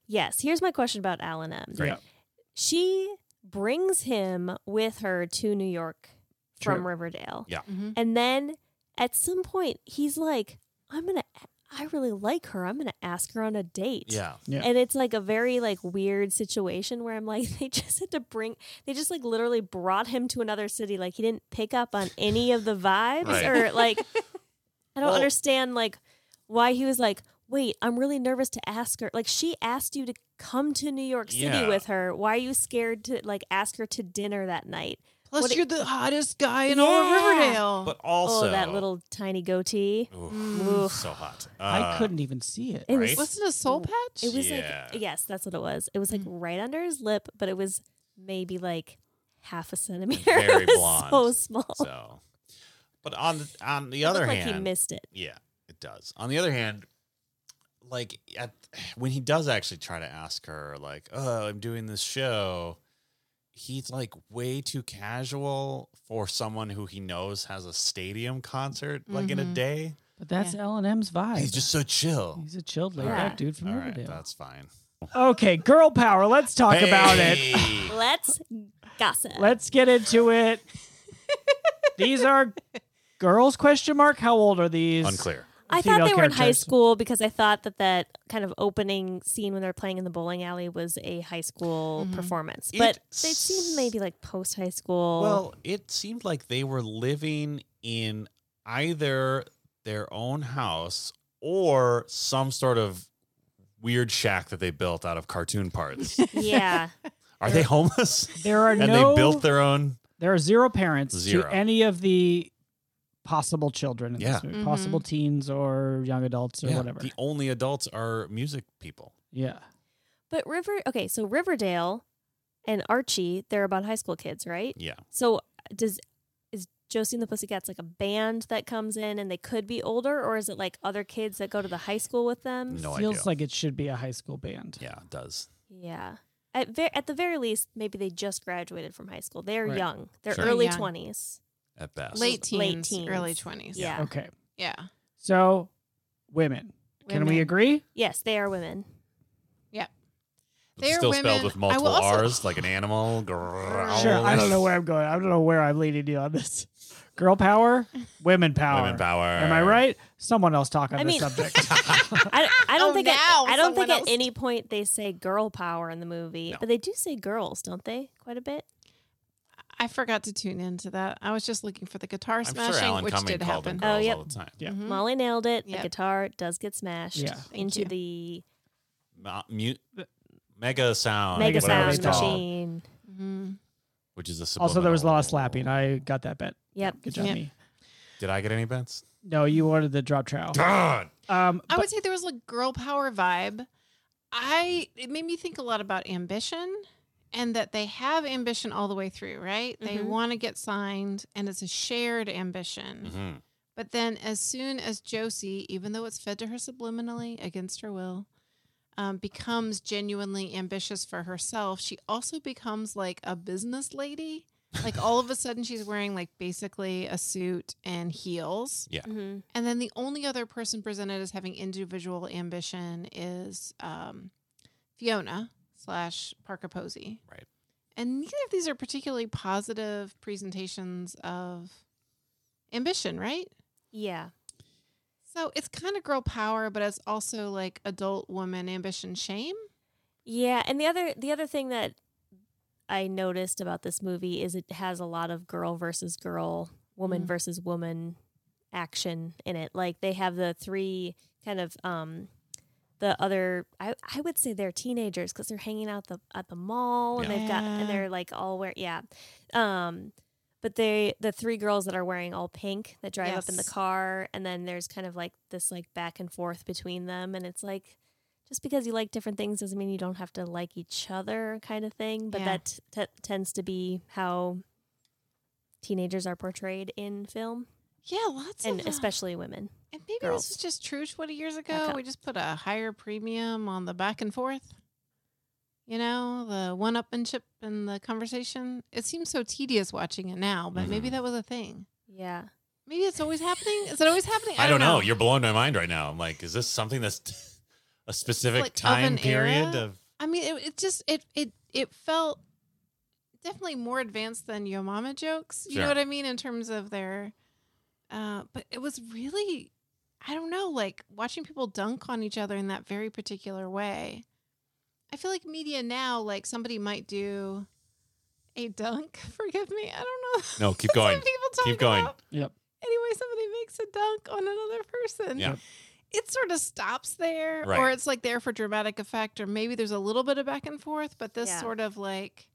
[SPEAKER 2] Yes. Here's my question about Alan M. She brings him with her to New York from
[SPEAKER 3] True.
[SPEAKER 2] Riverdale.
[SPEAKER 1] hmm
[SPEAKER 2] And then at some point, he's like, I'm going to, I really like her. I'm going to ask her on a date.
[SPEAKER 5] Yeah,
[SPEAKER 3] Yeah.
[SPEAKER 2] And it's like a very like weird situation where I'm like, they just had to bring, they just like literally brought him to another city. Like he didn't pick up on any of the vibes
[SPEAKER 5] Right.
[SPEAKER 2] or like, I don't
[SPEAKER 5] Well-
[SPEAKER 2] understand like why he was like, wait, I'm really nervous to ask her. Like she asked you to come to New York City
[SPEAKER 5] Yeah.
[SPEAKER 2] with her. Why are you scared to like ask her to dinner that night?
[SPEAKER 1] Plus,
[SPEAKER 2] What it-
[SPEAKER 1] you're the hottest guy in all of
[SPEAKER 2] Yeah.
[SPEAKER 1] Riverdale.
[SPEAKER 5] but also
[SPEAKER 2] oh, that little tiny goatee.
[SPEAKER 5] Oof,
[SPEAKER 1] Mm.
[SPEAKER 5] so hot.
[SPEAKER 3] I
[SPEAKER 5] Uh,
[SPEAKER 3] couldn't even see it.
[SPEAKER 2] It
[SPEAKER 5] Right?
[SPEAKER 2] was,
[SPEAKER 1] Wasn't a soul patch?
[SPEAKER 2] it was
[SPEAKER 5] Yeah. Mm-hmm.
[SPEAKER 2] like, yes, that's what it was. It was like right under his lip, but it was maybe like half a centimeter.
[SPEAKER 5] Very
[SPEAKER 2] it was
[SPEAKER 5] blonde.
[SPEAKER 2] So small.
[SPEAKER 5] So, but on the, on the
[SPEAKER 2] It
[SPEAKER 5] other
[SPEAKER 2] looked like
[SPEAKER 5] hand,
[SPEAKER 2] he missed it.
[SPEAKER 5] Yeah, it does. On the other hand, like at, when he does actually try to ask her, like, "Oh, I'm doing this show," he's like way too casual for someone who he knows has a stadium concert like
[SPEAKER 3] Mm-hmm.
[SPEAKER 5] in a
[SPEAKER 1] Mhm.
[SPEAKER 5] day.
[SPEAKER 3] But that's L and M's vibe.
[SPEAKER 5] He's just so chill.
[SPEAKER 3] he's a chilled, laid
[SPEAKER 2] Yeah.
[SPEAKER 3] back dude from
[SPEAKER 5] All right,
[SPEAKER 3] Riverdale.
[SPEAKER 5] that's fine.
[SPEAKER 3] okay, girl power. Let's talk about it.
[SPEAKER 5] Hey!
[SPEAKER 2] Let's gossip.
[SPEAKER 3] Let's get into it. these are girls? Question mark. How old are these?
[SPEAKER 5] Unclear.
[SPEAKER 2] I thought
[SPEAKER 3] female
[SPEAKER 2] they were in high
[SPEAKER 3] characters.
[SPEAKER 2] school because I thought that that kind of opening scene when they're playing in the bowling alley was a high school
[SPEAKER 1] Mhm.
[SPEAKER 2] performance,
[SPEAKER 5] Mm-hmm. It
[SPEAKER 2] but they
[SPEAKER 5] s-
[SPEAKER 2] seemed maybe like post high school.
[SPEAKER 5] Well, it seemed like they were living in either their own house or some sort of weird shack that they built out of cartoon parts.
[SPEAKER 2] Yeah.
[SPEAKER 5] Are they homeless?
[SPEAKER 3] There are
[SPEAKER 5] and
[SPEAKER 3] no.
[SPEAKER 5] they built their own.
[SPEAKER 3] there are zero parents
[SPEAKER 5] Zero.
[SPEAKER 3] to any of the possible children in
[SPEAKER 5] Yeah.
[SPEAKER 3] this movie,
[SPEAKER 1] Mhm.
[SPEAKER 3] possible teens or young adults or
[SPEAKER 5] Yeah,
[SPEAKER 3] whatever.
[SPEAKER 5] The only adults are music people.
[SPEAKER 3] yeah.
[SPEAKER 2] But River, okay, so Riverdale and Archie, they're about high school kids, right?
[SPEAKER 5] Yeah.
[SPEAKER 2] So uh, does is Josie and the Pussycats like a band that comes in and they could be older, or is it like other kids that go to the high school with them?
[SPEAKER 5] No
[SPEAKER 3] Feels
[SPEAKER 5] idea.
[SPEAKER 3] like it should be a high school band.
[SPEAKER 5] Yeah, it does.
[SPEAKER 2] Yeah. At ver- at the very least, maybe they just graduated from high school. They're
[SPEAKER 3] Right.
[SPEAKER 2] young. They're
[SPEAKER 5] Sure.
[SPEAKER 2] early
[SPEAKER 1] Young.
[SPEAKER 2] twenties.
[SPEAKER 5] At best.
[SPEAKER 1] Late teens,
[SPEAKER 2] Late teens.
[SPEAKER 1] early 20s.
[SPEAKER 2] Yeah.
[SPEAKER 3] Okay.
[SPEAKER 1] Yeah.
[SPEAKER 3] So, women. Can we
[SPEAKER 1] Women.
[SPEAKER 3] agree?
[SPEAKER 2] Yes, they are women.
[SPEAKER 5] It's
[SPEAKER 1] They're
[SPEAKER 5] still
[SPEAKER 1] women-
[SPEAKER 5] spelled with
[SPEAKER 1] I will
[SPEAKER 5] multiple
[SPEAKER 1] also-
[SPEAKER 5] R's, like an animal. Growl.
[SPEAKER 3] Sure. I don't know where I'm going. I don't know where I'm leading you on this. Girl power, women power.
[SPEAKER 5] Women power.
[SPEAKER 3] Am I right? Someone else talk on
[SPEAKER 2] I
[SPEAKER 3] this
[SPEAKER 2] mean-
[SPEAKER 3] subject.
[SPEAKER 2] I, I don't
[SPEAKER 1] Oh,
[SPEAKER 2] think at-
[SPEAKER 1] now
[SPEAKER 2] I don't think
[SPEAKER 1] someone
[SPEAKER 2] at
[SPEAKER 1] else-
[SPEAKER 2] any point they say girl power in the movie,
[SPEAKER 5] No.
[SPEAKER 2] but they do say girls, don't they? Quite a bit.
[SPEAKER 1] I forgot to tune into that. I was just looking for the guitar
[SPEAKER 5] I'm
[SPEAKER 1] smashing,
[SPEAKER 5] sure Alan
[SPEAKER 1] which
[SPEAKER 5] Cumming
[SPEAKER 1] did
[SPEAKER 5] called
[SPEAKER 1] happen.
[SPEAKER 5] them girls
[SPEAKER 2] Oh, yep.
[SPEAKER 5] all the time.
[SPEAKER 3] Yeah.
[SPEAKER 1] Mhm.
[SPEAKER 2] Molly nailed it.
[SPEAKER 1] Yep.
[SPEAKER 2] The guitar does get smashed
[SPEAKER 3] Yeah.
[SPEAKER 2] into
[SPEAKER 1] you.
[SPEAKER 2] the
[SPEAKER 5] Ma- mu- mega sound.
[SPEAKER 2] mega
[SPEAKER 5] whatever it's
[SPEAKER 2] sound
[SPEAKER 3] Megasound
[SPEAKER 5] called,
[SPEAKER 2] machine. mm-hmm.
[SPEAKER 1] Mhm.
[SPEAKER 5] Which is a
[SPEAKER 3] also, there was a lot of
[SPEAKER 5] subliminal-
[SPEAKER 3] slapping. I got that bet.
[SPEAKER 2] Yep.
[SPEAKER 3] Good job,
[SPEAKER 1] Yeah.
[SPEAKER 3] me.
[SPEAKER 5] Did I get any bets?
[SPEAKER 3] No, you wanted the drop trowel.
[SPEAKER 5] God.
[SPEAKER 3] Um,
[SPEAKER 1] I
[SPEAKER 3] but-
[SPEAKER 1] would say there was like girl power vibe. I it made me think a lot about ambition and that they have ambition all the way through, right? They
[SPEAKER 2] Mhm.
[SPEAKER 1] want to get signed and it's a shared ambition.
[SPEAKER 5] Mhm.
[SPEAKER 1] But then, as soon as Josie, even though it's fed to her subliminally against her will, um, becomes genuinely ambitious for herself, she also becomes like a business lady. Like all of a sudden, she's wearing like basically a suit and heels.
[SPEAKER 2] hmm
[SPEAKER 1] And then the only other person presented as having individual ambition is um, Fiona slash Parker Posey.
[SPEAKER 5] Right.
[SPEAKER 1] And neither of these are particularly positive presentations of ambition, right?
[SPEAKER 2] Yeah.
[SPEAKER 1] So it's kind of girl power, but it's also like adult woman ambition shame.
[SPEAKER 2] Yeah, and the other the other thing that I noticed about this movie is it has a lot of girl versus girl, woman
[SPEAKER 1] Mhm.
[SPEAKER 2] versus woman action in it. Like they have the three kind of um the other I, I would say they're teenagers because they're hanging out the at the mall and they've got
[SPEAKER 1] Yeah.
[SPEAKER 2] and they're like all wear yeah um but they the three girls that are wearing all pink that drive up in the
[SPEAKER 1] Yes.
[SPEAKER 2] car and then there's kind of like this like back and forth between them and it's like just because you like different things doesn't mean you don't have to like each other kind of thing but
[SPEAKER 1] Yeah.
[SPEAKER 2] that t- tends to be how teenagers are portrayed in film
[SPEAKER 1] Yeah, lots
[SPEAKER 2] and
[SPEAKER 1] of
[SPEAKER 2] especially women
[SPEAKER 1] and maybe
[SPEAKER 2] girls.
[SPEAKER 1] this was just true 20 years ago.
[SPEAKER 2] Backup.
[SPEAKER 1] We just put a higher premium on the back and forth. You know, the one-upmanship and the conversation. It seems so tedious watching it now, but maybe
[SPEAKER 5] Mhm.
[SPEAKER 1] that was a thing.
[SPEAKER 2] yeah
[SPEAKER 1] Maybe it's always happening. Is it always happening?
[SPEAKER 5] I don't know. You're blowing my mind right now. I'm like, is this something that's a specific
[SPEAKER 1] like of
[SPEAKER 5] time
[SPEAKER 1] an
[SPEAKER 5] period
[SPEAKER 1] era?
[SPEAKER 5] of?
[SPEAKER 1] I mean, it, it just it it it felt definitely more advanced than Yo Mama jokes. You know
[SPEAKER 5] Sure.
[SPEAKER 1] what I mean in terms of their. Uh, but it was really, I don't know, like watching people dunk on each other in that very particular way. I feel like media now, like somebody might do a dunk. Forgive me, I don't know.
[SPEAKER 5] No, keep
[SPEAKER 1] That's what
[SPEAKER 5] going.
[SPEAKER 1] people talk
[SPEAKER 5] Keep going.
[SPEAKER 1] about
[SPEAKER 3] yep.
[SPEAKER 1] anyway somebody makes a dunk on another person
[SPEAKER 5] Yeah.
[SPEAKER 1] it sort of stops there or
[SPEAKER 5] Right.
[SPEAKER 1] it's like there for dramatic effect or maybe there's a little bit of back and forth but this
[SPEAKER 2] Yeah.
[SPEAKER 1] sort of like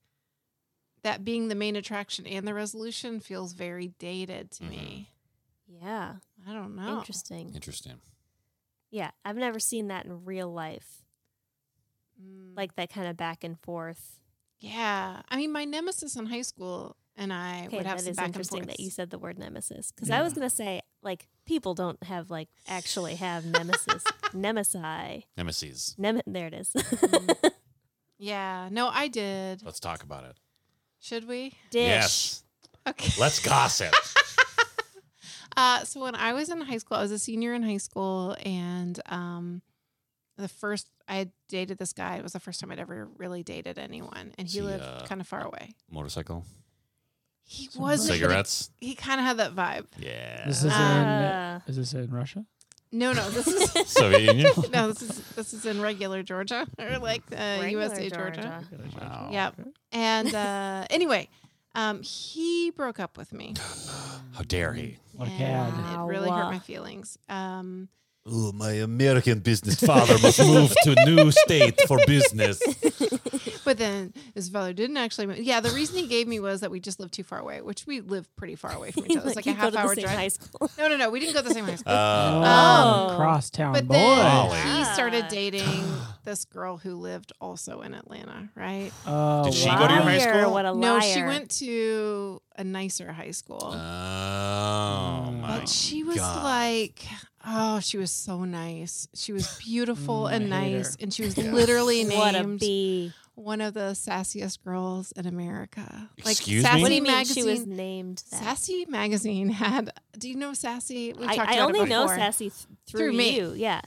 [SPEAKER 1] that being the main attraction and the resolution feels very dated to
[SPEAKER 5] Mhm.
[SPEAKER 1] me
[SPEAKER 2] yeah
[SPEAKER 1] i don't know
[SPEAKER 2] interesting
[SPEAKER 5] Interesting.
[SPEAKER 2] yeah i've never seen that in real life
[SPEAKER 1] Mm.
[SPEAKER 2] like that kind of back and forth
[SPEAKER 1] yeah i mean my nemesis in high school and i
[SPEAKER 2] okay
[SPEAKER 1] would have
[SPEAKER 2] that
[SPEAKER 1] some
[SPEAKER 2] is
[SPEAKER 1] back
[SPEAKER 2] interesting
[SPEAKER 1] and forth
[SPEAKER 2] that you said the word nemesis because i was
[SPEAKER 3] Yeah.
[SPEAKER 2] gonna say like people don't have like actually have nemesis nemesi
[SPEAKER 5] Nemesis.
[SPEAKER 2] Nem- there it is
[SPEAKER 1] Mm. yeah no i did
[SPEAKER 5] Let's talk about it.
[SPEAKER 1] should we
[SPEAKER 2] dish
[SPEAKER 5] Yes.
[SPEAKER 1] okay
[SPEAKER 5] Let's gossip.
[SPEAKER 1] Uh, so when I was in high school, I was a senior in high school, and um, the first I had dated this guy. It was the first time I'd ever really dated anyone, and he
[SPEAKER 5] See,
[SPEAKER 1] lived
[SPEAKER 5] uh,
[SPEAKER 1] kind of far away.
[SPEAKER 5] Motorcycle.
[SPEAKER 1] He
[SPEAKER 3] Some
[SPEAKER 1] was
[SPEAKER 5] Cigarettes.
[SPEAKER 1] He kind of had that vibe.
[SPEAKER 5] Yeah.
[SPEAKER 3] This is
[SPEAKER 2] Ah.
[SPEAKER 3] in. Is this in Russia?
[SPEAKER 1] No, no, this is
[SPEAKER 5] Soviet Union.
[SPEAKER 1] no, this is this is in regular Georgia or like uh,
[SPEAKER 2] Regular
[SPEAKER 1] USA Georgia.
[SPEAKER 5] Wow.
[SPEAKER 1] Yep. And uh, anyway, Um, he broke up with me.
[SPEAKER 5] How dare he?
[SPEAKER 3] What a
[SPEAKER 1] and
[SPEAKER 3] cad.
[SPEAKER 1] It really hurt
[SPEAKER 2] Wow.
[SPEAKER 1] my feelings. Um,
[SPEAKER 6] Oh, my American business father must move to new state for business.
[SPEAKER 1] But then his father didn't actually. Move. Yeah, the reason he gave me was that we just lived too far away, which we live pretty far away from each other. It's like a
[SPEAKER 2] you go to
[SPEAKER 1] half
[SPEAKER 2] the
[SPEAKER 1] hour
[SPEAKER 2] same
[SPEAKER 1] drive.
[SPEAKER 2] High school.
[SPEAKER 1] No, no, no. We didn't go to the same high school.
[SPEAKER 5] Uh,
[SPEAKER 3] Oh,
[SPEAKER 2] Oh.
[SPEAKER 3] crosstown
[SPEAKER 1] but
[SPEAKER 3] boy.
[SPEAKER 1] then
[SPEAKER 5] boy.
[SPEAKER 1] he started
[SPEAKER 2] Ah.
[SPEAKER 1] dating this girl who lived also in Atlanta, right?
[SPEAKER 3] Oh,
[SPEAKER 5] Did she go to your high
[SPEAKER 2] Liar,
[SPEAKER 5] school?
[SPEAKER 2] What a
[SPEAKER 1] No,
[SPEAKER 2] liar.
[SPEAKER 1] she went to a nicer high school.
[SPEAKER 5] oh my!
[SPEAKER 1] but she was
[SPEAKER 5] God.
[SPEAKER 1] like, oh, she was so nice. She was beautiful
[SPEAKER 3] Mm, I
[SPEAKER 1] and
[SPEAKER 3] hate her.
[SPEAKER 1] nice. And she was
[SPEAKER 5] Yeah.
[SPEAKER 1] literally
[SPEAKER 2] What a
[SPEAKER 1] named
[SPEAKER 2] bee.
[SPEAKER 1] one of the sassiest girls in America.
[SPEAKER 5] Excuse me?
[SPEAKER 1] like, Sassy
[SPEAKER 2] What do you mean
[SPEAKER 1] magazine,
[SPEAKER 2] she was named that?
[SPEAKER 1] Sassy magazine had. Do you know Sassy? We've talked
[SPEAKER 2] I, I
[SPEAKER 1] about
[SPEAKER 2] only
[SPEAKER 1] it
[SPEAKER 2] know
[SPEAKER 1] before.
[SPEAKER 2] Sassy th- through,
[SPEAKER 1] Through me.
[SPEAKER 2] you. Yeah.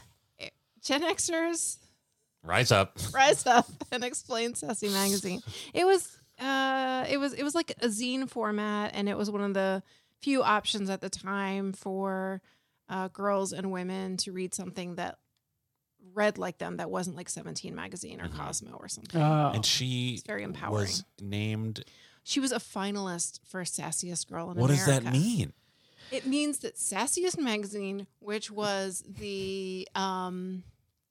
[SPEAKER 1] Gen Xers
[SPEAKER 5] Rise up.
[SPEAKER 1] rise up and explain Sassy magazine. It was, uh, it was, it was like a zine format, and it was one of the few options at the time for uh, girls and women to read something that read like them that wasn't like Seventeen magazine or
[SPEAKER 5] Mhm.
[SPEAKER 1] Cosmo or something.
[SPEAKER 3] Oh.
[SPEAKER 5] And she
[SPEAKER 1] It's very empowering.
[SPEAKER 5] was named.
[SPEAKER 1] She was a finalist for Sassiest Girl in
[SPEAKER 5] What
[SPEAKER 1] America.
[SPEAKER 5] does that mean?
[SPEAKER 1] It means that Sassiest magazine, which was the um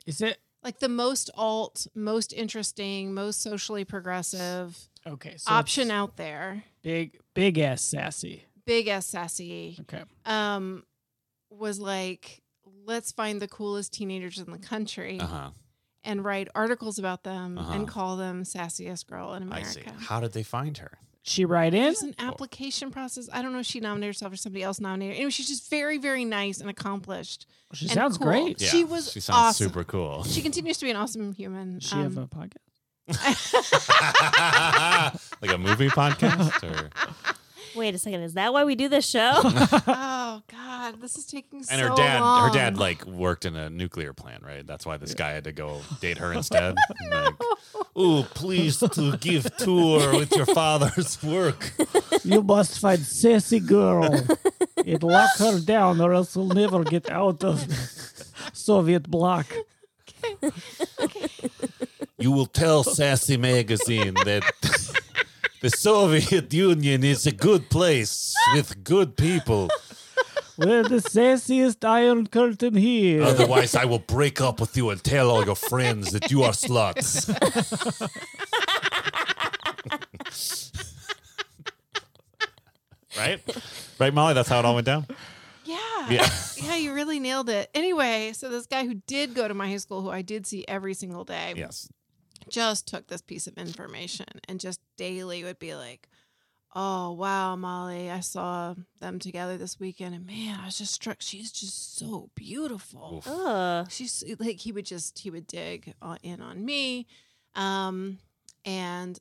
[SPEAKER 3] Is it
[SPEAKER 1] like the most alt, most interesting, most socially progressive
[SPEAKER 3] okay? So
[SPEAKER 1] option
[SPEAKER 3] it's
[SPEAKER 1] out there,
[SPEAKER 3] Big, big ass sassy.
[SPEAKER 1] big ass sassy,
[SPEAKER 3] Okay.
[SPEAKER 1] um, was like, let's find the coolest teenagers in the country
[SPEAKER 3] Uh-huh.
[SPEAKER 5] Uh huh.
[SPEAKER 1] and write articles about them
[SPEAKER 5] Uh-huh.
[SPEAKER 1] and call them sassiest girl in
[SPEAKER 5] I see.
[SPEAKER 1] America.
[SPEAKER 5] How did they find her?
[SPEAKER 3] She right in.
[SPEAKER 1] It's an application process. I don't know if she nominated herself or somebody else nominated. her. Anyway, she's just very, very nice and accomplished.
[SPEAKER 3] She
[SPEAKER 1] and
[SPEAKER 3] sounds
[SPEAKER 1] cool.
[SPEAKER 3] great.
[SPEAKER 1] She was
[SPEAKER 5] She sounds
[SPEAKER 1] awesome.
[SPEAKER 5] super cool.
[SPEAKER 1] She continues to be an awesome human.
[SPEAKER 3] Does she
[SPEAKER 1] Um,
[SPEAKER 3] have a podcast?
[SPEAKER 5] like a movie podcast, or
[SPEAKER 2] Wait a second. Is that why we do this show?
[SPEAKER 1] oh God, this is taking so
[SPEAKER 5] and her dad,
[SPEAKER 1] long.
[SPEAKER 5] her dad like worked in a nuclear plant, right? That's why this guy had to go date her instead. Like,
[SPEAKER 6] Oh, please to give tour with your father's work.
[SPEAKER 3] you must find sassy girl and lock her down, or else we'll never get out of Soviet bloc.
[SPEAKER 6] You will tell Sassy Magazine that the Soviet Union is a good place with good people.
[SPEAKER 3] We're the sassiest Iron Curtain here.
[SPEAKER 6] Otherwise, I will break up with you and tell all your friends that you are sluts.
[SPEAKER 5] right, right, Molly. That's how it all went down.
[SPEAKER 1] Yeah.
[SPEAKER 5] Yeah.
[SPEAKER 1] yeah. you really nailed it. Anyway, so this guy who did go to my high school, who I did see every single day,
[SPEAKER 5] Yes.
[SPEAKER 1] just took this piece of information and just daily would be like, Oh wow, Molly, I saw them together this weekend and man, I was just struck. She's just so beautiful.
[SPEAKER 5] Oof.
[SPEAKER 2] Ugh.
[SPEAKER 1] she's like he would just he would dig uh, in on me um and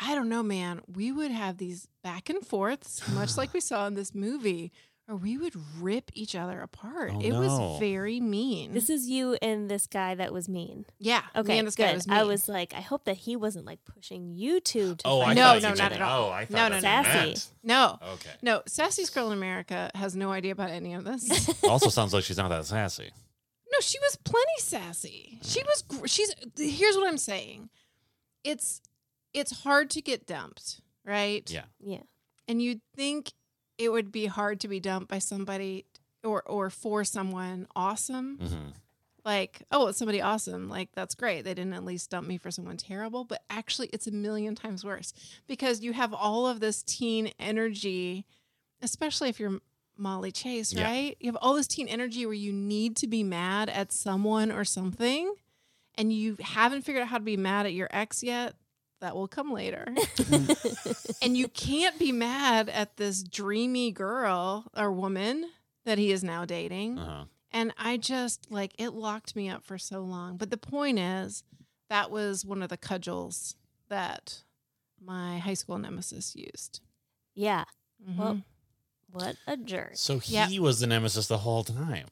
[SPEAKER 1] i don't know man we would have these back and forths much like we saw in this movie or we would rip each other apart
[SPEAKER 5] Oh,
[SPEAKER 1] it
[SPEAKER 5] no.
[SPEAKER 1] was very mean
[SPEAKER 2] This is you and this guy that was mean.
[SPEAKER 1] yeah
[SPEAKER 2] Okay,
[SPEAKER 1] me and this
[SPEAKER 2] good.
[SPEAKER 1] guy was
[SPEAKER 2] I
[SPEAKER 1] mean.
[SPEAKER 2] was like, I hope that he wasn't like pushing you two to.
[SPEAKER 5] Oh, I
[SPEAKER 2] fight
[SPEAKER 1] No,
[SPEAKER 5] thought
[SPEAKER 1] no,
[SPEAKER 5] you
[SPEAKER 1] not
[SPEAKER 5] meant-
[SPEAKER 1] at all.
[SPEAKER 5] Oh, I thought
[SPEAKER 1] No, no,
[SPEAKER 5] that's
[SPEAKER 2] no.
[SPEAKER 5] what you meant.
[SPEAKER 1] no
[SPEAKER 5] Okay.
[SPEAKER 1] no sassy girl in america has no idea about any of this
[SPEAKER 5] also sounds like she's not that sassy.
[SPEAKER 1] No, she was plenty sassy. She was. gr- She's. Here's what I'm saying. It's. It's hard to get dumped, right?
[SPEAKER 5] Yeah.
[SPEAKER 2] Yeah.
[SPEAKER 1] And you'd think it would be hard to be dumped by somebody or or for someone awesome.
[SPEAKER 5] hmm
[SPEAKER 1] Like, oh, it's somebody awesome. Like that's great. They didn't at least dump me for someone terrible. But actually, it's a million times worse because you have all of this teen energy, especially if you're Molly Chase,
[SPEAKER 5] Yeah.
[SPEAKER 1] right? You have all this teen energy where you need to be mad at someone or something, and you haven't figured out how to be mad at your ex yet. That will come later. and you can't be mad at this dreamy girl or woman that he is now dating.
[SPEAKER 5] Uh-huh.
[SPEAKER 1] And I just like it locked me up for so long. But the point is, that was one of the cudgels that my high school nemesis used.
[SPEAKER 2] Yeah. Well-
[SPEAKER 1] Mhm.
[SPEAKER 2] What a jerk.
[SPEAKER 5] So he
[SPEAKER 1] Yeah.
[SPEAKER 5] was the nemesis the whole time.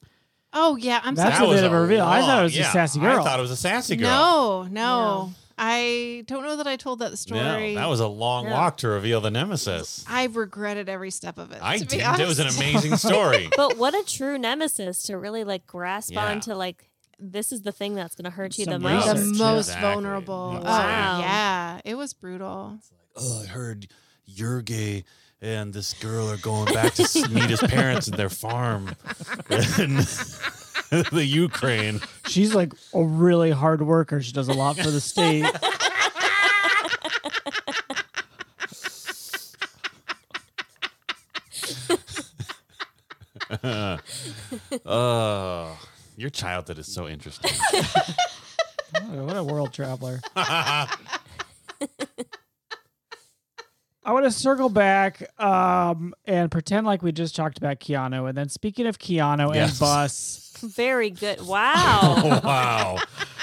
[SPEAKER 1] oh yeah, I'm
[SPEAKER 3] That's
[SPEAKER 5] That
[SPEAKER 3] a
[SPEAKER 1] sorry.
[SPEAKER 5] was
[SPEAKER 3] bit of a reveal. I thought it was a
[SPEAKER 5] yeah,
[SPEAKER 3] sassy girl.
[SPEAKER 5] I thought it was a sassy girl.
[SPEAKER 1] No, no, I don't know that I told that story.
[SPEAKER 5] No, that was a long
[SPEAKER 2] No.
[SPEAKER 5] walk to reveal the nemesis.
[SPEAKER 1] I regretted every step of it.
[SPEAKER 5] I
[SPEAKER 1] to be
[SPEAKER 5] did. It was an
[SPEAKER 1] honest.
[SPEAKER 5] amazing story.
[SPEAKER 2] But what a true nemesis to really like grasp
[SPEAKER 5] Yeah.
[SPEAKER 2] onto like this is the thing that's gonna hurt you
[SPEAKER 3] Some
[SPEAKER 2] the
[SPEAKER 5] research.
[SPEAKER 1] the
[SPEAKER 2] most.
[SPEAKER 1] most
[SPEAKER 5] Exactly.
[SPEAKER 1] vulnerable.
[SPEAKER 5] Yeah.
[SPEAKER 1] Oh
[SPEAKER 2] Wow.
[SPEAKER 1] yeah, it was brutal.
[SPEAKER 6] Oh, I heard
[SPEAKER 5] you're gay and this girl are going back to s- meet his parents at their farm in the Ukraine.
[SPEAKER 3] She's like a really hard worker. She does a lot for the state.
[SPEAKER 5] Oh, your childhood is so interesting.
[SPEAKER 3] Oh, what a world traveler.
[SPEAKER 5] Oh,
[SPEAKER 3] I want to circle back um, and pretend like we just talked about Keanu. And then, speaking of Keanu
[SPEAKER 5] Yes.
[SPEAKER 3] and bus,
[SPEAKER 2] Very good. Wow.
[SPEAKER 5] Oh, wow.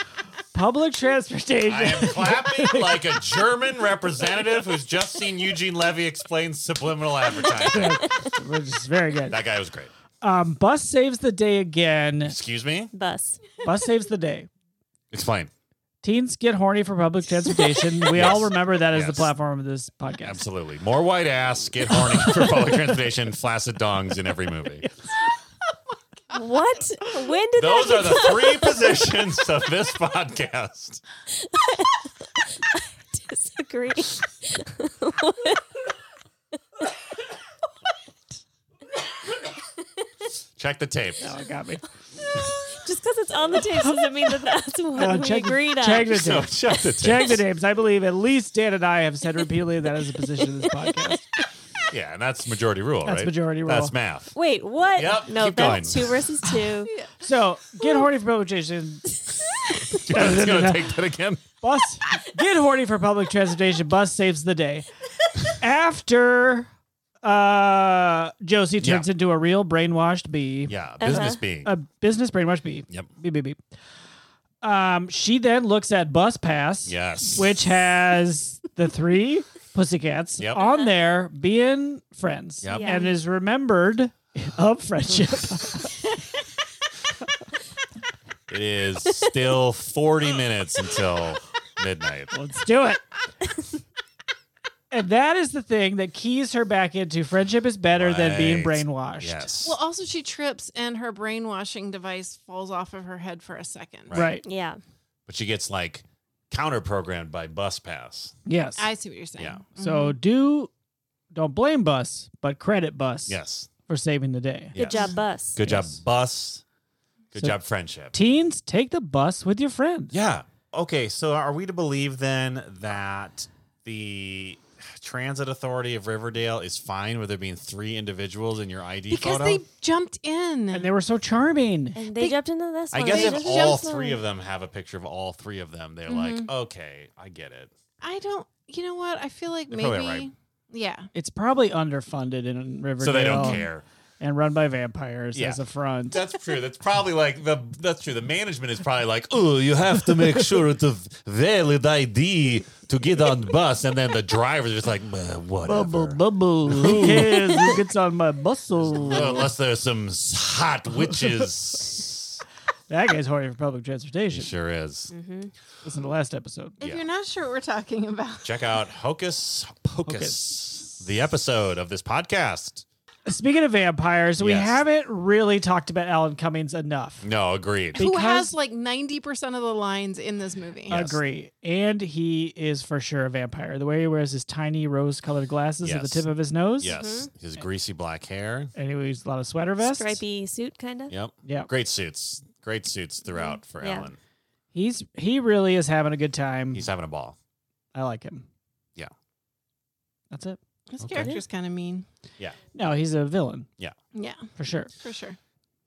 [SPEAKER 3] public transportation.
[SPEAKER 5] I am clapping like a German representative who's just seen Eugene Levy explain subliminal advertising.
[SPEAKER 3] which is very good.
[SPEAKER 5] That guy was great.
[SPEAKER 3] Um, bus saves the day again.
[SPEAKER 5] Excuse me?
[SPEAKER 2] Bus.
[SPEAKER 3] Bus saves the day.
[SPEAKER 5] Explain.
[SPEAKER 3] Teens get horny for public transportation. We all remember that as the
[SPEAKER 5] Yes.
[SPEAKER 3] platform of this podcast.
[SPEAKER 5] Absolutely. More white ass, get horny for public transportation, flaccid dongs in every movie.
[SPEAKER 2] What? When did
[SPEAKER 5] Those
[SPEAKER 2] that
[SPEAKER 5] are the three positions of this podcast.
[SPEAKER 2] disagree?
[SPEAKER 5] Check the tape.
[SPEAKER 3] Oh, it got me.
[SPEAKER 2] Just because it's on the tape doesn't mean that that's what
[SPEAKER 3] Uh,
[SPEAKER 2] we
[SPEAKER 3] check,
[SPEAKER 2] agreed on.
[SPEAKER 3] check the
[SPEAKER 5] So
[SPEAKER 3] tapes.
[SPEAKER 5] check the tape.
[SPEAKER 3] Check the names. I believe at least Dan and I have said repeatedly that is a position of this podcast.
[SPEAKER 5] Yeah, and that's majority rule,
[SPEAKER 3] That's
[SPEAKER 5] right?
[SPEAKER 3] majority rule.
[SPEAKER 5] That's math.
[SPEAKER 2] Wait, what?
[SPEAKER 5] Yep,
[SPEAKER 2] no,
[SPEAKER 5] keep
[SPEAKER 2] that's
[SPEAKER 5] going.
[SPEAKER 2] two versus two.
[SPEAKER 3] So get horny for public transportation.
[SPEAKER 5] It's going to take that again.
[SPEAKER 3] Bus get horny for public transportation. Bus saves the day. After uh, Josie turns into a real brainwashed bee,
[SPEAKER 5] Yeah, business being.
[SPEAKER 3] a business brainwashed bee.
[SPEAKER 5] Yep.
[SPEAKER 3] Beep beep beep. Um, she then looks at Bus Pass.
[SPEAKER 5] Yes.
[SPEAKER 3] which has the three pussycats
[SPEAKER 5] Yep.
[SPEAKER 3] on there being friends
[SPEAKER 5] Yep.
[SPEAKER 2] Yeah.
[SPEAKER 3] and is remembered of friendship.
[SPEAKER 5] It is still 40 minutes until midnight.
[SPEAKER 3] Let's do it. and that is the thing that keys her back into friendship is better than being
[SPEAKER 5] Right.
[SPEAKER 3] brainwashed.
[SPEAKER 5] Yes.
[SPEAKER 3] uh-
[SPEAKER 1] Well, also she trips and her brainwashing device falls off of her head for a second.
[SPEAKER 5] Right.
[SPEAKER 3] Right.
[SPEAKER 2] Yeah.
[SPEAKER 5] But she gets like counter programmed by bus pass.
[SPEAKER 3] Yes.
[SPEAKER 1] I see what you're saying.
[SPEAKER 5] Yeah.
[SPEAKER 3] so do don't blame bus, but credit bus
[SPEAKER 5] Yes.
[SPEAKER 3] for saving the day.
[SPEAKER 5] Yes.
[SPEAKER 2] Good job, bus.
[SPEAKER 5] Good
[SPEAKER 3] Yes.
[SPEAKER 5] job, bus. Good
[SPEAKER 3] So-
[SPEAKER 5] job, friendship.
[SPEAKER 3] Teens, take the bus with your friends.
[SPEAKER 5] Yeah. Okay. So are we to believe then that the transit authority of Riverdale is fine with there being three individuals in your ID
[SPEAKER 1] Because
[SPEAKER 5] photo?
[SPEAKER 1] they jumped in.
[SPEAKER 3] And they were so charming.
[SPEAKER 2] And they,
[SPEAKER 1] They-
[SPEAKER 2] jumped into this
[SPEAKER 5] I
[SPEAKER 2] one.
[SPEAKER 5] guess
[SPEAKER 2] They
[SPEAKER 5] if
[SPEAKER 2] jumped
[SPEAKER 5] all
[SPEAKER 2] into this
[SPEAKER 5] three
[SPEAKER 2] one.
[SPEAKER 5] of them have a picture of all three of them, they're
[SPEAKER 1] Mm-hmm.
[SPEAKER 5] like, okay, I get it.
[SPEAKER 1] I don't. You know what? I feel like
[SPEAKER 5] They're
[SPEAKER 1] maybe.
[SPEAKER 5] probably right.
[SPEAKER 1] Yeah.
[SPEAKER 3] It's probably underfunded in Riverdale.
[SPEAKER 5] So they don't care.
[SPEAKER 3] and run by vampires
[SPEAKER 5] Yeah.
[SPEAKER 3] as a front.
[SPEAKER 5] That's true. That's probably like the that's true. The management is probably like, oh, you have to make sure it's a valid ID to get on bus, and then the driver's just like, "Uh,
[SPEAKER 3] Bubble,
[SPEAKER 5] whatever.
[SPEAKER 3] bubble. Who cares? Who gets on my bustle?
[SPEAKER 5] Well, unless there's some s- hot witches.
[SPEAKER 3] That guy's horny for public transportation.
[SPEAKER 5] sure is.
[SPEAKER 3] Listen to last episode.
[SPEAKER 1] If
[SPEAKER 5] Yeah.
[SPEAKER 1] you're not sure what we're talking about,
[SPEAKER 5] Check out Hocus Pocus, the episode of this podcast.
[SPEAKER 3] Speaking of vampires, we
[SPEAKER 5] Yes.
[SPEAKER 3] haven't really talked about Alan Cummings enough.
[SPEAKER 5] No, agreed.
[SPEAKER 1] who
[SPEAKER 3] Because-
[SPEAKER 1] has like 90% of the lines in this movie?
[SPEAKER 5] Yes.
[SPEAKER 3] Agree. And he is for sure a vampire. The way he wears his tiny rose colored glasses at the
[SPEAKER 5] Yes.
[SPEAKER 3] tip of his nose.
[SPEAKER 5] Yes, his greasy black hair.
[SPEAKER 3] And he wears a lot of sweater vests.
[SPEAKER 2] Stripy suit, kind of.
[SPEAKER 5] Yep.
[SPEAKER 3] Yeah.
[SPEAKER 5] Great suits. Great suits throughout for
[SPEAKER 2] Yeah.
[SPEAKER 5] Alan.
[SPEAKER 3] He's he really is having a good time.
[SPEAKER 5] He's having a ball.
[SPEAKER 3] I like him.
[SPEAKER 5] Yeah.
[SPEAKER 3] That's it.
[SPEAKER 1] This
[SPEAKER 5] Okay.
[SPEAKER 1] character's kind of mean.
[SPEAKER 3] No, he's a villain
[SPEAKER 1] Yeah,
[SPEAKER 3] for sure.
[SPEAKER 1] for sure.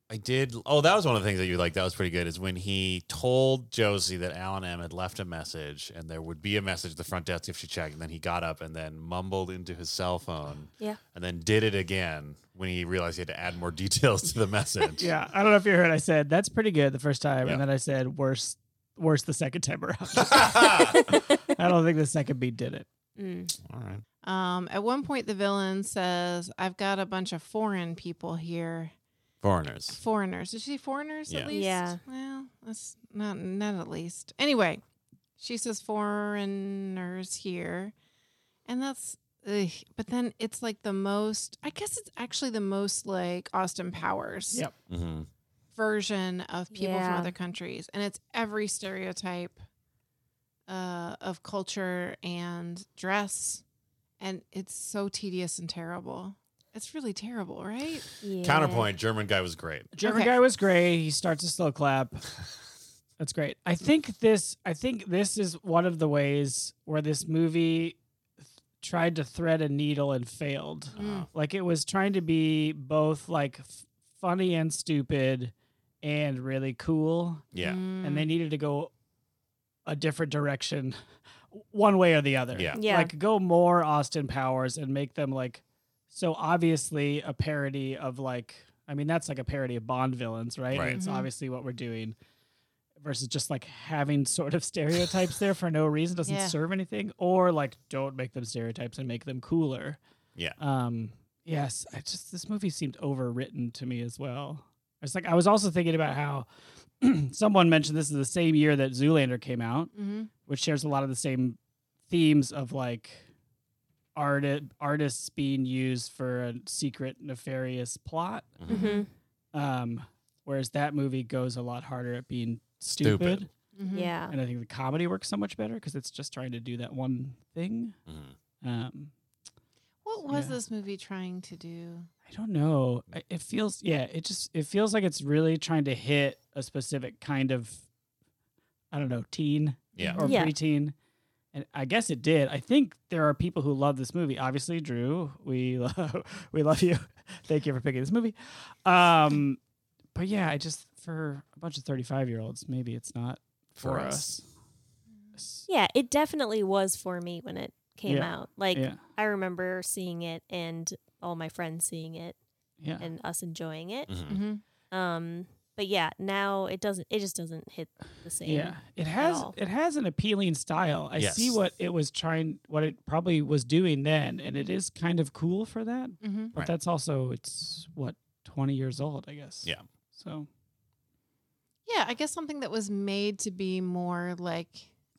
[SPEAKER 5] I did. Oh, that was one of the things that you liked. That was pretty good. Is when he told Josie that Alan M had left a message and there would be a message at the front desk if she checked. And then he got up and then mumbled into his cell phone.
[SPEAKER 2] Yeah.
[SPEAKER 5] And then did it again when he realized he had to add more details to the message.
[SPEAKER 3] Yeah, I don't know if you heard. I said that's pretty good the first time,
[SPEAKER 5] Yeah.
[SPEAKER 3] and then I said worse, worse the second time around. I don't think the second beat did it.
[SPEAKER 2] Mm.
[SPEAKER 5] All right.
[SPEAKER 1] Um, at one point, the villain says, I've got a bunch of foreign people here.
[SPEAKER 5] Foreigners.
[SPEAKER 1] Foreigners. Did she say foreigners
[SPEAKER 5] Yeah.
[SPEAKER 1] at least?
[SPEAKER 2] Yeah.
[SPEAKER 1] Well, that's not, not at least. Anyway, she says foreigners here. And that's, ugh. but then it's like the most, I guess it's actually the most like Austin Powers
[SPEAKER 3] Yep.
[SPEAKER 5] Mm-hmm.
[SPEAKER 1] version of people
[SPEAKER 2] Yeah.
[SPEAKER 1] from other countries. And it's every stereotype uh, of culture and dress and it's so tedious and terrible. It's really terrible, right?
[SPEAKER 2] Yeah.
[SPEAKER 6] Counterpoint: German guy was great.
[SPEAKER 3] German
[SPEAKER 1] Okay.
[SPEAKER 3] guy was great. He starts a slow clap. That's great. I think this. I think this is one of the ways where this movie th- tried to thread a needle and failed.
[SPEAKER 6] Uh,
[SPEAKER 1] Mm.
[SPEAKER 3] Like it was trying to be both like f- funny and stupid, and really cool.
[SPEAKER 6] Yeah,
[SPEAKER 2] Mm.
[SPEAKER 3] And they needed to go a different direction, one way or the other.
[SPEAKER 6] yeah.
[SPEAKER 2] Yeah.
[SPEAKER 3] Like go more Austin Powers and make them like so obviously a parody of like I mean that's like a parody of Bond villains, right? And
[SPEAKER 6] Right.
[SPEAKER 3] It's
[SPEAKER 1] Mhm.
[SPEAKER 3] obviously what we're doing. Versus just like having sort of stereotypes there for no reason doesn't
[SPEAKER 1] Yeah.
[SPEAKER 3] serve anything, or like don't make them stereotypes and make them cooler.
[SPEAKER 6] Yeah.
[SPEAKER 3] Um. Yes. I just this movie seemed overwritten to me as well. It's like I was also thinking about how someone mentioned this is the same year that Zoolander came out
[SPEAKER 1] hmm
[SPEAKER 3] which shares a lot of the same themes of like art artists being used for a secret nefarious plot.
[SPEAKER 2] hmm
[SPEAKER 3] Um, whereas that movie goes a lot harder at being stupid,
[SPEAKER 6] Stupid.
[SPEAKER 1] Mm-hmm.
[SPEAKER 2] Yeah.
[SPEAKER 3] and I think the comedy works so much better because it's just trying to do that one thing.
[SPEAKER 6] Mhm.
[SPEAKER 3] Um,
[SPEAKER 1] What was
[SPEAKER 3] Yeah.
[SPEAKER 1] this movie trying to do?
[SPEAKER 3] I don't know. I- It feels yeah. It just it feels like it's really trying to hit a specific kind of I don't know teen.
[SPEAKER 6] Yeah.
[SPEAKER 3] or
[SPEAKER 2] Yeah.
[SPEAKER 3] preteen. And I guess it did. I think there are people who love this movie. Obviously, Drew, we love, we love you. Thank you for picking this movie. Um, but yeah, I just for a bunch of thirty-five year olds, maybe it's not for,
[SPEAKER 6] For
[SPEAKER 3] us.
[SPEAKER 6] us.
[SPEAKER 2] Yeah, it definitely was for me when it came
[SPEAKER 3] Yeah.
[SPEAKER 2] out. Like
[SPEAKER 3] yeah,
[SPEAKER 2] I remember seeing it and all my friends seeing it
[SPEAKER 3] yeah.
[SPEAKER 2] and us enjoying it.
[SPEAKER 6] Mhm.
[SPEAKER 1] Mm-hmm.
[SPEAKER 2] Um but yeah, now it doesn't it just doesn't hit the same.
[SPEAKER 3] Yeah, it has
[SPEAKER 2] all.
[SPEAKER 3] it has an appealing style. I see
[SPEAKER 6] Yes.
[SPEAKER 3] what it was trying, what it probably was doing then, and it is kind of cool for that.
[SPEAKER 1] Mm-hmm.
[SPEAKER 3] But
[SPEAKER 6] Right.
[SPEAKER 3] that's also it's what twenty years old, I guess.
[SPEAKER 6] Yeah.
[SPEAKER 3] So
[SPEAKER 1] Yeah, I guess something that was made to be more like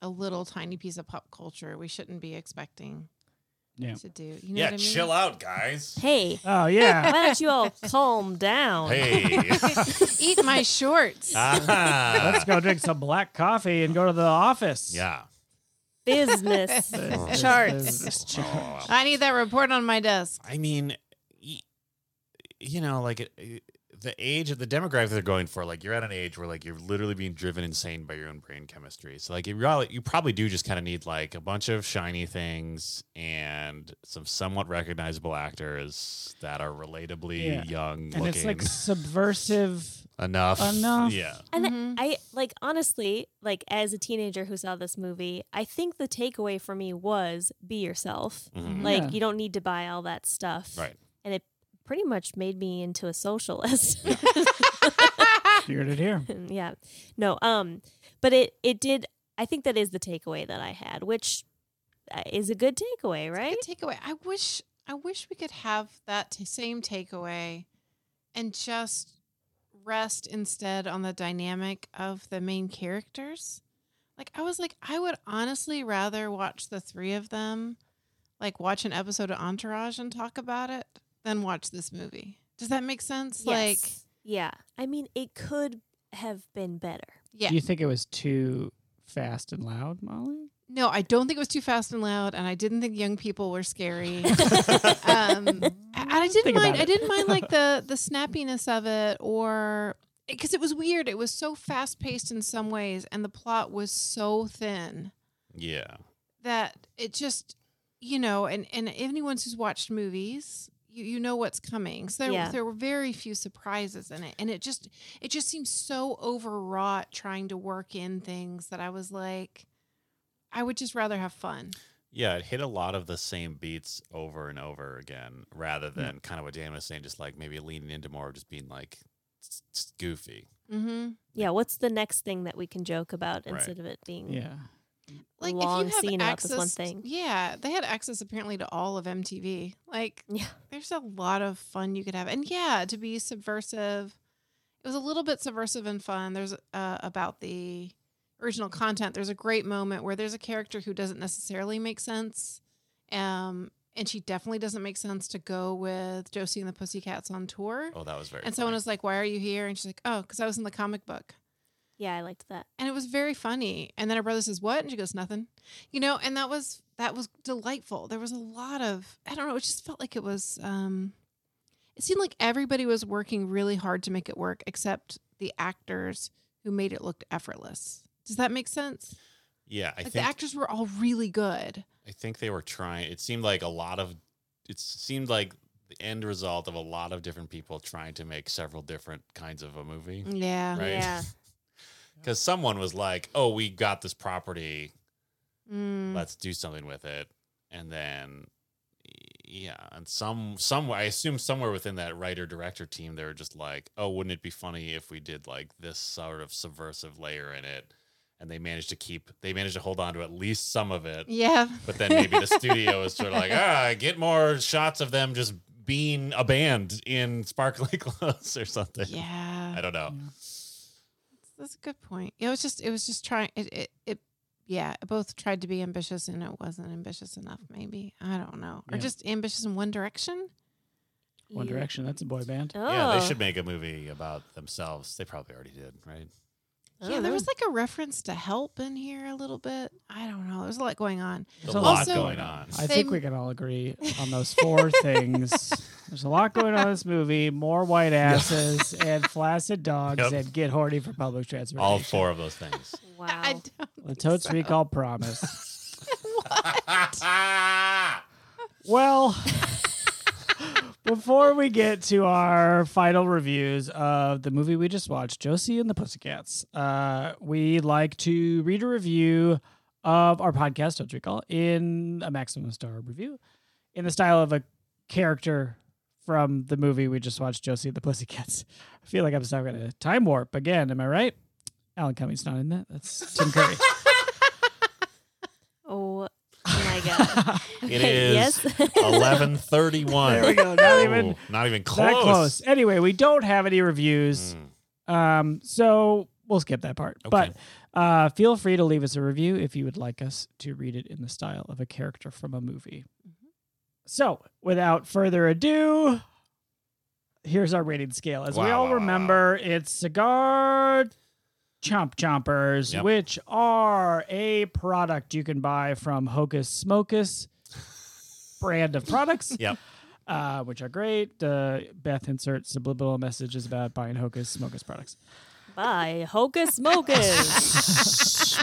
[SPEAKER 1] a little tiny piece of pop culture we shouldn't be expecting
[SPEAKER 3] Yeah.
[SPEAKER 1] to do. You know
[SPEAKER 6] Yeah,
[SPEAKER 1] what I mean?
[SPEAKER 6] chill out, guys.
[SPEAKER 2] Hey,
[SPEAKER 3] oh yeah,
[SPEAKER 2] why don't you all calm down?
[SPEAKER 6] Hey.
[SPEAKER 1] Eat my shorts.
[SPEAKER 6] Ah.
[SPEAKER 3] Let's go drink some black coffee and go to the office.
[SPEAKER 6] Yeah. Oh,
[SPEAKER 2] Business
[SPEAKER 3] Business,
[SPEAKER 2] charts.
[SPEAKER 3] business charts.
[SPEAKER 1] I need that report on my desk.
[SPEAKER 6] I mean, y- you know, like it, it- the age of the demographic they're going for, like you're at an age where like you're literally being driven insane by your own brain chemistry. So like you really, you probably do just kind of need like a bunch of shiny things and some somewhat recognizable actors that are relatably
[SPEAKER 3] Yeah.
[SPEAKER 6] young
[SPEAKER 3] And
[SPEAKER 6] looking
[SPEAKER 3] it's like subversive.
[SPEAKER 6] enough.
[SPEAKER 3] enough.
[SPEAKER 6] Yeah.
[SPEAKER 2] And th-
[SPEAKER 1] Mhm.
[SPEAKER 2] I like honestly, like as a teenager who saw this movie, I think the takeaway for me was be yourself.
[SPEAKER 6] Mhm.
[SPEAKER 2] Like
[SPEAKER 3] Yeah.
[SPEAKER 2] you don't need to buy all that stuff.
[SPEAKER 6] Right.
[SPEAKER 2] And it pretty much made me into a socialist.
[SPEAKER 3] You heard it here.
[SPEAKER 2] yeah. No, um but it it did I think that is the takeaway that I had, which uh, is a good takeaway, right?
[SPEAKER 1] Good takeaway. I wish I wish we could have that t- same takeaway and just rest instead on the dynamic of the main characters. Like I was like I would honestly rather watch the three of them like watch an episode of Entourage and talk about it than watch this movie. Does that make sense? Like
[SPEAKER 2] Yes. yeah. I mean, it could have been better.
[SPEAKER 1] yeah.
[SPEAKER 3] Do you think it was too fast and loud, Molly?
[SPEAKER 1] No, I don't think it was too fast and loud, and I didn't think young people were scary. um,
[SPEAKER 2] Um,
[SPEAKER 1] I, I didn't
[SPEAKER 3] Think about
[SPEAKER 1] mind. I
[SPEAKER 3] it.
[SPEAKER 1] didn't mind like the the snappiness of it, or because it was weird. It was so fast paced in some ways, and the plot was so thin
[SPEAKER 6] Yeah.
[SPEAKER 1] that it just you know and and anyone who's watched movies you, you know what's coming so there,
[SPEAKER 2] Yeah.
[SPEAKER 1] there were very few surprises in it and it just it just seems so overwrought trying to work in things that i was like i would just rather have fun
[SPEAKER 6] Yeah, it hit a lot of the same beats over and over again,
[SPEAKER 3] Mm.
[SPEAKER 6] rather than kind of what Dan was saying, just like maybe leaning into more of just being like s- s- goofy.
[SPEAKER 1] mm-hmm.
[SPEAKER 2] Yeah, what's the next thing that we can joke about
[SPEAKER 6] Right.
[SPEAKER 2] instead of it being
[SPEAKER 3] Yeah.
[SPEAKER 1] like
[SPEAKER 2] Long
[SPEAKER 1] if you have
[SPEAKER 2] scene about
[SPEAKER 1] access
[SPEAKER 2] this one thing.
[SPEAKER 1] yeah they had access apparently to all of mtv like
[SPEAKER 2] Yeah.
[SPEAKER 1] there's a lot of fun you could have and yeah to be subversive it was a little bit subversive and fun there's uh, about the original content there's a great moment where there's a character who doesn't necessarily make sense um, and she definitely doesn't make sense to go with josie and the pussycats on tour
[SPEAKER 6] Oh, that was very.
[SPEAKER 1] and someone
[SPEAKER 6] funny.
[SPEAKER 1] was like why are you here and she's like oh because i was in the comic book
[SPEAKER 2] Yeah, I liked that.
[SPEAKER 1] and it was very funny. And then her brother says, "What?" And she goes, "Nothing," you know. And that was that was delightful. There was a lot of I don't know, it just felt like it was um it seemed like everybody was working really hard to make it work except the actors who made it look effortless. Does that make sense?
[SPEAKER 5] Yeah, I
[SPEAKER 1] Like the
[SPEAKER 5] think
[SPEAKER 1] actors were all really good.
[SPEAKER 5] I think they were trying. It seemed like a lot of. It seemed like the end result of a lot of different people trying to make several different kinds of a movie.
[SPEAKER 1] Mm, Yeah.
[SPEAKER 5] Right.
[SPEAKER 2] Yeah.
[SPEAKER 5] Because someone was like, "Oh, we got this property.
[SPEAKER 1] Mm.
[SPEAKER 5] Let's do something with it." And then, e-, yeah, and some somewhere I assume somewhere within that writer director team, they were just like, "Oh, wouldn't it be funny if we did like this sort of subversive layer in it?" And they managed to keep. They managed to hold on to at least some of it.
[SPEAKER 1] Yeah.
[SPEAKER 5] But then maybe the studio is sort of like, ah, get more shots of them just being a band in sparkly clothes or something. I
[SPEAKER 1] Yeah.
[SPEAKER 5] don't
[SPEAKER 6] Oh.
[SPEAKER 5] know.
[SPEAKER 1] That's a good point. It was just it was just trying it it, it yeah, it both tried to be ambitious and it wasn't ambitious enough maybe. I don't know. Or
[SPEAKER 3] Yeah.
[SPEAKER 1] just ambitious in one direction?
[SPEAKER 3] One
[SPEAKER 2] You-
[SPEAKER 3] Direction. That's a boy band.
[SPEAKER 2] Oh.
[SPEAKER 5] Yeah, they should make a movie about themselves. They probably already did, right?
[SPEAKER 1] Yeah, there was like a reference to help in here a little bit. I don't know. There's a lot going on.
[SPEAKER 5] There's
[SPEAKER 3] a
[SPEAKER 5] a
[SPEAKER 1] lot
[SPEAKER 5] lot
[SPEAKER 1] Also-
[SPEAKER 5] going on.
[SPEAKER 3] I
[SPEAKER 1] They-
[SPEAKER 3] think we can all agree on those four things. There's a lot going on in this movie. More white asses and flaccid dogs
[SPEAKER 5] Yep.
[SPEAKER 3] and get horny for public transportation.
[SPEAKER 5] All four of those things.
[SPEAKER 2] oh. wow.
[SPEAKER 1] I don't
[SPEAKER 3] The totes we call promise.
[SPEAKER 5] That's
[SPEAKER 3] Well, before we get to our final reviews of the movie we just watched, Josie and the Pussycats, uh, we like to read a review of our podcast, Totes we call, in a maximum star review in the style of a character from the movie we just watched, Josie and the Pussycats. I feel like I'm stuck in a time warp again. Am I right? Alan Cumming's not in that. That's Tim Curry.
[SPEAKER 2] oh my god.
[SPEAKER 5] It
[SPEAKER 2] Okay,
[SPEAKER 5] is
[SPEAKER 2] Yes.
[SPEAKER 5] 1131.
[SPEAKER 3] There we go. Not even-
[SPEAKER 5] Ooh, not even
[SPEAKER 3] That
[SPEAKER 5] close.
[SPEAKER 3] close. Anyway, we don't have any reviews.
[SPEAKER 5] Mm.
[SPEAKER 3] Um, so we'll skip that part.
[SPEAKER 5] Okay.
[SPEAKER 3] But uh, feel free to leave us a review if you would like us to read it in the style of a character from a movie. So, without further ado, here's our rating scale. As we
[SPEAKER 5] Wow,
[SPEAKER 3] all
[SPEAKER 5] wow, wow, wow.
[SPEAKER 3] remember, it's cigar chomp chompers,
[SPEAKER 5] Yep.
[SPEAKER 3] which are a product you can buy from Hocus Smocus brand of products
[SPEAKER 5] Yep.
[SPEAKER 3] uh, which are great. Uh, Beth inserts subliminal messages about buying Hocus Smocus products.
[SPEAKER 2] Bye. Hocus Mocus.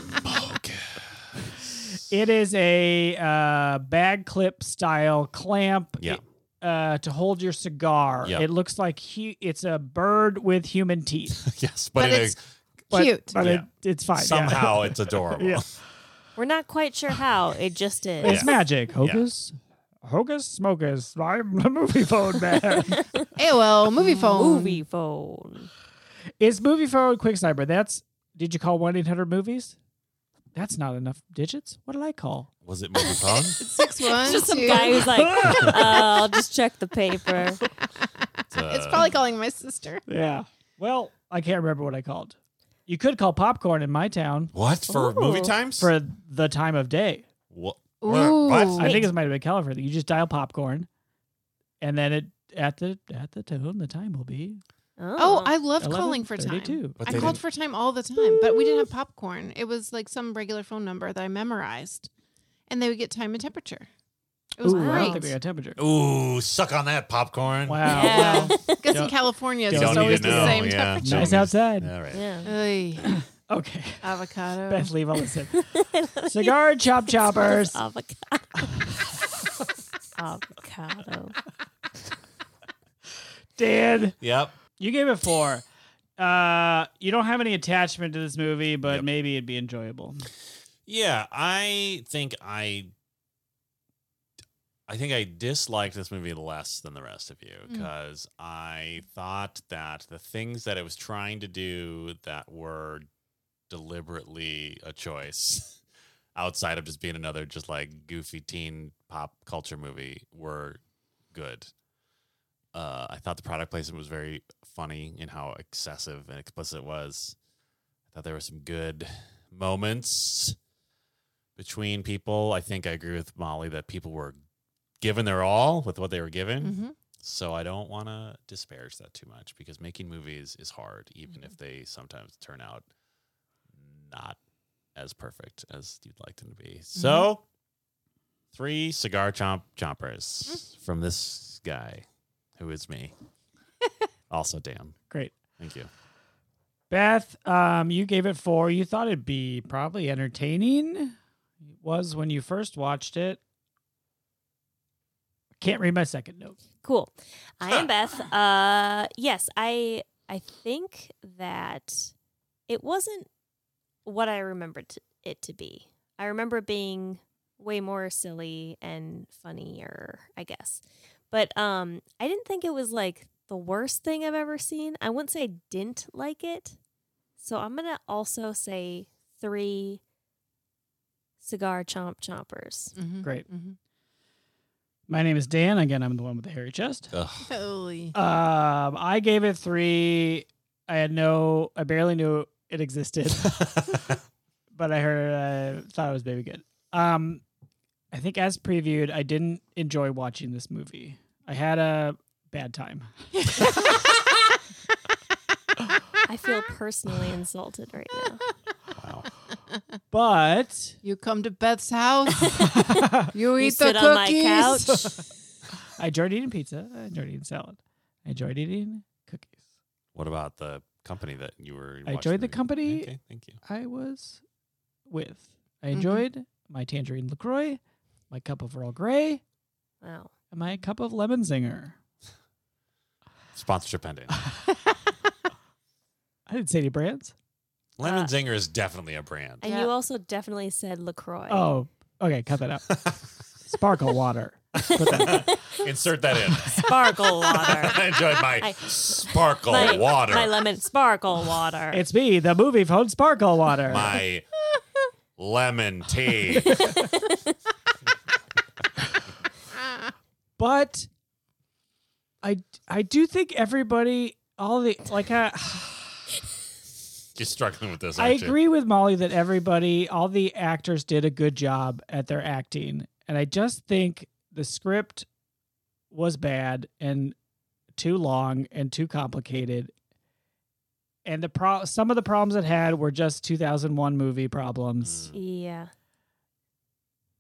[SPEAKER 3] It is a uh, bag clip style clamp.
[SPEAKER 5] Yeah.
[SPEAKER 3] uh, to hold your cigar,
[SPEAKER 5] Yeah.
[SPEAKER 3] it looks like he, it's a bird with human teeth.
[SPEAKER 5] yes, but,
[SPEAKER 1] But
[SPEAKER 5] in a-
[SPEAKER 1] it's
[SPEAKER 3] But,
[SPEAKER 1] cute.
[SPEAKER 3] but it,
[SPEAKER 5] Yeah.
[SPEAKER 3] it's fine. yeah.
[SPEAKER 5] somehow it's adorable.
[SPEAKER 3] Yeah.
[SPEAKER 2] We're not quite sure how. It just is.
[SPEAKER 3] it's magic. Hocus, Hocus Smocus. I'm the movie phone man.
[SPEAKER 1] AOL movie phone.
[SPEAKER 2] Movie phone.
[SPEAKER 3] Is movie phone Quicksilver? That's did you call one eight hundred movies? That's not enough digits. What did I call?
[SPEAKER 5] Was it movie phone?
[SPEAKER 1] Six one.
[SPEAKER 2] Just some
[SPEAKER 1] two-
[SPEAKER 2] guy who's like, uh, I'll just check the paper.
[SPEAKER 1] It's probably calling my sister.
[SPEAKER 3] Yeah. Well, I can't remember what I called. You could call popcorn in my town
[SPEAKER 5] What for movie
[SPEAKER 2] Ooh.
[SPEAKER 5] times?
[SPEAKER 3] for the time of day.
[SPEAKER 5] what?
[SPEAKER 1] Ooh.
[SPEAKER 5] what?
[SPEAKER 3] I think it might have been California. You just dial popcorn, and then it at the at the tone the time will be.
[SPEAKER 1] Oh, I love
[SPEAKER 3] 11,
[SPEAKER 1] calling for time.
[SPEAKER 3] 32.
[SPEAKER 5] But
[SPEAKER 1] I
[SPEAKER 5] they
[SPEAKER 1] called
[SPEAKER 5] didn't-
[SPEAKER 1] for time all the time, but we didn't have popcorn. It was like some regular phone number that I memorized, and they would get time and temperature. It was
[SPEAKER 3] Ooh, I don't
[SPEAKER 1] great
[SPEAKER 3] think we got temperature.
[SPEAKER 5] Ooh, suck on that popcorn.
[SPEAKER 3] Wow.
[SPEAKER 2] Yeah.
[SPEAKER 3] wow.
[SPEAKER 1] because in
[SPEAKER 3] Don't-
[SPEAKER 1] California it's
[SPEAKER 5] You
[SPEAKER 1] just
[SPEAKER 3] Don't
[SPEAKER 5] don't need
[SPEAKER 1] always
[SPEAKER 5] to
[SPEAKER 1] the
[SPEAKER 5] know.
[SPEAKER 1] same
[SPEAKER 5] yeah.
[SPEAKER 1] temperature.
[SPEAKER 3] Nice outside.
[SPEAKER 5] All right.
[SPEAKER 2] Yeah.
[SPEAKER 1] Oy,
[SPEAKER 3] Okay.
[SPEAKER 1] avocado.
[SPEAKER 3] Beth, leave all this in. Cigar chop choppers.
[SPEAKER 2] Avocado. Avocado.
[SPEAKER 3] Dan,
[SPEAKER 5] Yep.
[SPEAKER 3] you gave it four. Uh, you don't have any attachment to this movie, but
[SPEAKER 5] Yep.
[SPEAKER 3] maybe it'd be enjoyable.
[SPEAKER 5] Yeah, I think I I think I disliked this movie less than the rest of you
[SPEAKER 1] Mm.
[SPEAKER 5] because I thought that the things that it was trying to do that were deliberately a choice outside of just being another just like goofy teen pop culture movie were good. Uh, I thought the product placement was very funny in how excessive and explicit it was. I thought there were some good moments between people. I think I agree with Molly that people were given their all with what they were given.
[SPEAKER 1] hmm
[SPEAKER 5] So I don't want to disparage that too much because making movies is hard, even if
[SPEAKER 3] Mm-hmm.
[SPEAKER 5] they sometimes turn out not as perfect as you'd like them to be. So
[SPEAKER 3] Mm-hmm.
[SPEAKER 5] Three cigar chomp
[SPEAKER 3] Mm.
[SPEAKER 5] chompers from this guy, who is me. also, Dan.
[SPEAKER 3] Great.
[SPEAKER 5] Thank you.
[SPEAKER 3] Beth, um, you gave it four. You thought it'd be probably entertaining. It was when you first watched it. Can't read my second note.
[SPEAKER 2] Cool. I am Beth. Uh yes, I I think that it wasn't what I remembered t- it to be. I remember it being way more silly and funnier, I guess. But um I didn't think it was like the worst thing I've ever seen. I wouldn't say I didn't like it. So I'm going to also say 3 cigar chomp chompers.
[SPEAKER 1] Mm-hmm.
[SPEAKER 3] Great.
[SPEAKER 1] Mm-hmm.
[SPEAKER 3] My name is Dan. Again, I'm the one with the hairy chest.
[SPEAKER 1] Holy.
[SPEAKER 3] Um, I gave it three. I had no, I barely knew it existed, but I heard, I thought it was baby good. Um, I think as previewed, I didn't enjoy watching this movie. I had a bad time.
[SPEAKER 2] I feel personally insulted right now.
[SPEAKER 5] Wow.
[SPEAKER 3] But
[SPEAKER 1] you come to Beth's house. You eat
[SPEAKER 2] You
[SPEAKER 1] the
[SPEAKER 2] sit
[SPEAKER 1] cookies.
[SPEAKER 2] on my couch.
[SPEAKER 3] I enjoyed eating pizza. I enjoyed eating salad. I enjoyed eating cookies.
[SPEAKER 5] What about the company that you were? watching
[SPEAKER 3] I enjoyed the
[SPEAKER 5] movie?
[SPEAKER 3] company.
[SPEAKER 5] Okay, thank you.
[SPEAKER 3] I was with. I
[SPEAKER 1] Mhm.
[SPEAKER 3] enjoyed my tangerine LaCroix, my cup of Earl Grey,
[SPEAKER 2] Wow.
[SPEAKER 3] and my cup of lemon zinger.
[SPEAKER 5] Sponsorship pending.
[SPEAKER 3] I didn't say any brands.
[SPEAKER 5] Lemon
[SPEAKER 2] Uh,
[SPEAKER 5] Zinger is definitely a brand.
[SPEAKER 2] And
[SPEAKER 1] Yeah.
[SPEAKER 2] you also definitely said LaCroix.
[SPEAKER 3] Oh, okay. Cut that out. Sparkle water. Put that-
[SPEAKER 5] Insert that in.
[SPEAKER 2] Sparkle
[SPEAKER 5] I
[SPEAKER 2] water.
[SPEAKER 5] enjoyed my
[SPEAKER 2] I-
[SPEAKER 5] sparkle
[SPEAKER 2] my,
[SPEAKER 5] water.
[SPEAKER 2] My lemon sparkle water.
[SPEAKER 3] it's me, the movie phone Sparkle Water.
[SPEAKER 5] my lemon tea.
[SPEAKER 3] but I I do think everybody all the like uh, I,
[SPEAKER 5] You're struggling with this.
[SPEAKER 3] I
[SPEAKER 5] aren't you?
[SPEAKER 3] agree with Molly that everybody all the actors did a good job at their acting and I just think the script was bad and too long and too complicated and the pro- some of the problems it had were just 2001 movie problems
[SPEAKER 5] Mm.
[SPEAKER 2] yeah.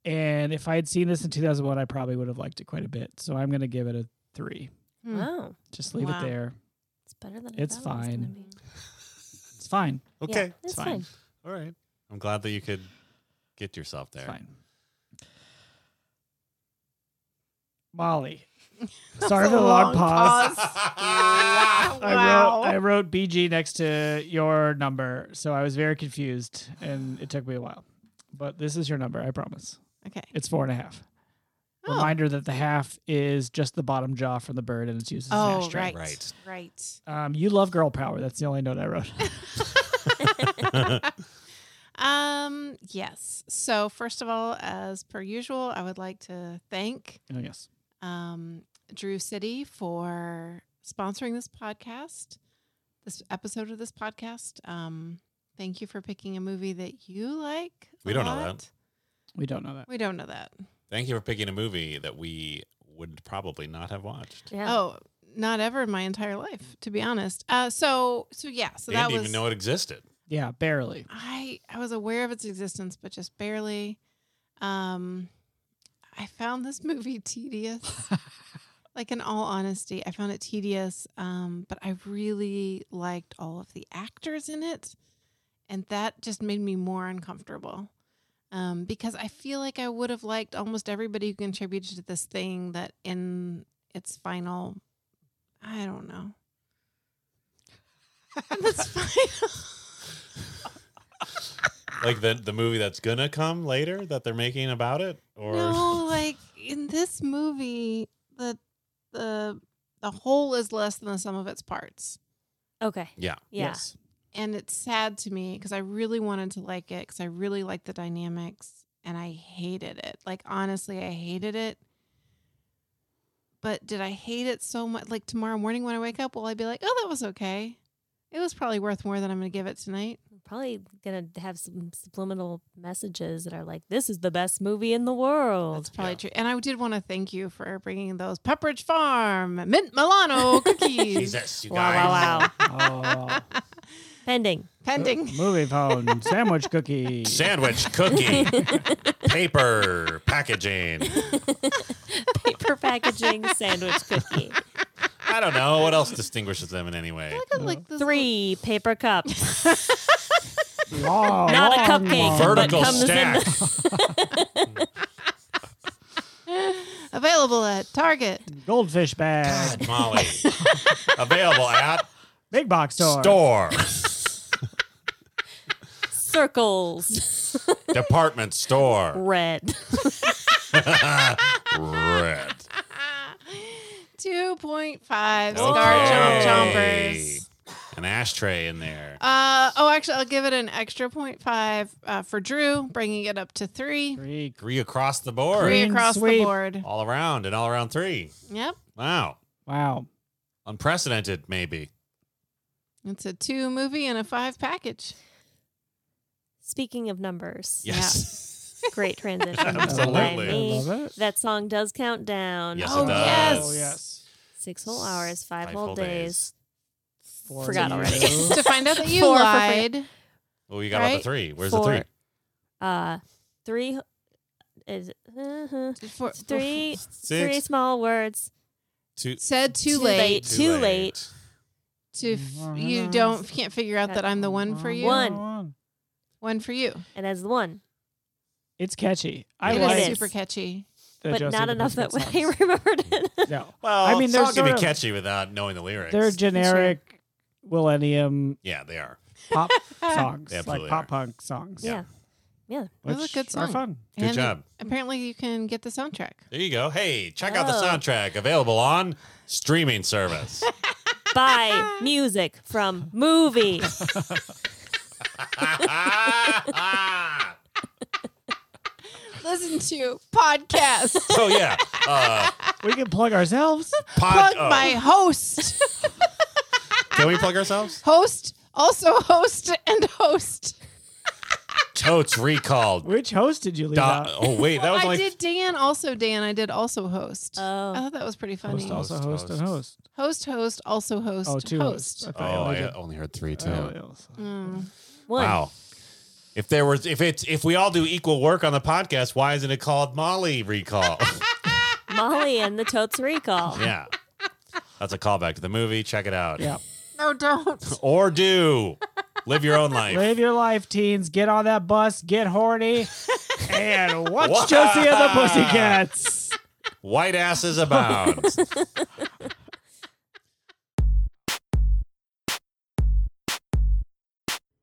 [SPEAKER 3] and if I had seen this in 2001 I probably would have liked it quite a bit so I'm going to give it a 3
[SPEAKER 1] Hmm.
[SPEAKER 2] Wow.
[SPEAKER 3] just leave
[SPEAKER 1] Wow.
[SPEAKER 3] it there
[SPEAKER 2] It's better than I
[SPEAKER 3] It's
[SPEAKER 2] thought it was gonna
[SPEAKER 3] fine.
[SPEAKER 2] be.
[SPEAKER 3] it's fine
[SPEAKER 2] Yeah,
[SPEAKER 5] Okay.
[SPEAKER 2] it's
[SPEAKER 3] fine.
[SPEAKER 2] fine.
[SPEAKER 5] All right. I'm glad that you could get yourself there.
[SPEAKER 3] It's fine. Molly. Sorry for the long, pause. I
[SPEAKER 1] Wow.
[SPEAKER 3] wrote I wrote BG next to your number, so I was very confused and it took me a while. But this is your number, I promise.
[SPEAKER 1] Okay.
[SPEAKER 3] It's four and a half.
[SPEAKER 1] Oh.
[SPEAKER 3] Reminder that the half is just the bottom jaw from the bird and it's used as an
[SPEAKER 1] Oh,
[SPEAKER 3] ashtray.
[SPEAKER 1] right.
[SPEAKER 5] Right.
[SPEAKER 1] Right.
[SPEAKER 3] Um, you love girl power. That's the only note I wrote.
[SPEAKER 1] Um, yes. So, first of all, as per usual, I would like to thank
[SPEAKER 3] oh, yes.
[SPEAKER 1] um, Drew City for sponsoring this podcast, this episode of this podcast. Um, thank you for picking a movie that you like. a
[SPEAKER 5] We don't know that.
[SPEAKER 1] lot.
[SPEAKER 3] We don't know that.
[SPEAKER 1] We don't know that.
[SPEAKER 5] Thank you for picking a movie that we would probably not have watched.
[SPEAKER 2] Yeah.
[SPEAKER 1] Oh, not ever in my entire life, to be honest. Uh, so, so yeah. So
[SPEAKER 5] they
[SPEAKER 1] that
[SPEAKER 5] didn't
[SPEAKER 1] was
[SPEAKER 5] even know it existed.
[SPEAKER 3] Yeah, barely.
[SPEAKER 1] I I was aware of its existence, but just barely. Um, I found this movie tedious. like in all honesty, I found it tedious. Um, but I really liked all of the actors in it, and that just made me more uncomfortable. Um, because I feel like I would have liked almost everybody who contributed to this thing that in its final, I don't know. In its final.
[SPEAKER 5] Like the the movie that's gonna come later that they're making about it, or
[SPEAKER 1] No, like in this movie, the the the whole is less than the sum of its parts, Oh.
[SPEAKER 2] Okay.
[SPEAKER 5] yeah,
[SPEAKER 2] Yeah.
[SPEAKER 3] Yes.
[SPEAKER 1] and it's sad to me because I really wanted to like it because I really liked the dynamics, and I hated it. Like honestly, I hated it. But did I hate it so much? Like tomorrow morning when I wake up, will I be like, "Oh, that was okay. It was probably worth more than I'm going to give it tonight."
[SPEAKER 2] Probably gonna have some subliminal messages that are like, "This is the best movie in the world."
[SPEAKER 1] That's probably true. And I did want to thank you for bringing those Pepperidge Farm Mint Milano cookies.
[SPEAKER 5] Jesus, you
[SPEAKER 2] Wow!
[SPEAKER 5] guys.
[SPEAKER 2] Wow! Wow!
[SPEAKER 3] Oh.
[SPEAKER 2] Pending.
[SPEAKER 1] Pending.
[SPEAKER 3] Uh, Movie phone, sandwich cookie.
[SPEAKER 5] Sandwich, cookie, paper, packaging.
[SPEAKER 2] Paper packaging sandwich cookie.
[SPEAKER 5] I don't know what else distinguishes them in any way.
[SPEAKER 1] Look at, like, this
[SPEAKER 2] Three paper cups.
[SPEAKER 3] Long,
[SPEAKER 2] Not a
[SPEAKER 3] long,
[SPEAKER 2] cupcake,
[SPEAKER 3] long.
[SPEAKER 2] but-
[SPEAKER 5] Vertical
[SPEAKER 2] comes in
[SPEAKER 5] stack.
[SPEAKER 1] little- Available at Target.
[SPEAKER 3] goldfish bag,
[SPEAKER 5] God, Molly. Available at
[SPEAKER 3] big box store.
[SPEAKER 5] store,
[SPEAKER 2] Circles.
[SPEAKER 5] department store.
[SPEAKER 2] Red.
[SPEAKER 5] Red.
[SPEAKER 1] 2.5 cigar
[SPEAKER 5] Okay.
[SPEAKER 1] chomp chompers.
[SPEAKER 5] An ashtray in there.
[SPEAKER 1] Uh, oh, actually, I'll give it an extra 0.5 uh, for Drew, bringing it up to three.
[SPEAKER 3] Three.
[SPEAKER 5] Three across the board.
[SPEAKER 1] Three
[SPEAKER 3] Green
[SPEAKER 1] across
[SPEAKER 3] sweep.
[SPEAKER 1] the board.
[SPEAKER 5] All around and all around three.
[SPEAKER 1] Yep.
[SPEAKER 5] Wow.
[SPEAKER 3] Wow.
[SPEAKER 5] Unprecedented, maybe.
[SPEAKER 1] It's a two movie and a five package.
[SPEAKER 2] Speaking of numbers.
[SPEAKER 5] Yes.
[SPEAKER 2] Great transition.
[SPEAKER 5] Absolutely.
[SPEAKER 2] By
[SPEAKER 3] I
[SPEAKER 2] me.
[SPEAKER 3] love it.
[SPEAKER 2] That song does count down.
[SPEAKER 5] Yes,
[SPEAKER 1] Oh,
[SPEAKER 5] it
[SPEAKER 1] yes.
[SPEAKER 5] does.
[SPEAKER 3] Oh, yes.
[SPEAKER 2] Six whole hours, five, whole, days.
[SPEAKER 3] Four
[SPEAKER 2] Forgot
[SPEAKER 3] to
[SPEAKER 2] already.
[SPEAKER 3] you.
[SPEAKER 1] to find out that you
[SPEAKER 2] Four for free.
[SPEAKER 1] lied.
[SPEAKER 5] Well, you got all
[SPEAKER 1] Right?
[SPEAKER 5] the three. Where's
[SPEAKER 2] Four.
[SPEAKER 5] the three?
[SPEAKER 2] Uh, three is uh-huh.
[SPEAKER 1] For-
[SPEAKER 2] three three
[SPEAKER 5] Six.
[SPEAKER 2] small words.
[SPEAKER 5] Two.
[SPEAKER 1] Said too,
[SPEAKER 2] Too
[SPEAKER 1] late.
[SPEAKER 2] late. Too late.
[SPEAKER 1] To f- you don't can't figure out that I'm the one for you.
[SPEAKER 2] One.
[SPEAKER 1] One for you.
[SPEAKER 2] And as the one,
[SPEAKER 3] It's catchy. I
[SPEAKER 1] It is
[SPEAKER 2] is.
[SPEAKER 3] like
[SPEAKER 1] super catchy.
[SPEAKER 3] the
[SPEAKER 2] but
[SPEAKER 3] Josie
[SPEAKER 2] not
[SPEAKER 3] the
[SPEAKER 2] enough that
[SPEAKER 3] Pussycat
[SPEAKER 2] I
[SPEAKER 3] songs.
[SPEAKER 2] remembered it.
[SPEAKER 3] No,
[SPEAKER 5] Well,
[SPEAKER 3] I mean, they're
[SPEAKER 5] songs can be
[SPEAKER 3] sort of-
[SPEAKER 5] catchy without knowing the lyrics.
[SPEAKER 3] they're generic millennium
[SPEAKER 5] yeah, they are.
[SPEAKER 3] pop
[SPEAKER 1] Uh,
[SPEAKER 3] songs,
[SPEAKER 5] They
[SPEAKER 3] like
[SPEAKER 5] absolutely
[SPEAKER 3] pop
[SPEAKER 5] are.
[SPEAKER 3] punk songs.
[SPEAKER 2] Yeah. Yeah.
[SPEAKER 1] Those are
[SPEAKER 3] which
[SPEAKER 1] good
[SPEAKER 3] are
[SPEAKER 1] songs.
[SPEAKER 3] fun.
[SPEAKER 5] Good job.
[SPEAKER 1] Apparently, you can get the soundtrack.
[SPEAKER 5] There you go. Hey, check out the
[SPEAKER 2] Oh.
[SPEAKER 5] soundtrack available on streaming service.
[SPEAKER 2] By music from movie.
[SPEAKER 5] oh
[SPEAKER 1] Listen to podcast.
[SPEAKER 5] yeah. Uh,
[SPEAKER 3] We can plug ourselves.
[SPEAKER 5] pod,
[SPEAKER 1] Plug
[SPEAKER 5] oh.
[SPEAKER 1] my host.
[SPEAKER 5] Can we plug ourselves?
[SPEAKER 1] host, also host, and host.
[SPEAKER 5] Totes recalled.
[SPEAKER 3] Which host did you leave
[SPEAKER 5] Dot-
[SPEAKER 3] out?
[SPEAKER 5] oh wait, that was
[SPEAKER 1] I
[SPEAKER 5] like
[SPEAKER 1] did Dan also Dan. I did also host. I
[SPEAKER 2] Oh,
[SPEAKER 1] thought that was pretty funny.
[SPEAKER 3] Host,
[SPEAKER 1] Host,
[SPEAKER 3] also
[SPEAKER 5] Host,
[SPEAKER 3] host, and host.
[SPEAKER 5] host.
[SPEAKER 1] host, also host,
[SPEAKER 3] Oh, two hosts.
[SPEAKER 1] host.
[SPEAKER 3] I thought you
[SPEAKER 5] Oh,
[SPEAKER 3] only
[SPEAKER 5] I
[SPEAKER 3] did-
[SPEAKER 5] only heard three too.
[SPEAKER 3] oh, yes.
[SPEAKER 1] Mm.
[SPEAKER 2] one.
[SPEAKER 5] Wow. If there was, if it's, if we all do equal work on the podcast, why isn't it called Molly Recall?
[SPEAKER 2] Molly and the Totes Recall.
[SPEAKER 5] yeah, that's a callback to the movie. Check it out.
[SPEAKER 3] Yeah.
[SPEAKER 1] No, don't.
[SPEAKER 5] Or do live your own life.
[SPEAKER 3] Live your life, teens. Get on that bus. Get horny. and watch
[SPEAKER 5] Wow.
[SPEAKER 3] Josie and the Pussycats.
[SPEAKER 5] White asses abound.